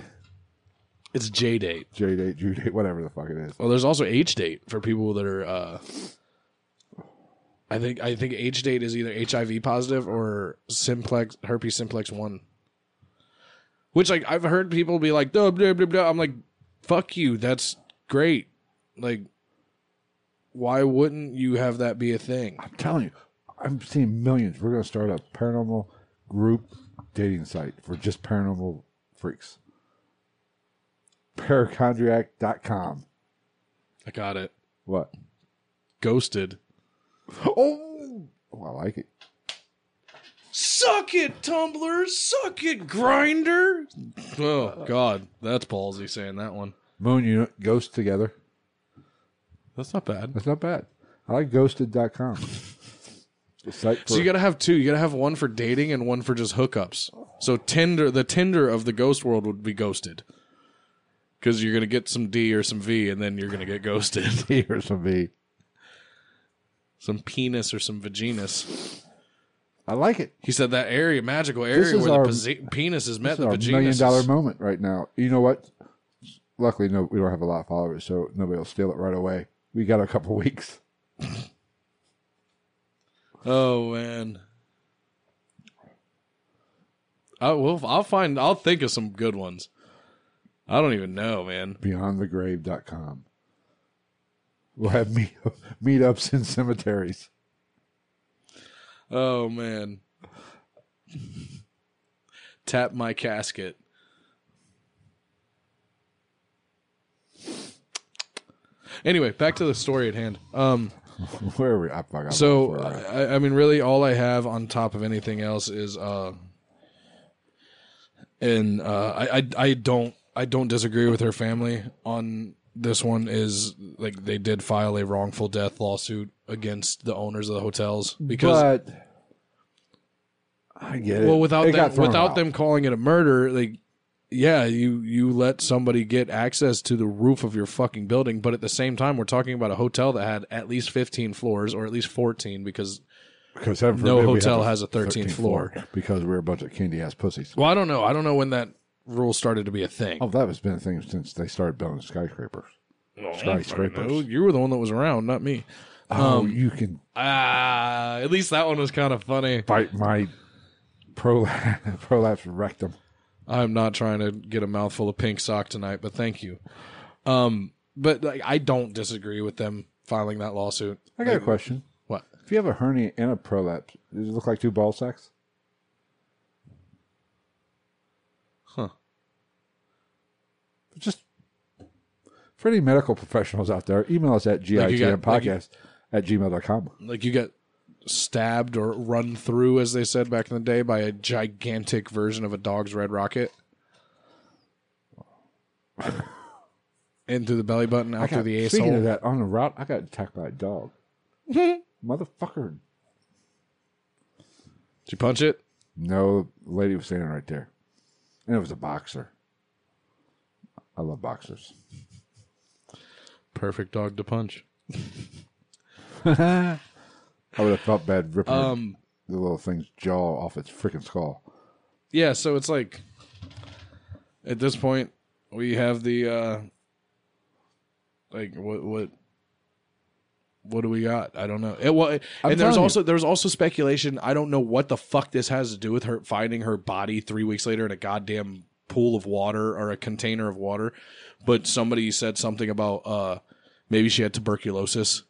It's J date.
J date, Jew date, whatever the fuck it is.
Well, there's also H date for people that are. Uh, I think I think H date is either HIV positive or simplex herpes simplex one. Which like I've heard people be like, duh, blah, blah, blah. I'm like, fuck you. That's great. Like, why wouldn't you have that be a thing?
I'm telling you, I'm seeing millions. We're going to start a paranormal group dating site for just paranormal freaks. Paracondract.com.
I got it.
What?
Ghosted.
Oh, oh I like it.
Suck it, Tumblr. Suck it, Grinder. Oh God, that's ballsy saying that one.
Moon Unit, Ghost Together.
That's not bad.
That's not bad. I like ghosted.com. The site for,
So you gotta have two. You gotta have one for dating and one for just hookups. So Tinder, the Tinder of the ghost world would be ghosted, because you're gonna get some D or some V, and then you're gonna
*laughs*
get ghosted.
here's some V.
some penis or some vaginas.
I like it.
He said that area, magical area
is
where
our-
the posi- penis is met
This is
the
our
vaginas.
million dollar moment right now. You know what? Luckily, no, we don't have a lot of followers, so nobody will steal it right away. We got a couple *laughs* weeks.
Oh man. I will. I'll find. I'll think of some good ones. I don't even know, man.
beyondthegrave.com. We'll have meet *laughs* meetups in cemeteries.
Oh man. Tap my casket. Anyway, back to the story at hand. Um
Where are we? I forgot.
so
where we're at.
I, I mean really all I have on top of anything else is uh and uh I, I I don't I don't disagree with her family on this one is like they did file a wrongful death lawsuit against the owners of the hotels because
but I get it.
well without
It
them,
got thrown
without
out.
them calling it a murder like yeah you you let somebody get access to the roof of your fucking building but at the same time we're talking about a hotel that had at least 15 floors or at least 14 because
because heaven
no
forbid we
hotel
have
has a 13th floor.
because we're a bunch of candy ass pussies.
well i don't know i don't know when that rule started to be a thing
Oh, that has been a thing since they started building skyscrapers.
No,
Skyscrapers.
you were the one that was around not me
Oh, you can
ah at least that one was kind of funny
bite my *laughs* prolapse, prolapse rectum.
I'm not trying to get a mouthful of pink sock tonight, but thank you. Um, but like, I don't disagree with them filing that lawsuit.
I got a question.
What?
If you have a hernia and a prolapse, does it look like two ball sacks?
Huh.
Just for any medical professionals out there, email us at
Like you
gitmpodcast
got- like you-
podcast at gmail.com.
Like you got stabbed or run through, as they said back in the day, by a gigantic version of a dog's
*laughs*
red rocket. In through the belly button, out
I
through
got,
the
speaking of
asshole.
that, on the route, I got attacked by a
*laughs*
dog. Motherfucker.
Did you punch it?
No, the lady was standing right there. And it was a boxer. I love boxers.
Perfect dog to punch.
I would have felt bad ripping her-
Um,
the little thing's jaw off its freaking skull.
yeah so it's like at this point we have the uh like what what what do we got? I don't know. It, well,
I'm
and there's
telling
also there's also speculation. I don't know what the fuck this has to do with her finding her body three weeks later in a goddamn pool of water or a container of water. But somebody said something about uh, maybe she had tuberculosis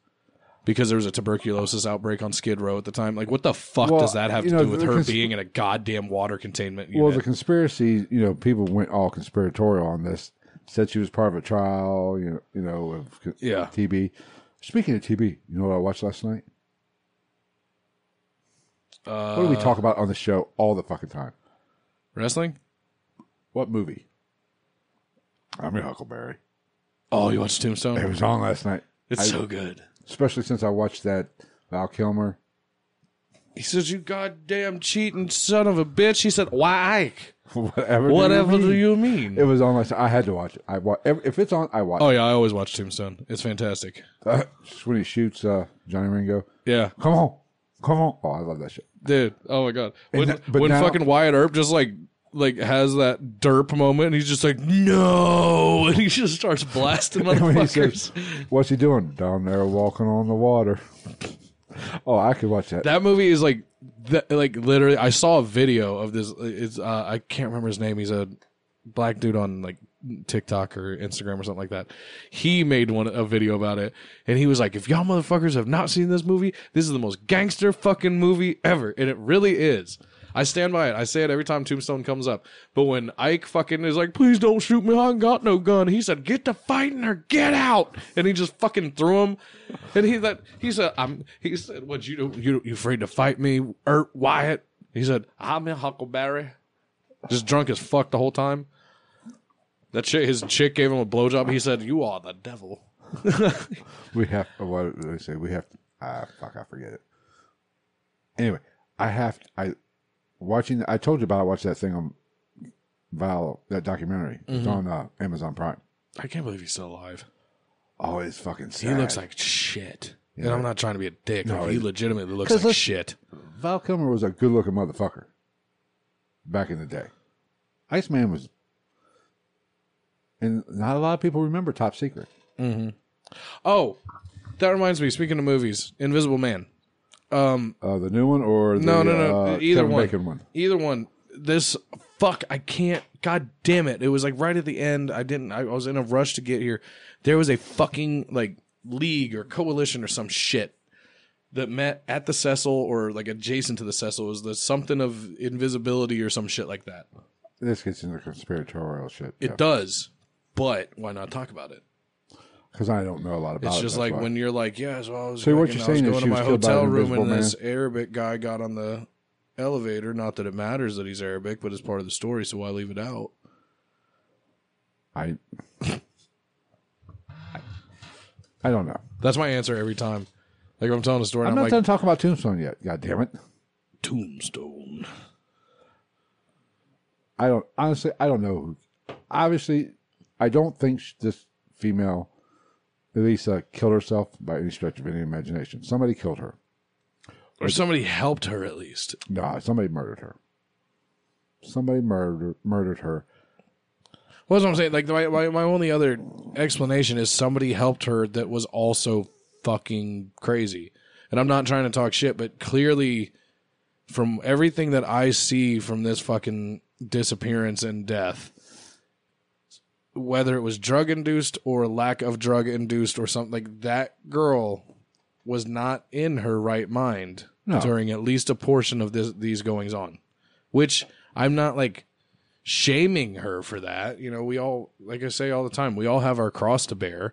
because there was a tuberculosis outbreak on Skid Row at the time. Like, what the fuck
Well,
does that have
you
to
know,
do with
the
her
cons-
being in a goddamn water containment unit?
Well, the conspiracy, you know, people went all conspiratorial on this. Said she was part of a trial, you know, you know, of co-
Yeah.
TB. Speaking of TB, you know what I watched last night?
uh,
What do we talk about on the show all the fucking time?
wrestling?
What movie? I'm your Huckleberry.
Oh, you watch
It
Tombstone?
was on last night,
It's
I-
so good.
especially since I watched that Val Kilmer. *laughs*
He says, "You goddamn cheating son of a bitch." He said, "Why, Ike?
Whatever.
Whatever do
mean?
you mean?"
It was on last night. I had to watch it. I wa- ev- if it's on, I watch.
oh
it.
yeah, I always watch Tombstone. It's fantastic.
Uh, *laughs* just when he shoots uh, Johnny Ringo,
Yeah,
come on, come on! Oh, I love that shit.
dude. Oh my god.
And
When
that- but
when
now-
fucking Wyatt Earp just like like has that derp moment, and he's just like, "No," *laughs* and he just starts blasting *laughs*
when he says,
motherfuckers.
"What's he doing down there, walking on the water?" *laughs* oh, I could watch that.
that movie is like th- like literally i saw a video of this it's uh, i can't remember his name he's a black dude on like tiktok or instagram or something like that he made one a video about it and he was like if y'all motherfuckers have not seen this movie this is the most gangster fucking movie ever and it really is I stand by it. I say it every time Tombstone comes up. But when Ike fucking is like, please don't shoot me, I ain't got no gun, he said, get to fighting or get out. And he just fucking threw him. And he that he said, I'm he said, What you don't you don't- you afraid to fight me, Ert Wyatt? He said, I'm in Huckleberry. Just drunk as fuck the whole time. That shit his chick gave him a blowjob. He said, You are the devil. *laughs*
we have. oh, What did I say? We have. Ah, fuck! I forget it. Anyway, I have. I watching. I told you about. I watched that thing on Val. That documentary.
Mm-hmm.
It's on uh, Amazon Prime.
I can't believe he's still alive.
Oh, it's fucking. Sad.
He looks like shit. And I'm not trying to be a dick.
No,
but he
he-
legitimately looks
'Cause
like
let's-
shit.
Val Kilmer was a good looking motherfucker back in the day. Iceman was, and not a lot of people remember Top Secret.
Oh, that reminds me. Speaking of movies, Invisible Man. Um,
Uh, the new one or the,
no, no, no. E-,
uh,
either
Kevin
one.
Bacon one.
Either one. This fuck. I can't. God damn it! It was like right at the end. I didn't. I, I was in a rush to get here. There was a fucking like league or coalition or some shit that met at the Cecil or like adjacent to the Cecil. It was the something of invisibility or some shit like that.
This gets into conspiratorial shit
It does. But why not talk about it?
because I don't know a lot about
It's
it.
just
that's
like
why.
when you're like, yeah, so I was,
So what
working,
you're
I was
saying is
going to
she
my
was killed by an
hotel room and
invisible
this Arabic guy got on the elevator. Not that it matters that he's Arabic, but it's part of the story, so why leave it out?
I, I don't know.
That's my answer every time. Like if I'm telling a story,
I'm,
and
not
I'm,
done
like
talking about Tombstone yet. God damn it!
Tombstone.
I don't honestly. I don't know. who Obviously, I don't think sh- this female, Elisa, killed herself by any stretch of any imagination. Somebody killed her.
Or somebody helped her at least.
Nah, somebody murdered her. Somebody murdered murdered her.
Well, that's what I'm saying. Like my, my my only other explanation is somebody helped her that was also fucking crazy. And I'm not trying to talk shit, but clearly, from everything that I see from this fucking disappearance and death, whether it was drug induced or lack of drug induced or something like that, girl was not in her right mind
No.
during at least a portion of this, these goings on, which I'm not like shaming her for that. You know, we all, like I say all the time, we all have our cross to bear.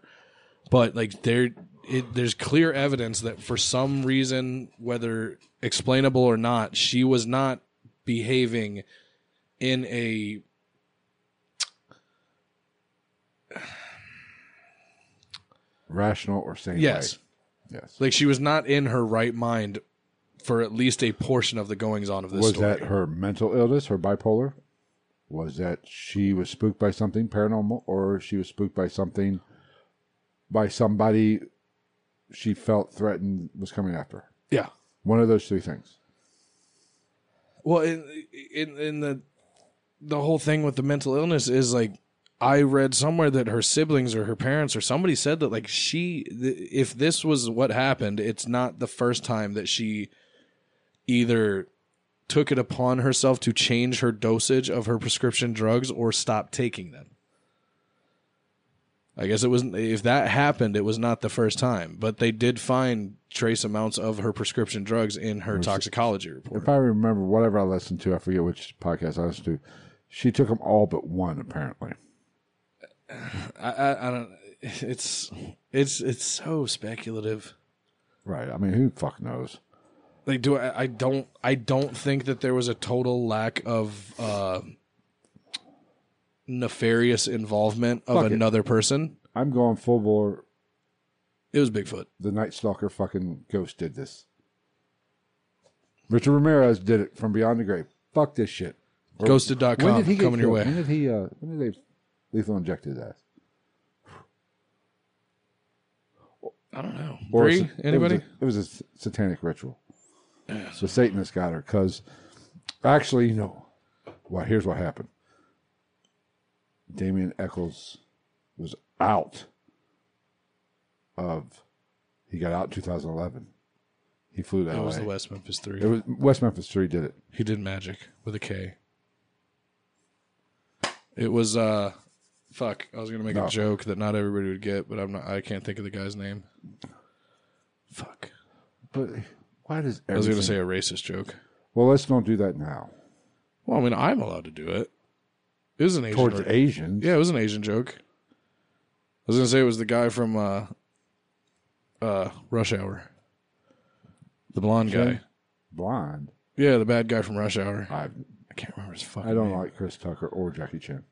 But like there, it, there's clear evidence that for some reason, whether explainable or not, she was not behaving in a.
Rational or sane?
Yes,
way. Yes.
like she was not in her right mind for at least a portion of the goings on of this
was
story.
that her mental illness, her bipolar? Was that she was spooked by something paranormal, or she was spooked by something by somebody she felt threatened was coming after her?
yeah.
One of those three things.
Well, in in in the the whole thing with the mental illness is like I read somewhere that her siblings or her parents or somebody said that like she th- if this was what happened, it's not the first time that she either took it upon herself to change her dosage of her prescription drugs or stop taking them. I guess it wasn't if that happened, it was not the first time, but they did find trace amounts of her prescription drugs in her toxicology report.
If I remember, whatever I listened to, I forget which podcast I listened to. She took them all but one, apparently.
I, I, I don't. *laughs* It's it's it's so speculative.
Right. I mean, who the fuck knows?
Like, do I? I don't. I don't think that there was a total lack of uh, nefarious involvement of
Fuck it.
another person.
I'm going full bore.
It was Bigfoot.
The Night Stalker fucking ghost did this. Richard Ramirez did it from beyond the grave. Fuck this shit. Or-
Ghosted.com
When did he get
coming your
killed?
way.
When did he? Uh, when did they lethal inject his ass?
I don't know.
Or
Bree,
it's a-
anybody?
It was a, it was a s- satanic ritual. So Satanist got her because actually, you know, well, here's what happened. Damien Eccles was out of. He got out in 2011. He flew to
That
LA.
was the West Memphis
It
Three.
was West Memphis Three did it.
He did magic with a K. It was uh, fuck. I was gonna make
No.
a joke that not everybody would get, but I'm not. I can't think of the guy's name. Fuck.
But why does everything?
I was gonna say a racist joke.
Well, let's don't do that now.
Well, I mean, I'm allowed to do it. It was an Asian.
Towards
joke.
Asians,
Yeah, it was an Asian joke. I was gonna say it was the guy from uh, uh, Rush Hour, the blonde
Sure.
guy.
blind.
Yeah, the bad guy from Rush Hour.
I
I can't remember his fucking.
I don't
name.
like Chris Tucker or Jackie Chan.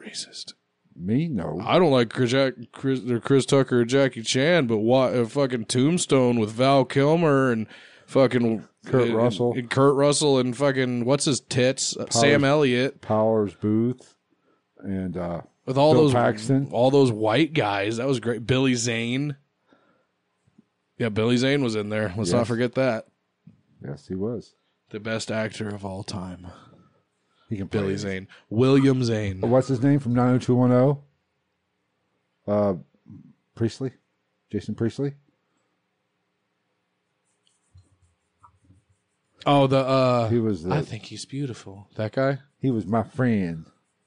racist.
Me no.
I don't like Chris, Jack, Chris, or Chris Tucker or Jackie Chan, but what a fucking Tombstone with Val Kilmer and fucking
Kurt
and-
Russell.
and Kurt Russell, and fucking what's his tits, Uh, Sam Elliott,
Powers Booth, and uh,
with all
Bill
those
Paxton.
all those white guys. That was great. Billy Zane. Yeah, Billy Zane was in there. Let's not
Yes.
forget that.
yes, he was.
The best actor of all time,
He can play.
Billy Zane, William Zane.
What's his name from nine hundred two one zero? Uh, Priestley, Jason Priestley.
Oh, the uh,
He was the,
I think he's beautiful. That guy.
he was my friend.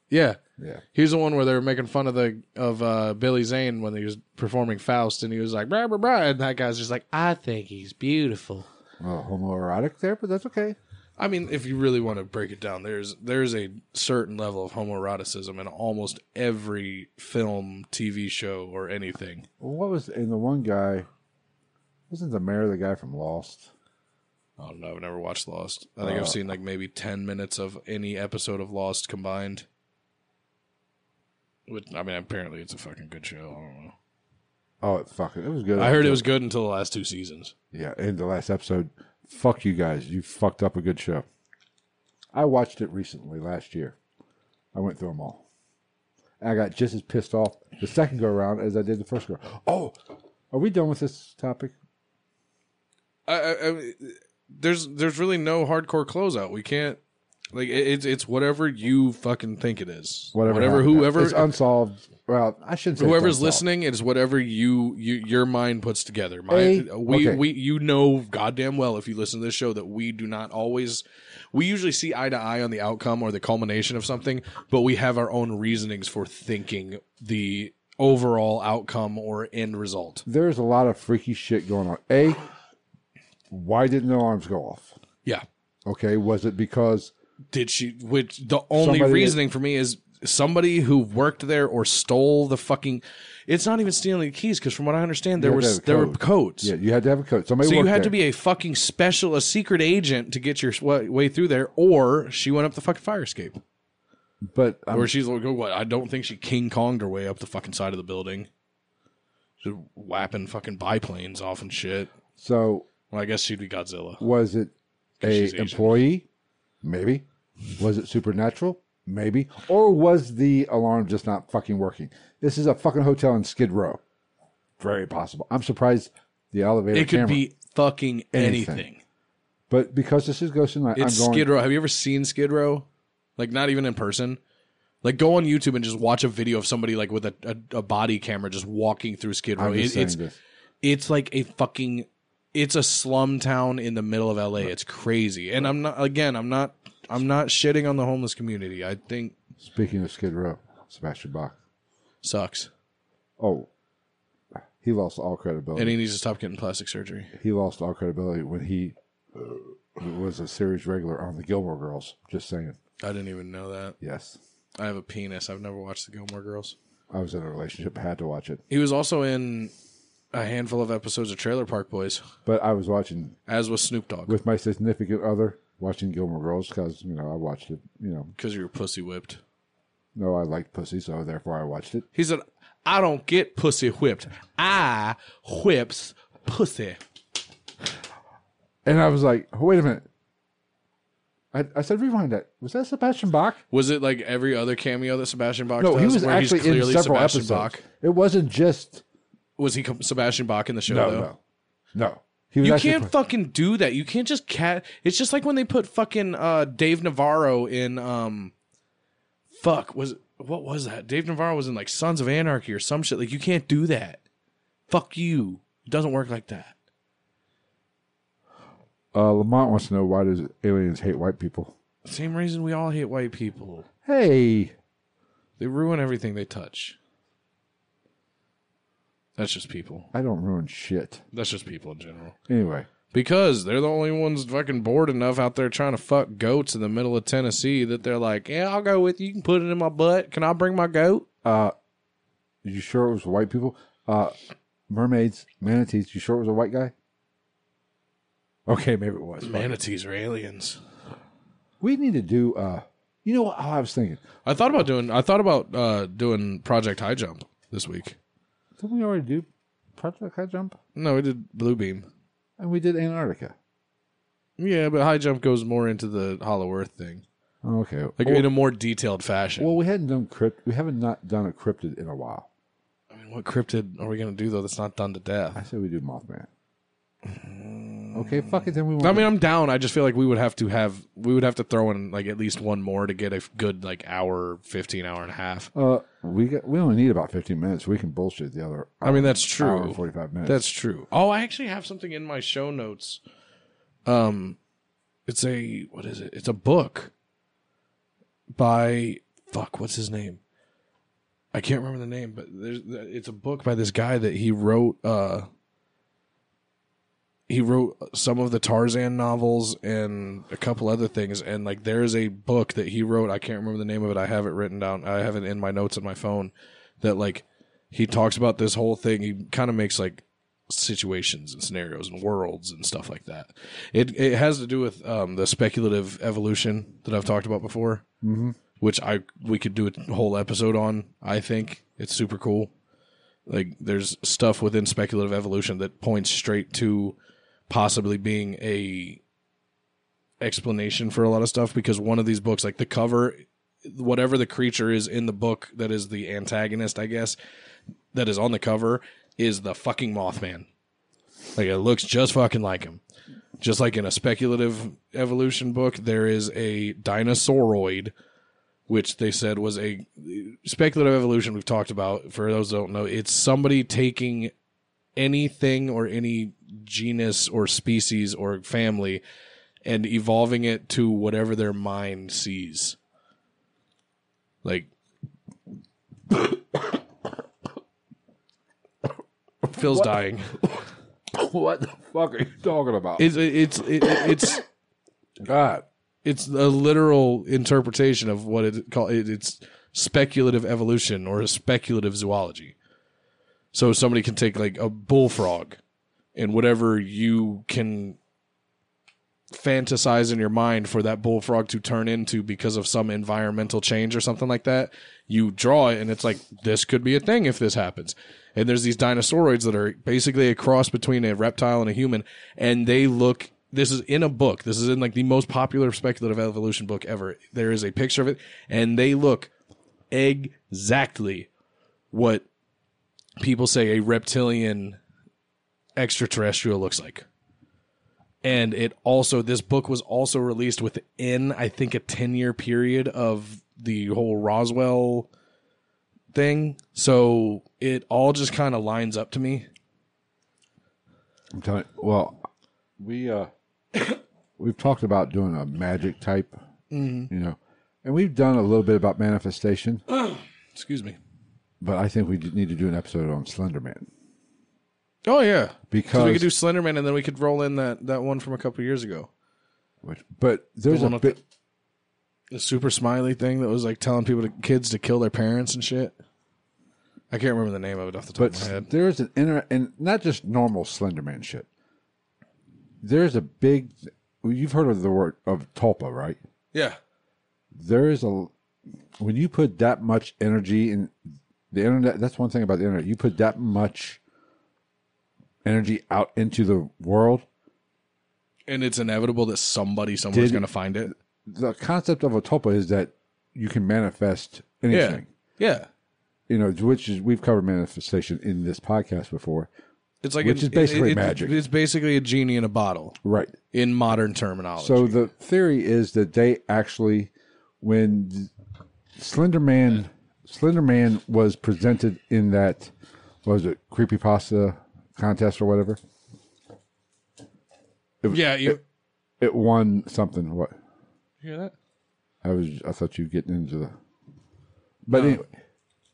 Yeah,
Yeah,
He's the one where they were making fun of the of uh, Billy Zane when he was performing Faust, and he was like, "Brah, brah, brah," and that guy's just like, "I think he's beautiful."
well, homoerotic there, but that's okay.
I mean, if you really want to break it down, there's there's a certain level of homoeroticism in almost every film, TV show, or anything.
Well, what was and the one guy? Wasn't the mayor the guy from Lost?
I don't know. I've never watched Lost. I think I've seen like maybe ten minutes of any episode of Lost combined. Which I mean, apparently it's a fucking good show. I don't know.
Oh, it fucking it was good.
I heard it was good until the last two seasons.
Yeah, in the last episode, fuck you guys. You fucked up a good show. I watched it recently last year. I went through them all. And I got just as pissed off the second go around as I did the first go. Oh, are we done with this topic?
I, I, I there's there's really no hardcore closeout. We can't like it, it's it's whatever you fucking think it is.
Whatever. happened.
whoever
It's unsolved. Well, I shouldn't say it's
whoever's
unsolved.
listening, it's whatever you, you your mind puts together. My
A-
we
okay.
we you know goddamn well if you listen to this show that we do not always we usually see eye to eye on the outcome or the culmination of something, but we have our own reasonings for thinking the overall outcome or end result.
There's a lot of freaky shit going on. A, why didn't the alarms go off?
Yeah.
Okay, was it because
did she which the only
Somebody that-
reasoning for me is somebody who worked there or stole the fucking it's not even stealing the keys because from what i understand there
You had to
was
have
there were
codes.
codes
yeah, you had to have a coach? Somebody
so you
worked
had
there.
to be a fucking special a secret agent to get your s- wa- way through there or she went up the fucking fire escape
but um, I'm
or she's like oh, what i don't think she king konged her way up the fucking side of the building just whapping fucking biplanes off and shit
so
well i guess she'd be godzilla
Was it a
she's Asian.
employee? Maybe. Was it supernatural? Maybe. Or was the alarm just not fucking working? This is a fucking hotel in Skid Row. Very possible. I'm surprised the elevator.
it could
camera.
be fucking
Anything.
anything.
But because this is Ghost and Night, I'm
It's
going.
Skid Row. Have you ever seen Skid Row? Like not even in person. Like go on YouTube and just watch a video of somebody like with a, a, a body camera just walking through Skid Row.
I'm
It-
just saying
it's
this.
it's like a fucking it's a slum town in the middle of LA. It's crazy. And I'm not again, I'm not I'm not shitting on the homeless community. I think
Speaking of Skid Row, Sebastian Bach.
sucks.
Oh, he lost all credibility.
And he needs to stop getting plastic surgery.
he lost all credibility when he uh, was a series regular on the Gilmore Girls. Just saying.
I didn't even know that.
Yes,
I have a penis. I've never watched the Gilmore Girls.
I was in a relationship, had to watch it,
He was also in a handful of episodes of Trailer Park Boys,
but I was watching
as was Snoop Dogg,
with my significant other watching Gilmore Girls because you know I watched it. You know,
because you were pussy whipped.
no, I liked pussy, so therefore I watched it.
He said, I don't get pussy whipped. I whips pussy.
And I was like, oh, wait a minute. I, I said, rewind that. Was that Sebastian Bach?
Was it like every other cameo that Sebastian Bach
No,
does?
he was
where he's
actually in
clearly
several
Sebastian
episodes.
Bach?
It wasn't just
Was he com- Sebastian Bach in the show?
no,
though?
no, no. He was
You
actually-
can't fucking do that. You can't just cat. It's just like when they put fucking uh, Dave Navarro in. um Fuck was what was that? Dave Navarro was in like Sons of Anarchy or some shit. Like you can't do that. Fuck you. It doesn't work like that.
uh, Lamont wants to know why does aliens hate white people?
Same reason we all hate white people.
Hey,
They ruin everything they touch. That's just people.
I don't ruin shit.
That's just people in general.
Anyway,
Because they're the only ones fucking bored enough out there trying to fuck goats in the middle of Tennessee that they're like, yeah, I'll go with you. You can put it in my butt. Can I bring my goat?
Uh, you sure it was white people? Uh, mermaids, manatees. You sure it was a white guy? Okay, maybe it was.
Manatees are aliens.
We need to do. Uh, you know what I was thinking?
I thought about doing. I thought about uh, doing Project High Jump this week.
Didn't we already do Project High Jump?
No, we did Blue Beam.
And we did Antarctica.
Yeah, but High Jump goes more into the Hollow Earth thing,
Okay.
like in a more detailed fashion.
Well, we hadn't done crypt. We haven't not done a cryptid in a while.
I mean, what cryptid are we going to do though? That's not done to
I
death.
said we do Mothman. Okay, fuck it. Then we. Want
Mm. I mean, I'm down. I just feel like we would have to have we would have to throw in like at least one more to get a good like hour, fifteen hour and a half.
uh, we got, we only need about 15 minutes. We can bullshit the other.
I mean, that's
hour
true.
and 45 minutes.
That's true. Oh, I actually have something in my show notes. Um, it's a what is it? It's a book by fuck. What's his name? I can't remember the name, but there's it's a book by this guy that he wrote. Uh, he wrote some of the Tarzan novels and a couple other things, and like there's a book that he wrote. I can't remember the name of it. I have it written down. I have it in my notes on my phone. That like he talks about this whole thing. He kind of makes like situations and scenarios and worlds and stuff like that. It it has to do with um, the speculative evolution that I've talked about before,
Mhm.
which I we could do a whole episode on. I think it's super cool. Like there's stuff within speculative evolution that points straight to possibly being a explanation for a lot of stuff because one of these books like the cover whatever the creature is in the book that is the antagonist I guess that is on the cover is the fucking Mothman. Like it looks just fucking like him. Just like in a speculative evolution book, there is a dinosauroid, which they said was a speculative evolution we've talked about. For those that don't know, it's somebody taking anything or any genus or species or family and evolving it to whatever their mind sees. Like Phil's dying.
what the fuck are you talking about?
It's it's it, it's
God.
it's a literal interpretation of what it call it, it's speculative evolution or speculative zoology. So somebody can take like a bullfrog and whatever you can fantasize in your mind for that bullfrog to turn into because of some environmental change or something like that, you draw it and it's like this could be a thing if this happens. And there's these dinosauroids that are basically a cross between a reptile and a human and they look this is in a book. This is in like the most popular speculative evolution book ever. There is a picture of it and they look exactly what people say a reptilian extraterrestrial looks like. and it also this book was also released within I think a 10 year period of the whole Roswell thing. So it all just kind of lines up to me.
I'm telling. Well, we uh, *coughs* we've talked about doing a magic type, you know, and we've done a little bit about manifestation,
Excuse me.
but I think we d- need to do an episode on Slenderman
Oh yeah. Cuz
because
we could do Slenderman and then we could roll in that that one from a couple years ago.
which- but there's
The one
a
up-
bit.
The super smiley thing that was like telling people to kids to kill their parents and shit. I can't remember the name of it off the top
But
of my head.
there's an inner and not just normal Slenderman shit. There's a big. well, You've heard of the word of tulpa, right?
Yeah.
There is a when you put that much energy in the internet. That's one thing about the internet. You put that much energy out into the world.
And it's inevitable that somebody somewhere's
Did-
going to find it.
The concept of a tulpa is that you can manifest anything.
Yeah.
You know, which is we've covered manifestation in this podcast before,
It's like
Which
an-
is basically
it- it-
magic.
It's basically a genie in a bottle
right?
in modern terminology.
So the theory is that they actually, when Slenderman, Slenderman was presented in that, what was it creepypasta contest or whatever?
yeah, you
It won something. What
hear that?
I was, I thought you were getting into the, but anyway,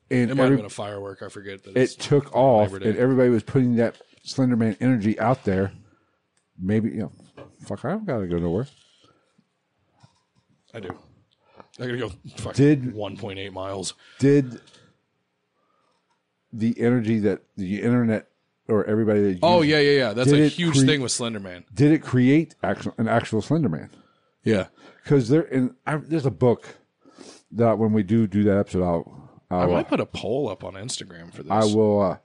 and
It might
every-
have been a firework. I forget that.
it
It's,
took off,
Labor Day.
and everybody was putting that Slenderman energy out there. Maybe you know, fuck, I don't gotta go nowhere.
I do. I gotta go. Fuck,
Did-
1.8 miles?
did the energy that the internet or everybody that
Oh
used-
yeah, yeah, yeah. That's
Did
a
it
huge
creep-
thing with Slenderman.
did it create actual, an actual Slenderman?
Yeah.
Because there in I, there's a book that when we do do that episode, I'll,
I
I'll uh,
might put a poll up on Instagram for this.
I will. Uh,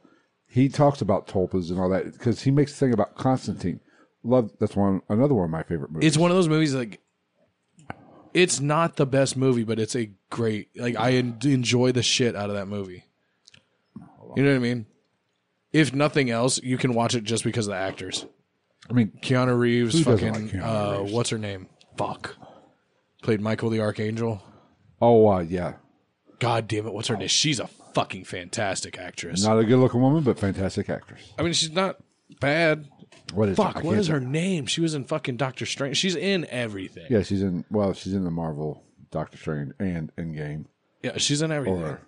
he talks about tulpas and all that because he makes a thing about Constantine. Love that's one another one of my favorite movies.
it's one of those movies like it's not the best movie, but it's a great like I en- enjoy the shit out of that movie. You know what I mean? If nothing else, you can watch it just because of the actors.
I mean,
Keanu Reeves,
Who doesn't
fucking
like Keanu
uh, what's her name? Fuck. Played Michael the Archangel.
oh uh, yeah,
God damn it, what's her name? She's a fucking fantastic actress.
not a good looking woman, but fantastic actress.
I mean, she's not bad.
What is I
Fuck, what
can't
is her
think-
name? She was in fucking Doctor Strange. She's in everything.
Yeah, she's in. Well, she's in the Marvel Doctor Strange and Endgame.
Yeah, she's in everything.
or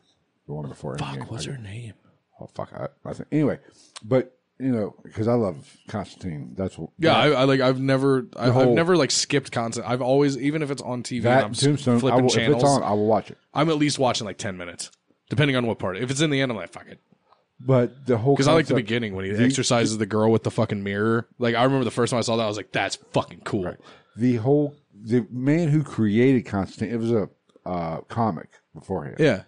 the one before. Endgame.
Fuck, what's her name?
Oh, fuck. I, I think anyway, but you know, because I love Constantine. That's what.
Yeah, I, I like. I've never, I, I've
whole-
never like skipped content. I've always, even if it's on TV, and
that
I'm
Tombstone. I
flipping
will, if
channels.
it's on, I will watch it.
I'm at least watching like ten minutes, depending on what part. If it's in the end, I'm like, fuck it,
But the whole
because I like the
concept-
beginning when he exercises the girl with the fucking mirror. Like I remember the first time I saw that, I was like, that's fucking cool.
The whole the man who created Constantine. It was a uh, comic beforehand.
Yeah,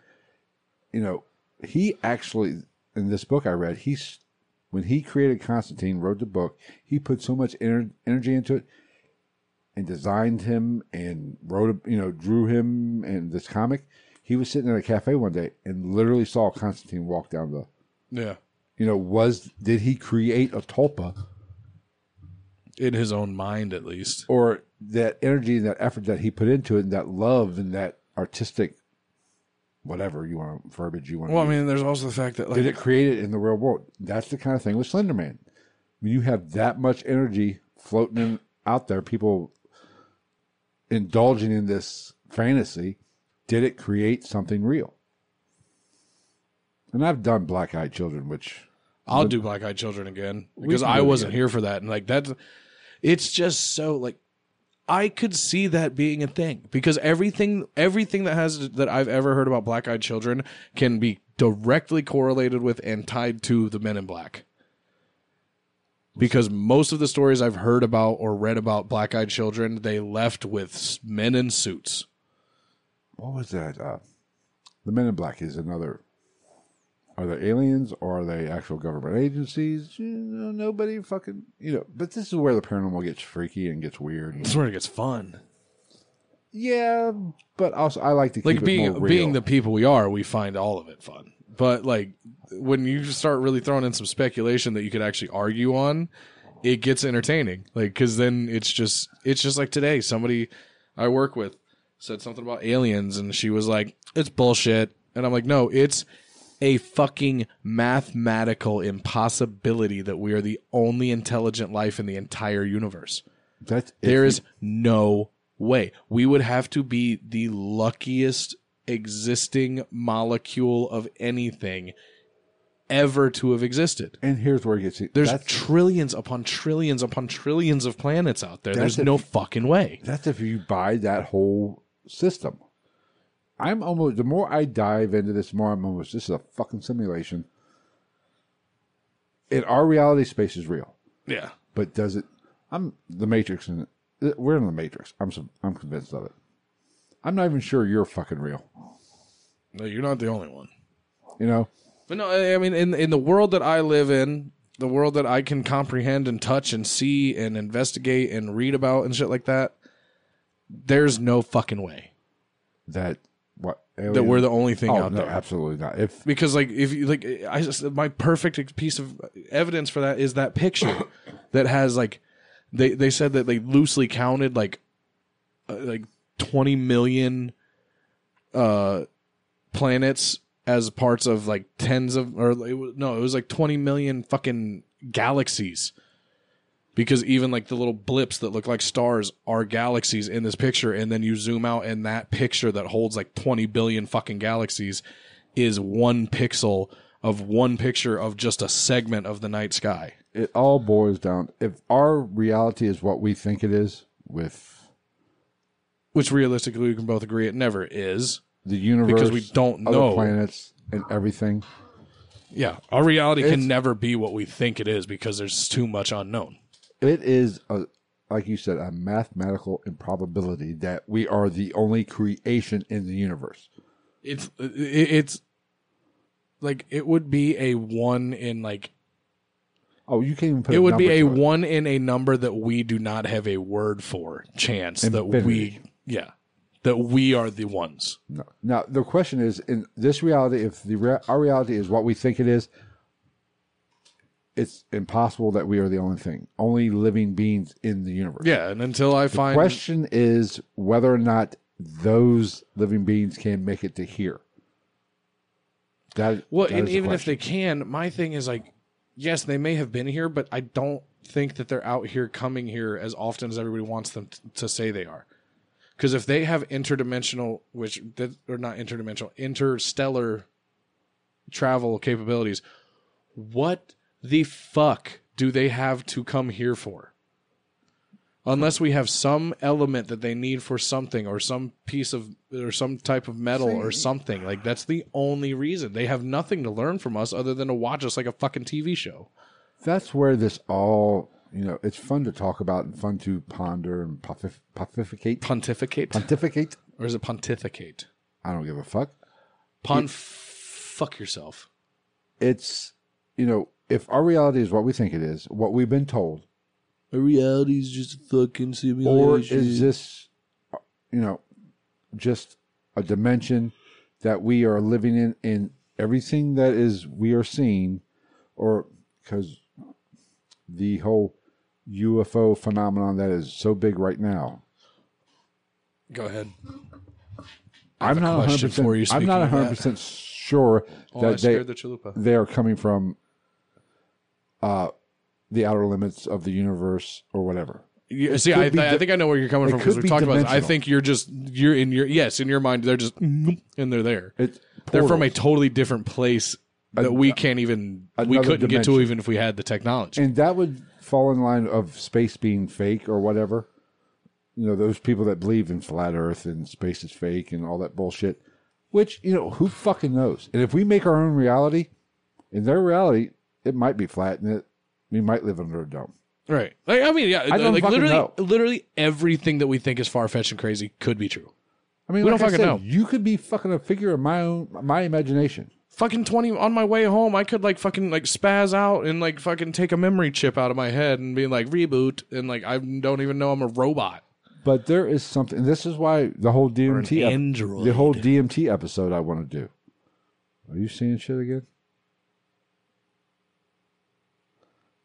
You know, he actually in this book I read, he's when he created Constantine, wrote the book. He put so much ener- energy into it. And designed him and wrote, a- you know, drew him and this comic. He was sitting in a cafe one day and literally saw Constantine walk down the
yeah,
you know, was did he create a tulpa
in his own mind at least.
or that energy and that effort that he put into it and that love and that artistic whatever you want to verbiage you want
Well, I
to
mean, there's also the fact that like,
did it create it in the real world? That's the kind of thing with Slenderman. When you have that much energy floating in, out there, people indulging in this fantasy, did it create something real? And I've done Black Eyed Children, which
I'll do Black Eyed Children again because I
do it
wasn't
again.
here for that. And like that's, it's just so like, I could see that being a thing because everything, everything that has that I've ever heard about Black Eyed Children can be directly correlated with and tied to the Men in Black. Because most of the stories I've heard about or read about Black Eyed Children, they left with s- men in suits.
what was that? Uh, the Men in Black is another. Are they aliens or are they actual government agencies? You know, nobody fucking you know. But this is where the paranormal gets freaky and gets weird.
That's where it gets fun.
yeah, but also I like to keep
like
it
being
more real.
being the people we are, we find all of it fun. But like when you start really throwing in some speculation that you could actually argue on, it gets entertaining like because then it's just it's just like today somebody i work with said something about aliens and she was like it's bullshit and i'm like no it's a fucking mathematical impossibility that we are the only intelligent life in the entire universe
That's
there is no way. We would have to be the luckiest existing molecule of anything ever to have existed.
and here's where it gets.
There's
that's,
trillions upon trillions upon trillions of planets out there.
That's
There's
if-
no fucking way.
that's if you buy that whole system. I'm almost the more I dive into this, the more I'm almost this is a fucking simulation. In our reality, space is real,
Yeah.
but does it? I'm the Matrix, and uh, we're in the Matrix. I'm so- I'm convinced of it. I'm not even sure you're fucking real.
No, you're not the only one.
You know,
But no, I I mean, in in the world that I live in, the world that I can comprehend and touch and see and investigate and read about and shit like that, there's no fucking way
that what
that we're the only thing
oh,
out
no,
there.
absolutely not. If
because like if you like i just my perfect piece of evidence for that is that picture that has like they they said that they loosely counted like uh, like 20 million uh planets as parts of like tens of or it was, no it was like 20 million fucking galaxies because even like the little blips that look like stars are galaxies in this picture and then you zoom out and that picture that holds like 20 billion fucking galaxies is one pixel of one picture of just a segment of the night sky
it all boils down, if our reality is what we think it is, with
which realistically we can both agree it never is
the universe,
because we don't
other
know
planets and everything.
yeah our reality
It's-
can never be what we think it is because there's too much unknown
It is a, like you said, a mathematical improbability that we are the only creation in the universe.
it's it- it's like it would be a one in like
Oh, you can't even put
it would be a
number to
one in a number that we do not have a word for chance that we
Infinity.
yeah that we are the ones
No. Now the question is: in this reality, if the rea- our reality is what we think it is, it's impossible that we are the only thing, only living beings in the universe.
yeah and until i find
Question is whether or not those living beings can make it to here. That
Well,
that
and
is the
even if
question.
they can, my thing is like, yes, they may have been here, but I don't think that they're out here coming here as often as everybody wants them t- to say they are. Because if they have interdimensional, which that or not interdimensional, interstellar travel capabilities, what the fuck do they have to come here for? Unless we have some element that they need for something or some piece of or some type of metal or something. Like that's the only reason. They have nothing to learn from us other than to watch us like a fucking TV show.
that's where this all you know, it's fun to talk about and fun to ponder and pontif- pontificate,
Pontificate?
pontificate.
or is it pontificate?
I don't give a fuck.
Pon fuck yourself.
It's you know, if our reality is what we think it is, what we've been told,
Our reality is just a fucking
or
simulation.
is this uh, you know just a dimension that we are living in in everything that is we are seeing or because the whole ufo phenomenon that is so big right now
Go ahead.
i'm
a
not
question
100%
for you
i'm
speaking
not
of that.
100% sure
Oh, I
that they,
scared the chalupa.
they are coming from uh the outer limits of the universe or whatever
You, see,
could
I,
be
I
di-
think I know where you're coming
it
from
could
because we've
be
talked about this.
dimensional.
I
Mm-hmm.
think you're just you're in your yes in your mind they're just and they're there.
it's
They're from a
portals.
totally different place that we can't even we
another
couldn't get to
dimension.
even if we had the technology.
and that would fall in line of space being fake or whatever. You know, those people that believe in flat Earth and space is fake and all that bullshit. Which you know, who fucking knows? And if we make our own reality, in their reality, it might be flat, and it we might live under a dome.
right. Like I mean, yeah,
don't
like
fucking
literally
know.
literally everything that we think is far fetched and crazy could be true.
I mean,
We
like
don't
I
fucking
said,
know.
You could be fucking a figure of my own, my imagination.
Fucking twenty on my way home, I could like fucking like spaz out and like fucking take a memory chip out of my head and be like reboot and like I don't even know I'm a robot.
But there is something. and This is why the whole DMT, ep-
android.
the whole DMT episode, I want to do. Are you seeing shit again?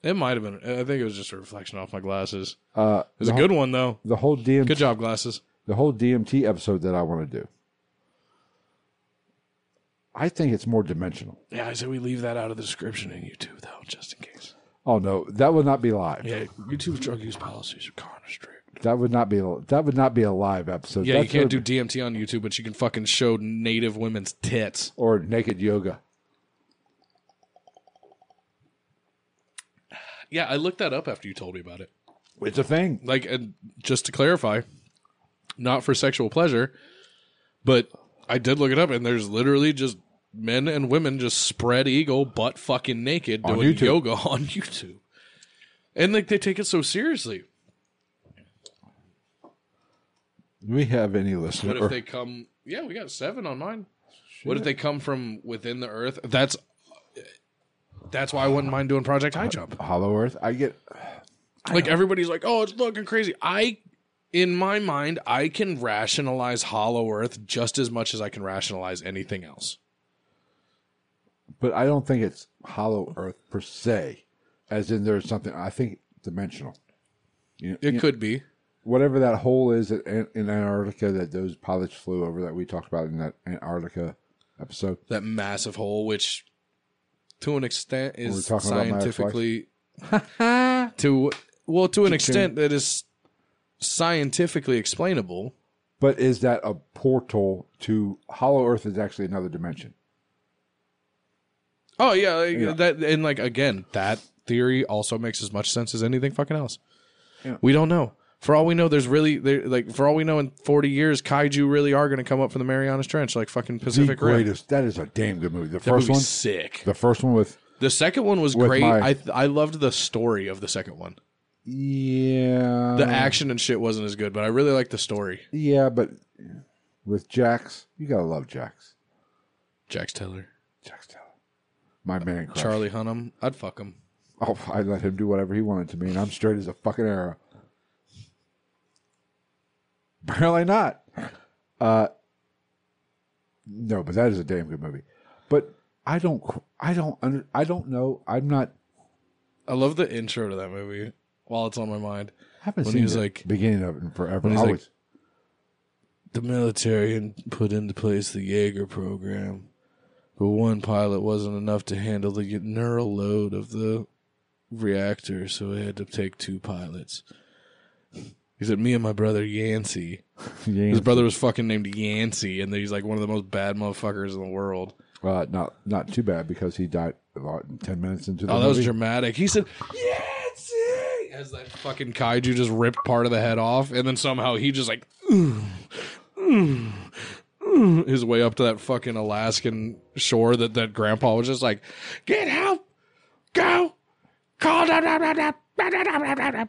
It might have been. I think it was just a reflection off my glasses.
Uh,
It was a good one though.
the whole DMT,
Good job, glasses.
the whole DMT episode that I want to do. I think it's more dimensional.
Yeah, I said we leave that out of the description in YouTube though, just in case.
Oh no, that would not be live.
Yeah, YouTube's drug use policies are kind of strict.
That would not be that would not be a live episode.
Yeah,
That's
you can't
a-
do DMT on YouTube, but you can fucking show native women's tits.
or naked yoga.
Yeah, I looked that up after you told me about it.
It's a thing.
Like, and just to clarify, not for sexual pleasure, but I did look it up, and there's literally just men and women just spread eagle, butt fucking naked,
On
doing
YouTube.
yoga *laughs* on YouTube, and like they take it so seriously.
Do we have any listener?
What if they come? Yeah, we got seven on mine. What if they come from within the earth? That's that's why I wouldn't mind doing Project High Jump.
Hollow Earth? I get
like everybody's like, oh, it's fucking crazy. I, in my mind, I can rationalize Hollow Earth just as much as I can rationalize anything else.
but I don't think it's hollow earth per se, as in there's something. I think dimensional. You,
It
you-
could be.
whatever that hole is at, An- in Antarctica that those pilots flew over that we talked about in that Antarctica episode.
that massive hole, which to an extent is
We're talking about my ex-wife?
scientifically
*laughs*
to well to an extent that is scientifically explainable.
But is that a portal to hollow earth? Is actually another dimension.
Oh yeah, like, that and like again, that theory also makes as much sense as anything fucking else.
Yeah.
We don't know. For all we know, there's really there like for all we know, in 40 years, kaiju really are going to come up from the Marianas Trench, like fucking
The
Pacific Rim.
greatest. That is a damn good movie. The
That
first
movie's
one.
sick.
The first one with
The second one was
With
great.
my-
I I loved the story of the second one.
yeah,
The action and shit wasn't as good, but I really liked the story.
yeah, but with Jax, you gotta love Jax.
Jax Taylor,
Jax Taylor, my man, crush.
Charlie Hunnam, I'd fuck him.
Oh, I let him do whatever he wanted to me, and I'm straight as a fucking arrow. Apparently not. Uh, no, but that is a damn good movie. But I don't, I don't, under, I don't know. I'm not.
I love the intro to that movie. While it's on my mind,
I haven't
When
seen
he was
the
like-
beginning of it in forever.
when he's
Always.
the military and put into place the Jaeger program, but one pilot wasn't enough to handle the neural load of the reactor, so it had to take two pilots. He said, "Me and my brother Yancey.
Yeah.
His brother was fucking named Yancey, and he's like one of the most bad motherfuckers in the world."
Uh, not not too bad because he died about ten minutes into the
Oh, that
movie.
was dramatic. He said, Yancy! As that fucking kaiju just ripped part of the head off, and then somehow he just like, "Ooh, ooh, ooh," his way up to that fucking Alaskan shore that that grandpa was just like, get help, go, call, da, da, da, da, da, da, da, da, da."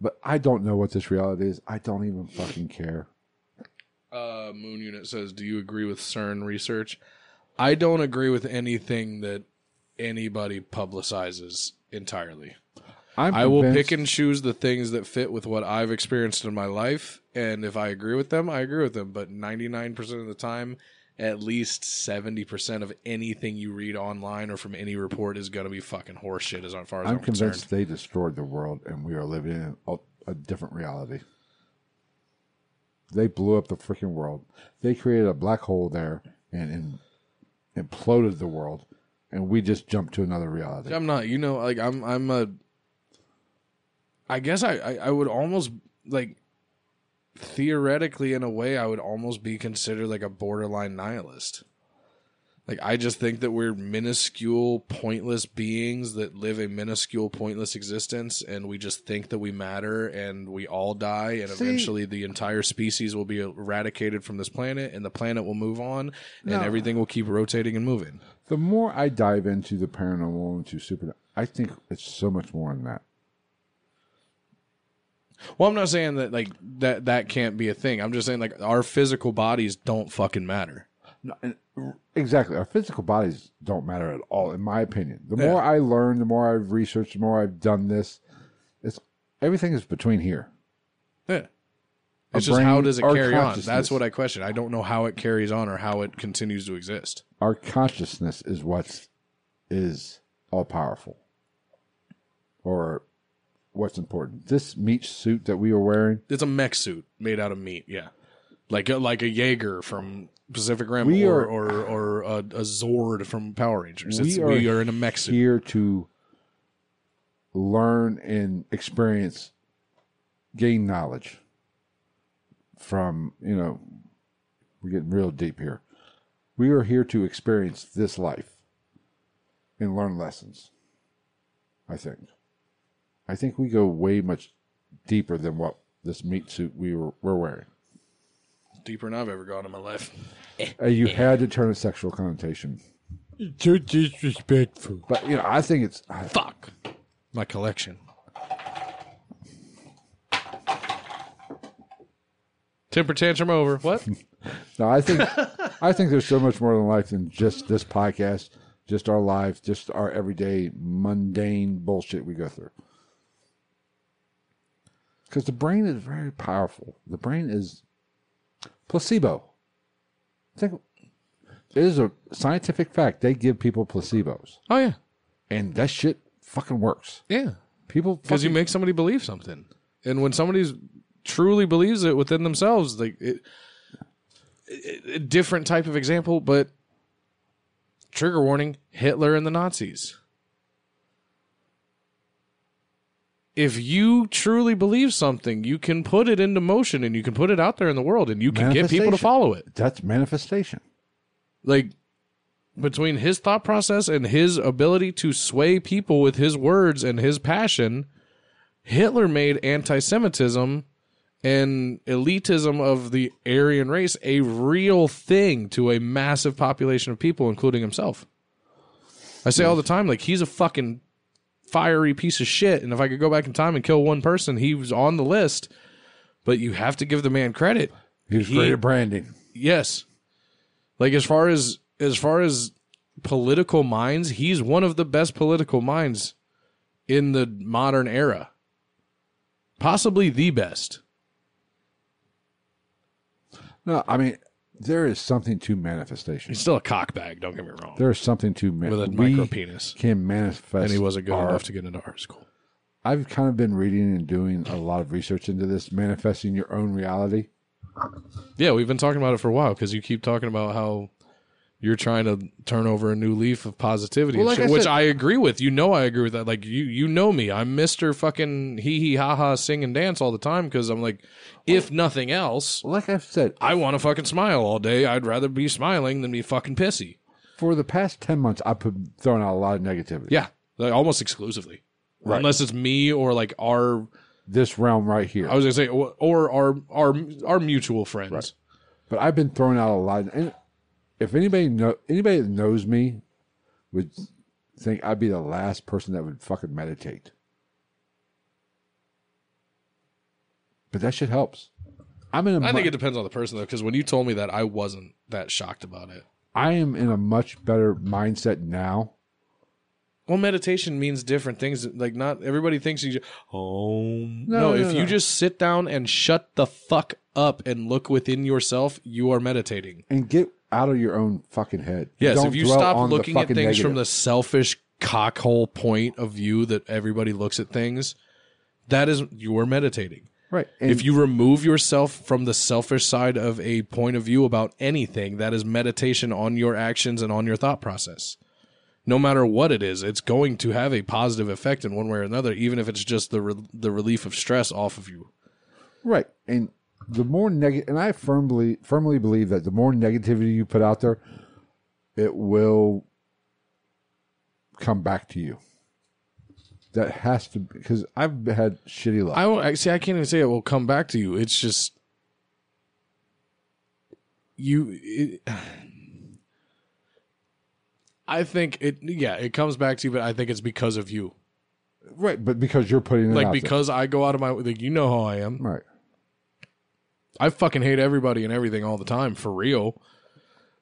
but I don't know what this reality is. I don't even fucking care.
Uh, Moon Unit says, do you agree with CERN research? I don't agree with anything that anybody publicizes entirely.
I'm
I will
convinced-
pick and choose the things that fit with what I've experienced in my life, and if I agree with them, I agree with them. But ninety nine percent of the time, at least seventy percent of anything you read online or from any report is going to be fucking horseshit. As far as I'm,
I'm
concerned,
convinced they destroyed the world and we are living in a, a different reality. They blew up the freaking world. They created a black hole there and, and imploded the world, and we just jumped to another reality.
I'm not. You know, like I'm. I'm a. I guess I. I, I would almost like theoretically, in a way, I would almost be considered like a borderline nihilist. Like I just think that we're minuscule, pointless beings that live a minuscule, pointless existence, and we just think that we matter, and we all die, and
See-
eventually the entire species will be eradicated from this planet, and the planet will move on,
No.
and everything will keep rotating and moving.
The more I dive into the paranormal, into super, I think it's so much more than that.
Well, I'm not saying that like that that can't be a thing. I'm just saying like our physical bodies don't fucking matter.
No, and- exactly. Our physical bodies don't matter at all, in my opinion. The more I learn, the more I've researched, the more I've done this. It's everything is between here.
Yeah.
Our
It's just how
brain,
does it
our
carry on?
consciousness.
That's what I question. I don't know how it carries on or how it continues to exist.
our consciousness is what is all powerful. or what's important. This meat suit that we were wearing,
It's a mech suit made out of meat. Yeah, like a, like a Jaeger from Pacific Rim,
We
or,
are-
or or a, a Zord from Power Rangers. It's,
we
we,
are,
are in a mech suit.
here to learn and experience, gain knowledge from, you know, we're getting real deep here. We are here to experience this life and learn lessons. I think. I think we go way much deeper than what this meat suit we were, were wearing.
Deeper than I've ever gone in my life.
Uh, you had to turn a sexual connotation.
Too disrespectful.
But you know, I think it's I-
Fuck my collection. Temper tantrum over.
*laughs*
What?
no, I think I think there's so much more than life than just this podcast, just our lives, just our everyday mundane bullshit we go through. Because the brain is very powerful. The brain is placebo. Think it is a scientific fact. They give people placebos,
oh yeah,
and that shit fucking works.
yeah.
People
Because you
fucking-
make somebody believe something, and when somebody's truly believes it within themselves, like it, it, a different type of example, but trigger warning: Hitler and the Nazis. If you truly believe something, you can put it into motion and you can put it out there in the world and you can get people to
Manifestation.
follow it.
that's manifestation.
like between his thought process and his ability to sway people with his words and his passion, Hitler made anti-Semitism and elitism of the Aryan race a real thing to a massive population of people, including himself. I say all the time, like he's a fucking fiery piece of shit, and if I could go back in time and kill one person, he was on the list. But you have to give the man credit
He was great at branding.
yes like as far as as far as political minds he's one of the best political minds in the modern era possibly the best
No, I mean there is something to manifestation.
he's still a cockbag don't get me wrong
There is something to man-
with a
we
micro penis
can manifest.
and he wasn't good
our-
enough to get into art school
I've kind of been reading and doing a lot of research into this manifesting your own reality.
yeah we've been talking about it for a while because you keep talking about how you're trying to turn over a new leaf of positivity,
Well,
and
like
shit,
I
which
said-
I agree with. You know, I agree with that. Like you, you know me. I'm Mister fucking hee hee ha ha sing and dance all the time because I'm like, if nothing else,
Like I've said,
I want to fucking smile all day. I'd rather be smiling than be fucking pissy.
for the past ten months, I've been throwing out a lot of negativity.
Yeah, like, almost exclusively,
Right.
unless it's me or like our
This realm right here,
I was gonna say or, or our our our mutual friends.
but I've been throwing out a lot. And if anybody know anybody that knows me would think I'd be the last person that would fucking meditate. But that shit helps. I'm in a
I
mu-
think it depends on the person though, because when you told me that, I wasn't that shocked about it.
I am in a much better mindset now.
Well, meditation means different things. Like not everybody thinks you. Just, oh
No,
no,
no,
If
no.
you just sit down and shut the fuck up and look within yourself, you are meditating.
And get out of your own fucking head.
Yes,
Don't
if you
dwell on
stop
the
looking at
fucking
things from
negative.
the selfish cockhole point of view that everybody looks at things, that is you are meditating.
right, and
if you remove yourself from the selfish side of a point of view about anything, that is meditation on your actions and on your thought process. No matter what it is, it's going to have a positive effect in one way or another, even if it's just the re- the relief of stress off of you.
right, and the more negative, and I firmly firmly believe that the more negativity you put out there, it will come back to you. That has to because I've had shitty luck.
I won't I- see. I can't even say it will come back to you. It's just you. It, *sighs* I think it. Yeah, it comes back to you, but I think it's because of you.
right, but because you're putting it
Like
out there.
because I go out of my. Like you know how I am.
right,
I fucking hate everybody and everything all the time for real.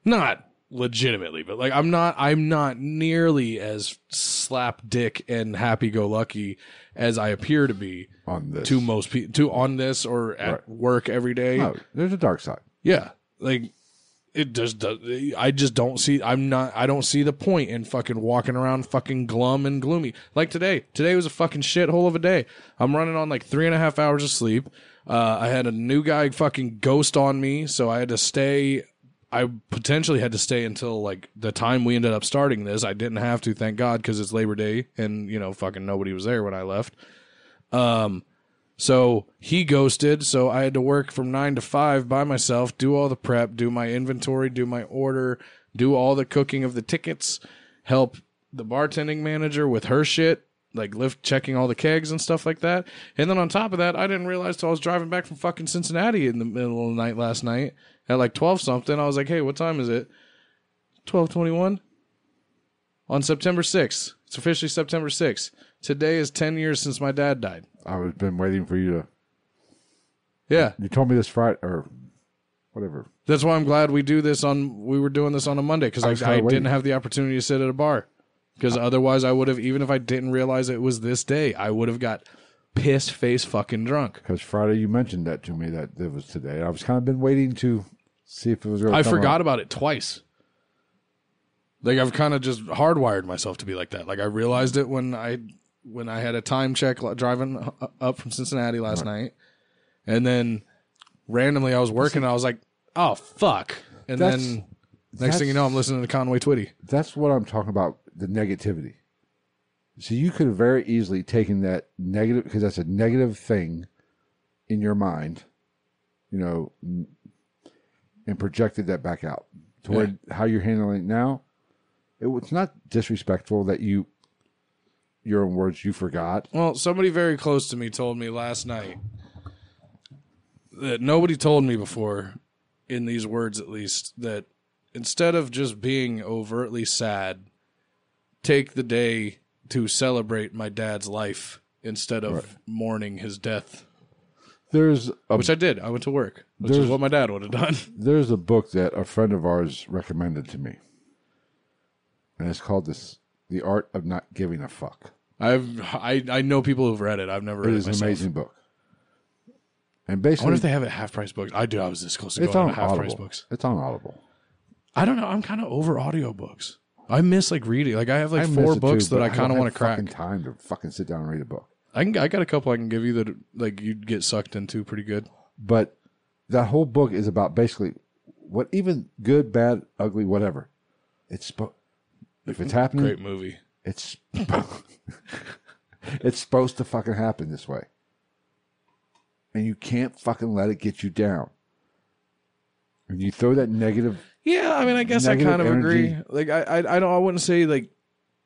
Not legitimately, but like I'm not I'm not nearly as slap dick and happy go lucky as I appear to be
on this
to most people to on this or at
Right. Oh,
work every day.
No, there's a dark side.
Yeah. Like it just does. I just don't see. I'm not. I don't see the point in fucking walking around fucking glum and gloomy. Like today. Today was a fucking shithole of a day. I'm running on like three and a half hours of sleep. Uh, I had a new guy fucking ghost on me, so I had to stay. I potentially had to stay until like the time we ended up starting this. I didn't have to, thank God, because it's Labor Day and you know fucking nobody was there when I left. Um, so he ghosted. So I had to work from nine to five by myself, do all the prep, do my inventory, do my order, do all the cooking of the tickets, help the bartending manager with her shit, like lift checking all the kegs and stuff like that. And then on top of that, I didn't realize till I was driving back from fucking Cincinnati in the middle of the night last night at like twelve something. I was like, hey, what time is it? Twelve twenty one. On September sixth. It's officially September sixth. Today is ten years since my dad died.
I was been waiting for you to.
Yeah.
You told me this Friday or whatever.
That's why I'm glad we do this on. We were doing this on a Monday because
I
I,
was
I,
kinda waiting.
didn't have the opportunity to sit at a bar. Because otherwise, I would have. Even if I didn't realize it was this day, I would have got piss face fucking drunk.
Because Friday you mentioned that to me that it was today. I was kind of been waiting to see if it was. Gonna
I
come
forgot
up.
about it twice. Like I've kind of just hardwired myself to be like that. Like I realized it when I when I had a time check li- driving u- up from Cincinnati last night, and then randomly I was working. and I was like, "Oh fuck!" And
That's-
then next thing you know, I'm listening to Conway Twitty.
That's what I'm talking about. The negativity. So you could have very easily taken that negative because that's a negative thing in your mind, you know, n- and projected that back out toward how you're handling it now. It, was not disrespectful that you, your own words, you forgot.
Well, somebody very close to me told me last night that nobody told me before, in these words at least, that instead of just being overtly sad, take the day to celebrate my dad's life instead of mourning his death,
There's a
which I did. I went to work, which is
There's-
what my dad would have done. *laughs*
there's a book that a friend of ours recommended to me, and it's called this "The Art of Not Giving a Fuck."
I've I, I know people who've read it. I've never
It
read it
is an
myself.
amazing book, and
I
basically,
wonder if they have it at half price books. I do. I was this close to
it's
going
on
to half price
Audible.
books.
It's on Audible.
I don't know. I'm kind of over audiobooks. I miss like reading. Like I have like
I miss
four
it too,
books
but
that I
don't
kind of
have
want to crack.
fucking Time to fucking sit down and read a book,
I can. I got a couple I can give you that like you'd get sucked into pretty good.
but that whole book is about basically what even good, bad, ugly, whatever. It's spo- if it's happening,
Great movie.
it's spo- *laughs* it's supposed to fucking happen this way and you can't fucking let it get you down and you throw that negative
Yeah, I mean, I guess
Negative
I kind of agree.
energy.
Like I, I, I don't. I wouldn't say like.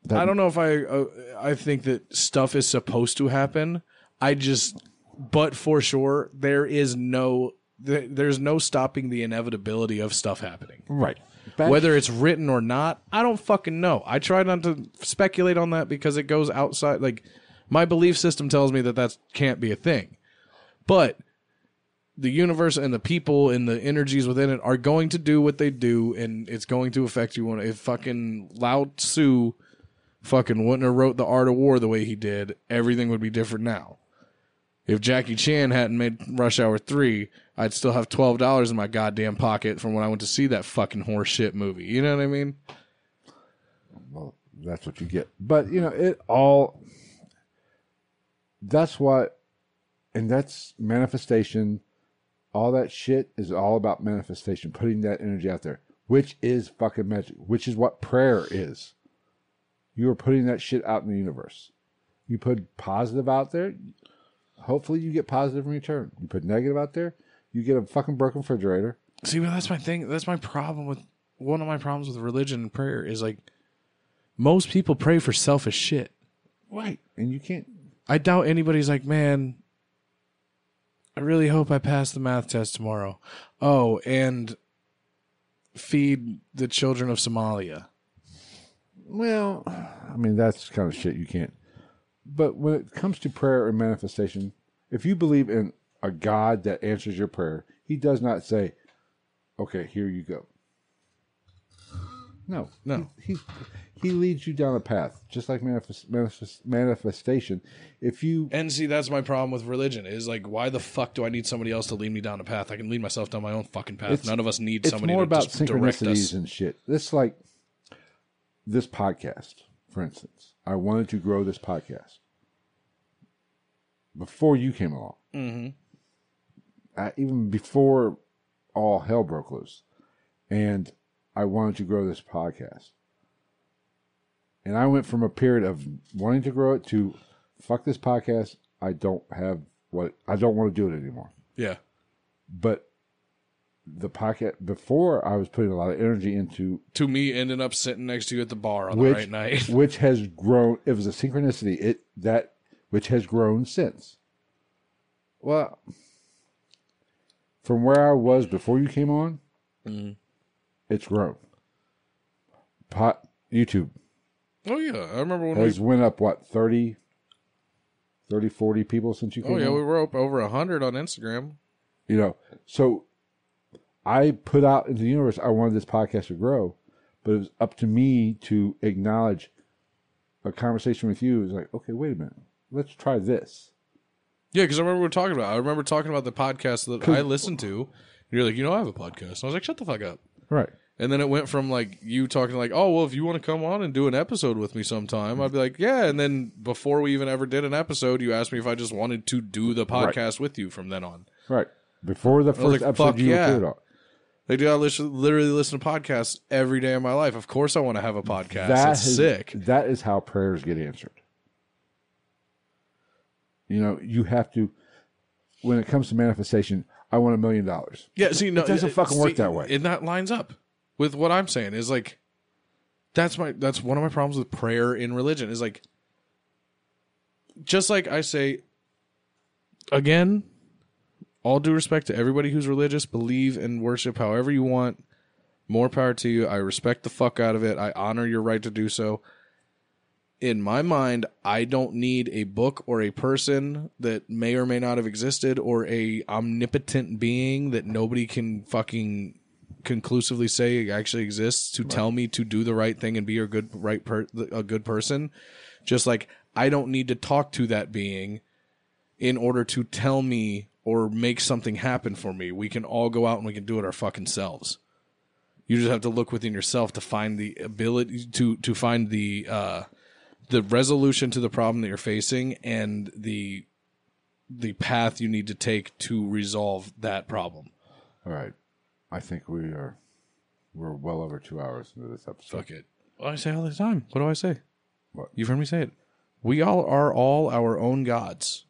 that,
I don't know if I. Uh, I think that stuff is supposed to happen. I just, but for sure, there is no. There, there's no stopping the inevitability of stuff happening.
right Bad-
Whether it's written or not, I don't fucking know. I try not to speculate on that because it goes outside. Like, my belief system tells me that that can't be a thing. But the universe and the people and the energies within it are going to do what they do, and it's going to affect you. When if fucking Lao Tzu fucking wouldn't have wrote the Art of War the way he did, everything would be different now. If Jackie Chan hadn't made Rush Hour 3, I'd still have $12 in my goddamn pocket from when I went to see that fucking horse shit movie. You know what I mean?
well, that's what you get but you know it all that's what and that's manifestation all that shit is all about manifestation putting that energy out there which is fucking magic which is what prayer is you are putting that shit out in the universe you put positive out there hopefully you get positive in return you put negative out there you get a fucking broken refrigerator
See, but that's my thing. That's my problem with one of my problems with religion and prayer is like most people pray for selfish shit.
right and you can't
I doubt anybody's like, man, I really hope I pass the math test tomorrow. Oh, and feed the children of Somalia.
Well, I mean, that's kind of shit you can't. But when it comes to prayer and manifestation, if you believe in a God that answers your prayer, He does not say, "Okay, here you go." No,
No.
he, he He leads you down a path, just like manifest, manifest, manifestation. If you
And see, that's my problem with religion is like, why the fuck do I need somebody else to lead me down a path? I can lead myself down my own fucking path.
It's-
None of us need
it's
somebody
more
to
about
just direct us.
synchronicities and shit. This like this podcast, for instance. I wanted to grow this podcast before you came along. Mm-hmm. I, even before all hell broke loose, and I wanted to grow this podcast. And I went from a period of wanting to grow it to fuck this podcast. I don't have what I don't want to do it anymore
yeah.
but the pocket before I was putting a lot of energy into
To me, ending up sitting next to you at the bar on
which
the right night. *laughs*
which has grown it was a synchronicity it that which has grown since well from where I was before you came on
Mm-hmm.
it's grown pot YouTube
oh, yeah. I remember when we.
has went up what 30 30 40 people since you came
Oh, yeah.
on?
We were up over 100 on Instagram.
you know so i put out into the universe i wanted this podcast to grow but it was up to me to acknowledge a conversation with you it was like okay wait a minute let's try this
Yeah, because I remember we were talking about. I remember talking about the podcast that I listened to. And you're like, you know, I have a podcast. And I was like, shut the fuck up.
right
And then it went from like you talking like, oh well, if you want to come on and do an episode with me sometime, I'd be like, yeah. And then before we even ever did an episode, you asked me if I just wanted to do the podcast with you from then on.
right before the
was
first
like,
episode
fuck
you
yeah.
appeared on
Like, dude, I literally, literally listen to podcasts every day of my life. Of course, I want to have a podcast.
that
That's
is-
sick.
that is how prayers get answered you know you have to when it comes to manifestation i want a million dollars
Yeah, see, no,
It doesn't fucking work that way.
And that lines up with what I'm saying is like, that's my that's one of my problems with prayer in religion is like, just like I say, again, all due respect to everybody who's religious, believe and worship however you want. More power to you. I respect the fuck out of it. I honor your right to do so. In my mind, I don't need a book or a person that may or may not have existed or a omnipotent being that nobody can fucking conclusively say actually exists to tell me to do the right thing and be a good right per- a good person. Just like I don't need to talk to that being in order to tell me or make something happen for me. We can all go out and we can do it our fucking selves. You just have to look within yourself to find the ability to to find the uh, the resolution to the problem that you're facing and the the path you need to take to resolve that problem.
all right i think we are we're well over two hours into this episode
Fuck it. I say all the time. What do I say?
What?
You've heard me say it. We all are all our own gods.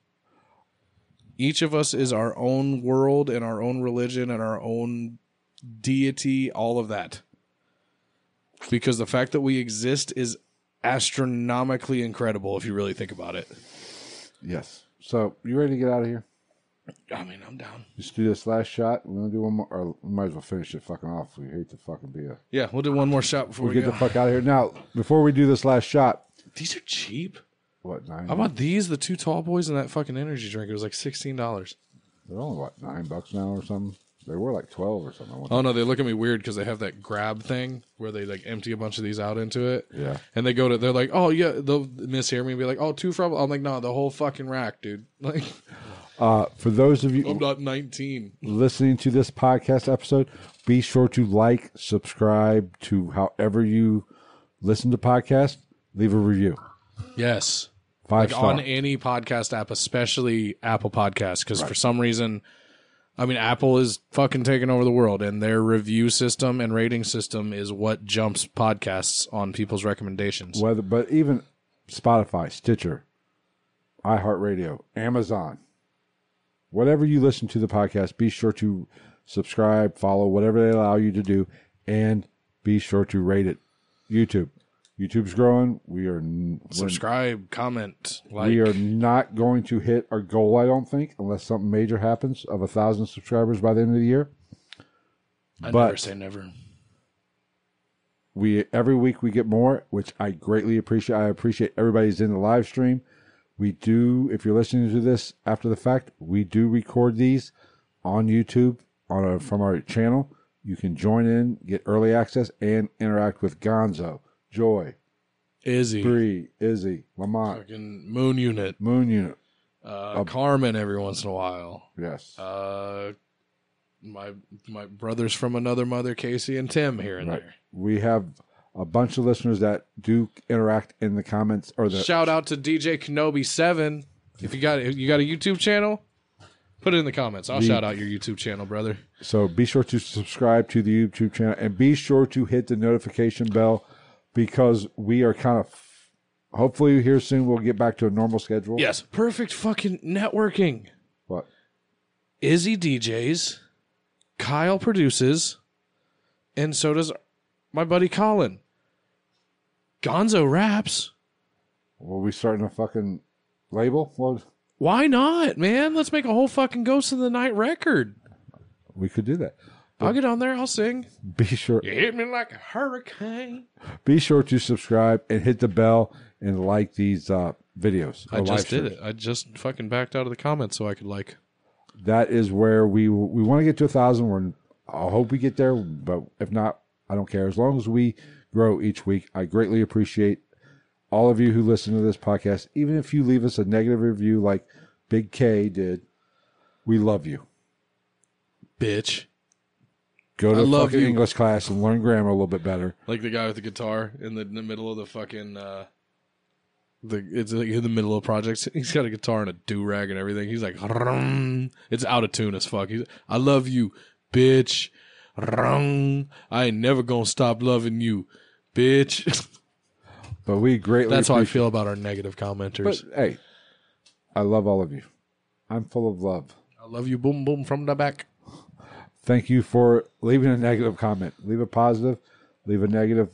Each of us is our own world and our own religion and our own deity, all of that. Because the fact that we exist is astronomically incredible if you really think about it.
Yes. So you ready to get out of here?
I mean, I'm down.
Just do this last shot. We're gonna do one more. Or we might as well finish it fucking off. We hate to fucking be a.
Yeah, we'll do one more shot before
We
we,
get
go.
the fuck out of here now. Before we do this last shot,
These are cheap.
what
How
nine?
about these? The two tall boys and that fucking energy drink. It was like sixteen dollars.
They're only what nine bucks now or something. They were like twelve or something.
Oh no, they look at me weird because they have that grab thing where they like empty a bunch of these out into it.
Yeah.
And they go to, they're like, oh yeah, they'll mishear me and be like, oh, two from. I'm like, no, the whole fucking rack, dude. *laughs* Like,
Uh, for those of you
I'm not 19.
listening to this podcast episode, be sure to like, subscribe to however you listen to podcasts. Leave a review.
Yes.
Five
Like
star.
on any podcast app, especially Apple Podcasts, because for some reason, I mean, Apple is fucking taking over the world, and their review system and rating system is what jumps podcasts on people's recommendations.
Whether, but even Spotify, Stitcher, iHeartRadio, Amazon, whatever you listen to the podcast, be sure to subscribe, follow, whatever they allow you to do, and be sure to rate it. YouTube, YouTube's growing. We are n- we're-
Subscribe, comment, like.
we are not going to hit our goal, I don't think, unless something major happens of a thousand subscribers by the end of the year.
I
but-
never say never.
we every week we get more which i greatly appreciate i appreciate everybody's in the live stream we do if you're listening to this after the fact we do record these on youtube on our, from our channel you can join in get early access and interact with gonzo joy
Izzy,
Bree, Izzy, Lamont,
fucking Moon Unit,
Moon Unit.
uh, Carmen every once in a while.
Yes.
Uh, my my brothers from another mother, Casey and Tim here and
Right.
there.
we have a bunch of listeners that do interact in the comments or the
Shout out to DJ Kenobi Seven. If you got if you got a YouTube channel, put it in the comments. I'll shout out your YouTube channel, brother.
So be sure to subscribe to the YouTube channel and be sure to hit the notification bell because we are kind of hopefully here soon we'll get back to a normal schedule.
Yes, perfect fucking networking.
But
Izzy DJs, Kyle produces, and so does my buddy Colin. Gonzo raps.
were we starting a fucking label? Well,
Why not, man? Let's make a whole fucking Ghost of the Night record.
we could do that.
I'll get on there. I'll sing.
Be sure
You hit me like a hurricane.
be sure to subscribe and hit the bell and like these uh, videos.
I just did it. I just fucking backed out of the comments so I could like.
That is where we we want to get to a thousand. We're I hope we get there, but if not, I don't care. As long as we grow each week, I greatly appreciate all of you who listen to this podcast. Even if you leave us a negative review like Big K did, we love you.
Bitch.
Go to
I love
fucking
you.
English class and learn grammar a little bit better.
Like the guy with the guitar in the, in the middle of the fucking. Uh, the, it's like in the middle of projects. He's got a guitar and a do rag and everything. He's like, "Rung." it's out of tune as fuck. He's, I love you, bitch. Rung. I ain't never gonna stop loving you, bitch.
But we greatly
That's how I
appreciate
feel about our negative commenters.
But hey, I love all of you. I'm full of love.
I love you, boom boom from the back.
Thank you for leaving a negative comment. Leave a positive, leave a negative.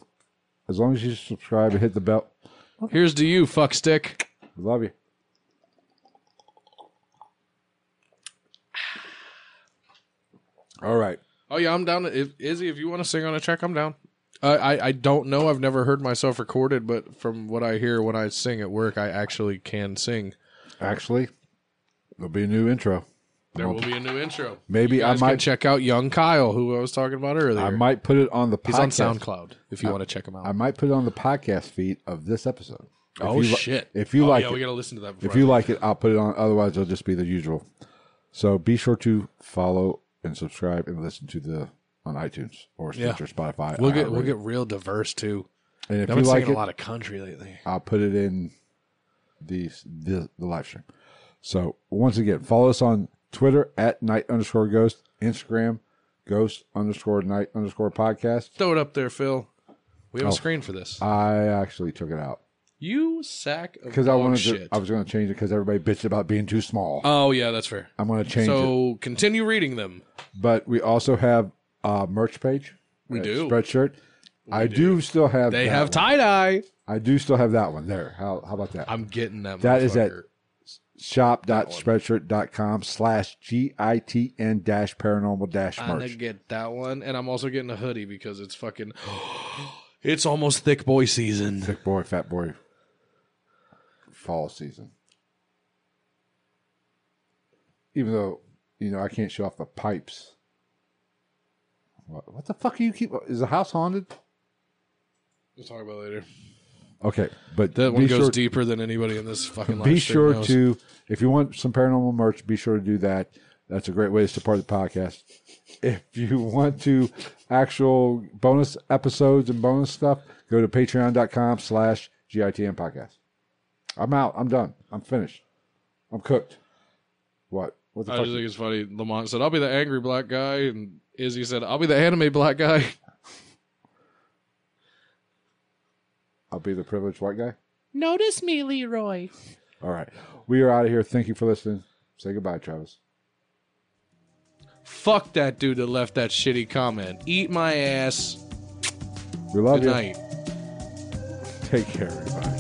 As long as you subscribe and hit the bell,
Here's to you, fuckstick.
we love you. All right.
Oh yeah, I'm down. If, Izzy, if you want to sing on a track, I'm down. Uh, I I don't know. I've never heard myself recorded, but from what I hear when I sing at work, I actually can sing.
Actually, there'll be a new intro.
There will be a new intro.
Maybe
You
I
guys can
might
check out Young Kyle, who I was talking about earlier.
I might put it on the podcast.
He's on SoundCloud. If you want to check him out.
I might put it on the podcast feed of this episode. If
oh
you li-
shit!
If you
Oh,
like
yeah,
it.
we gotta listen to that.
If
Before
you
I-
like it, I'll put it on. Otherwise, it'll just be the usual. So be sure to follow and subscribe and listen to the on iTunes or Stitcher, Spotify.
We'll get we'll
iHeartRadio.
get real diverse too.
And Uh, if
I've
you
been singing
like it,
a lot of country lately.
I'll put it in the, the the live stream. So once again, follow us on Twitter at night underscore ghost, Instagram ghost underscore night underscore podcast.
throw it up there, Phil. We have
Oh.
a screen for this.
I actually took it out
you sack of
because
Oh,
dog
I wanted
shit.
to. I was going to change it because everybody bitched about being too small.
Uh,
oh yeah, that's fair.
I'm going to change it.
so continue reading them.
but we also have a merch page.
We
a
do.
spreadshirt. I do still have.
They
that
have
one.
tie dye.
I do still have that one there. How how about that?
I'm getting that.
That is
motherfucker.
Shop.spreadshirt.com slash gitn dash paranormal dash
I'm gonna
merch.
get that one, and I'm also getting a hoodie because it's fucking. *gasps* it's almost thick boy season.
Thick boy, fat boy. Fall season. Even though you know I can't show off the pipes. What, what the fuck are you keep? Is the house haunted?
We'll talk about it later.
Okay, but
That one
be
goes
sure-
deeper than anybody in this fucking.
be
live stream
sure
knows.
to if you want some paranormal merch be sure to do that that's a great way to support the podcast if you want to actual bonus episodes and bonus stuff go to patreon.com slash gitm podcast i'm out i'm done i'm finished i'm cooked what what the
I
fuck
just think it's funny. Lamont said, "I'll be the angry black guy," and Izzy said, "I'll be the anime black guy." *laughs*
i'll be the privileged white guy
Notice me, Leroy.
all right we are out of here thank you for listening say goodbye travis
Fuck that dude that left that shitty comment. Eat my ass.
we love
Good
you
night.
take care everybody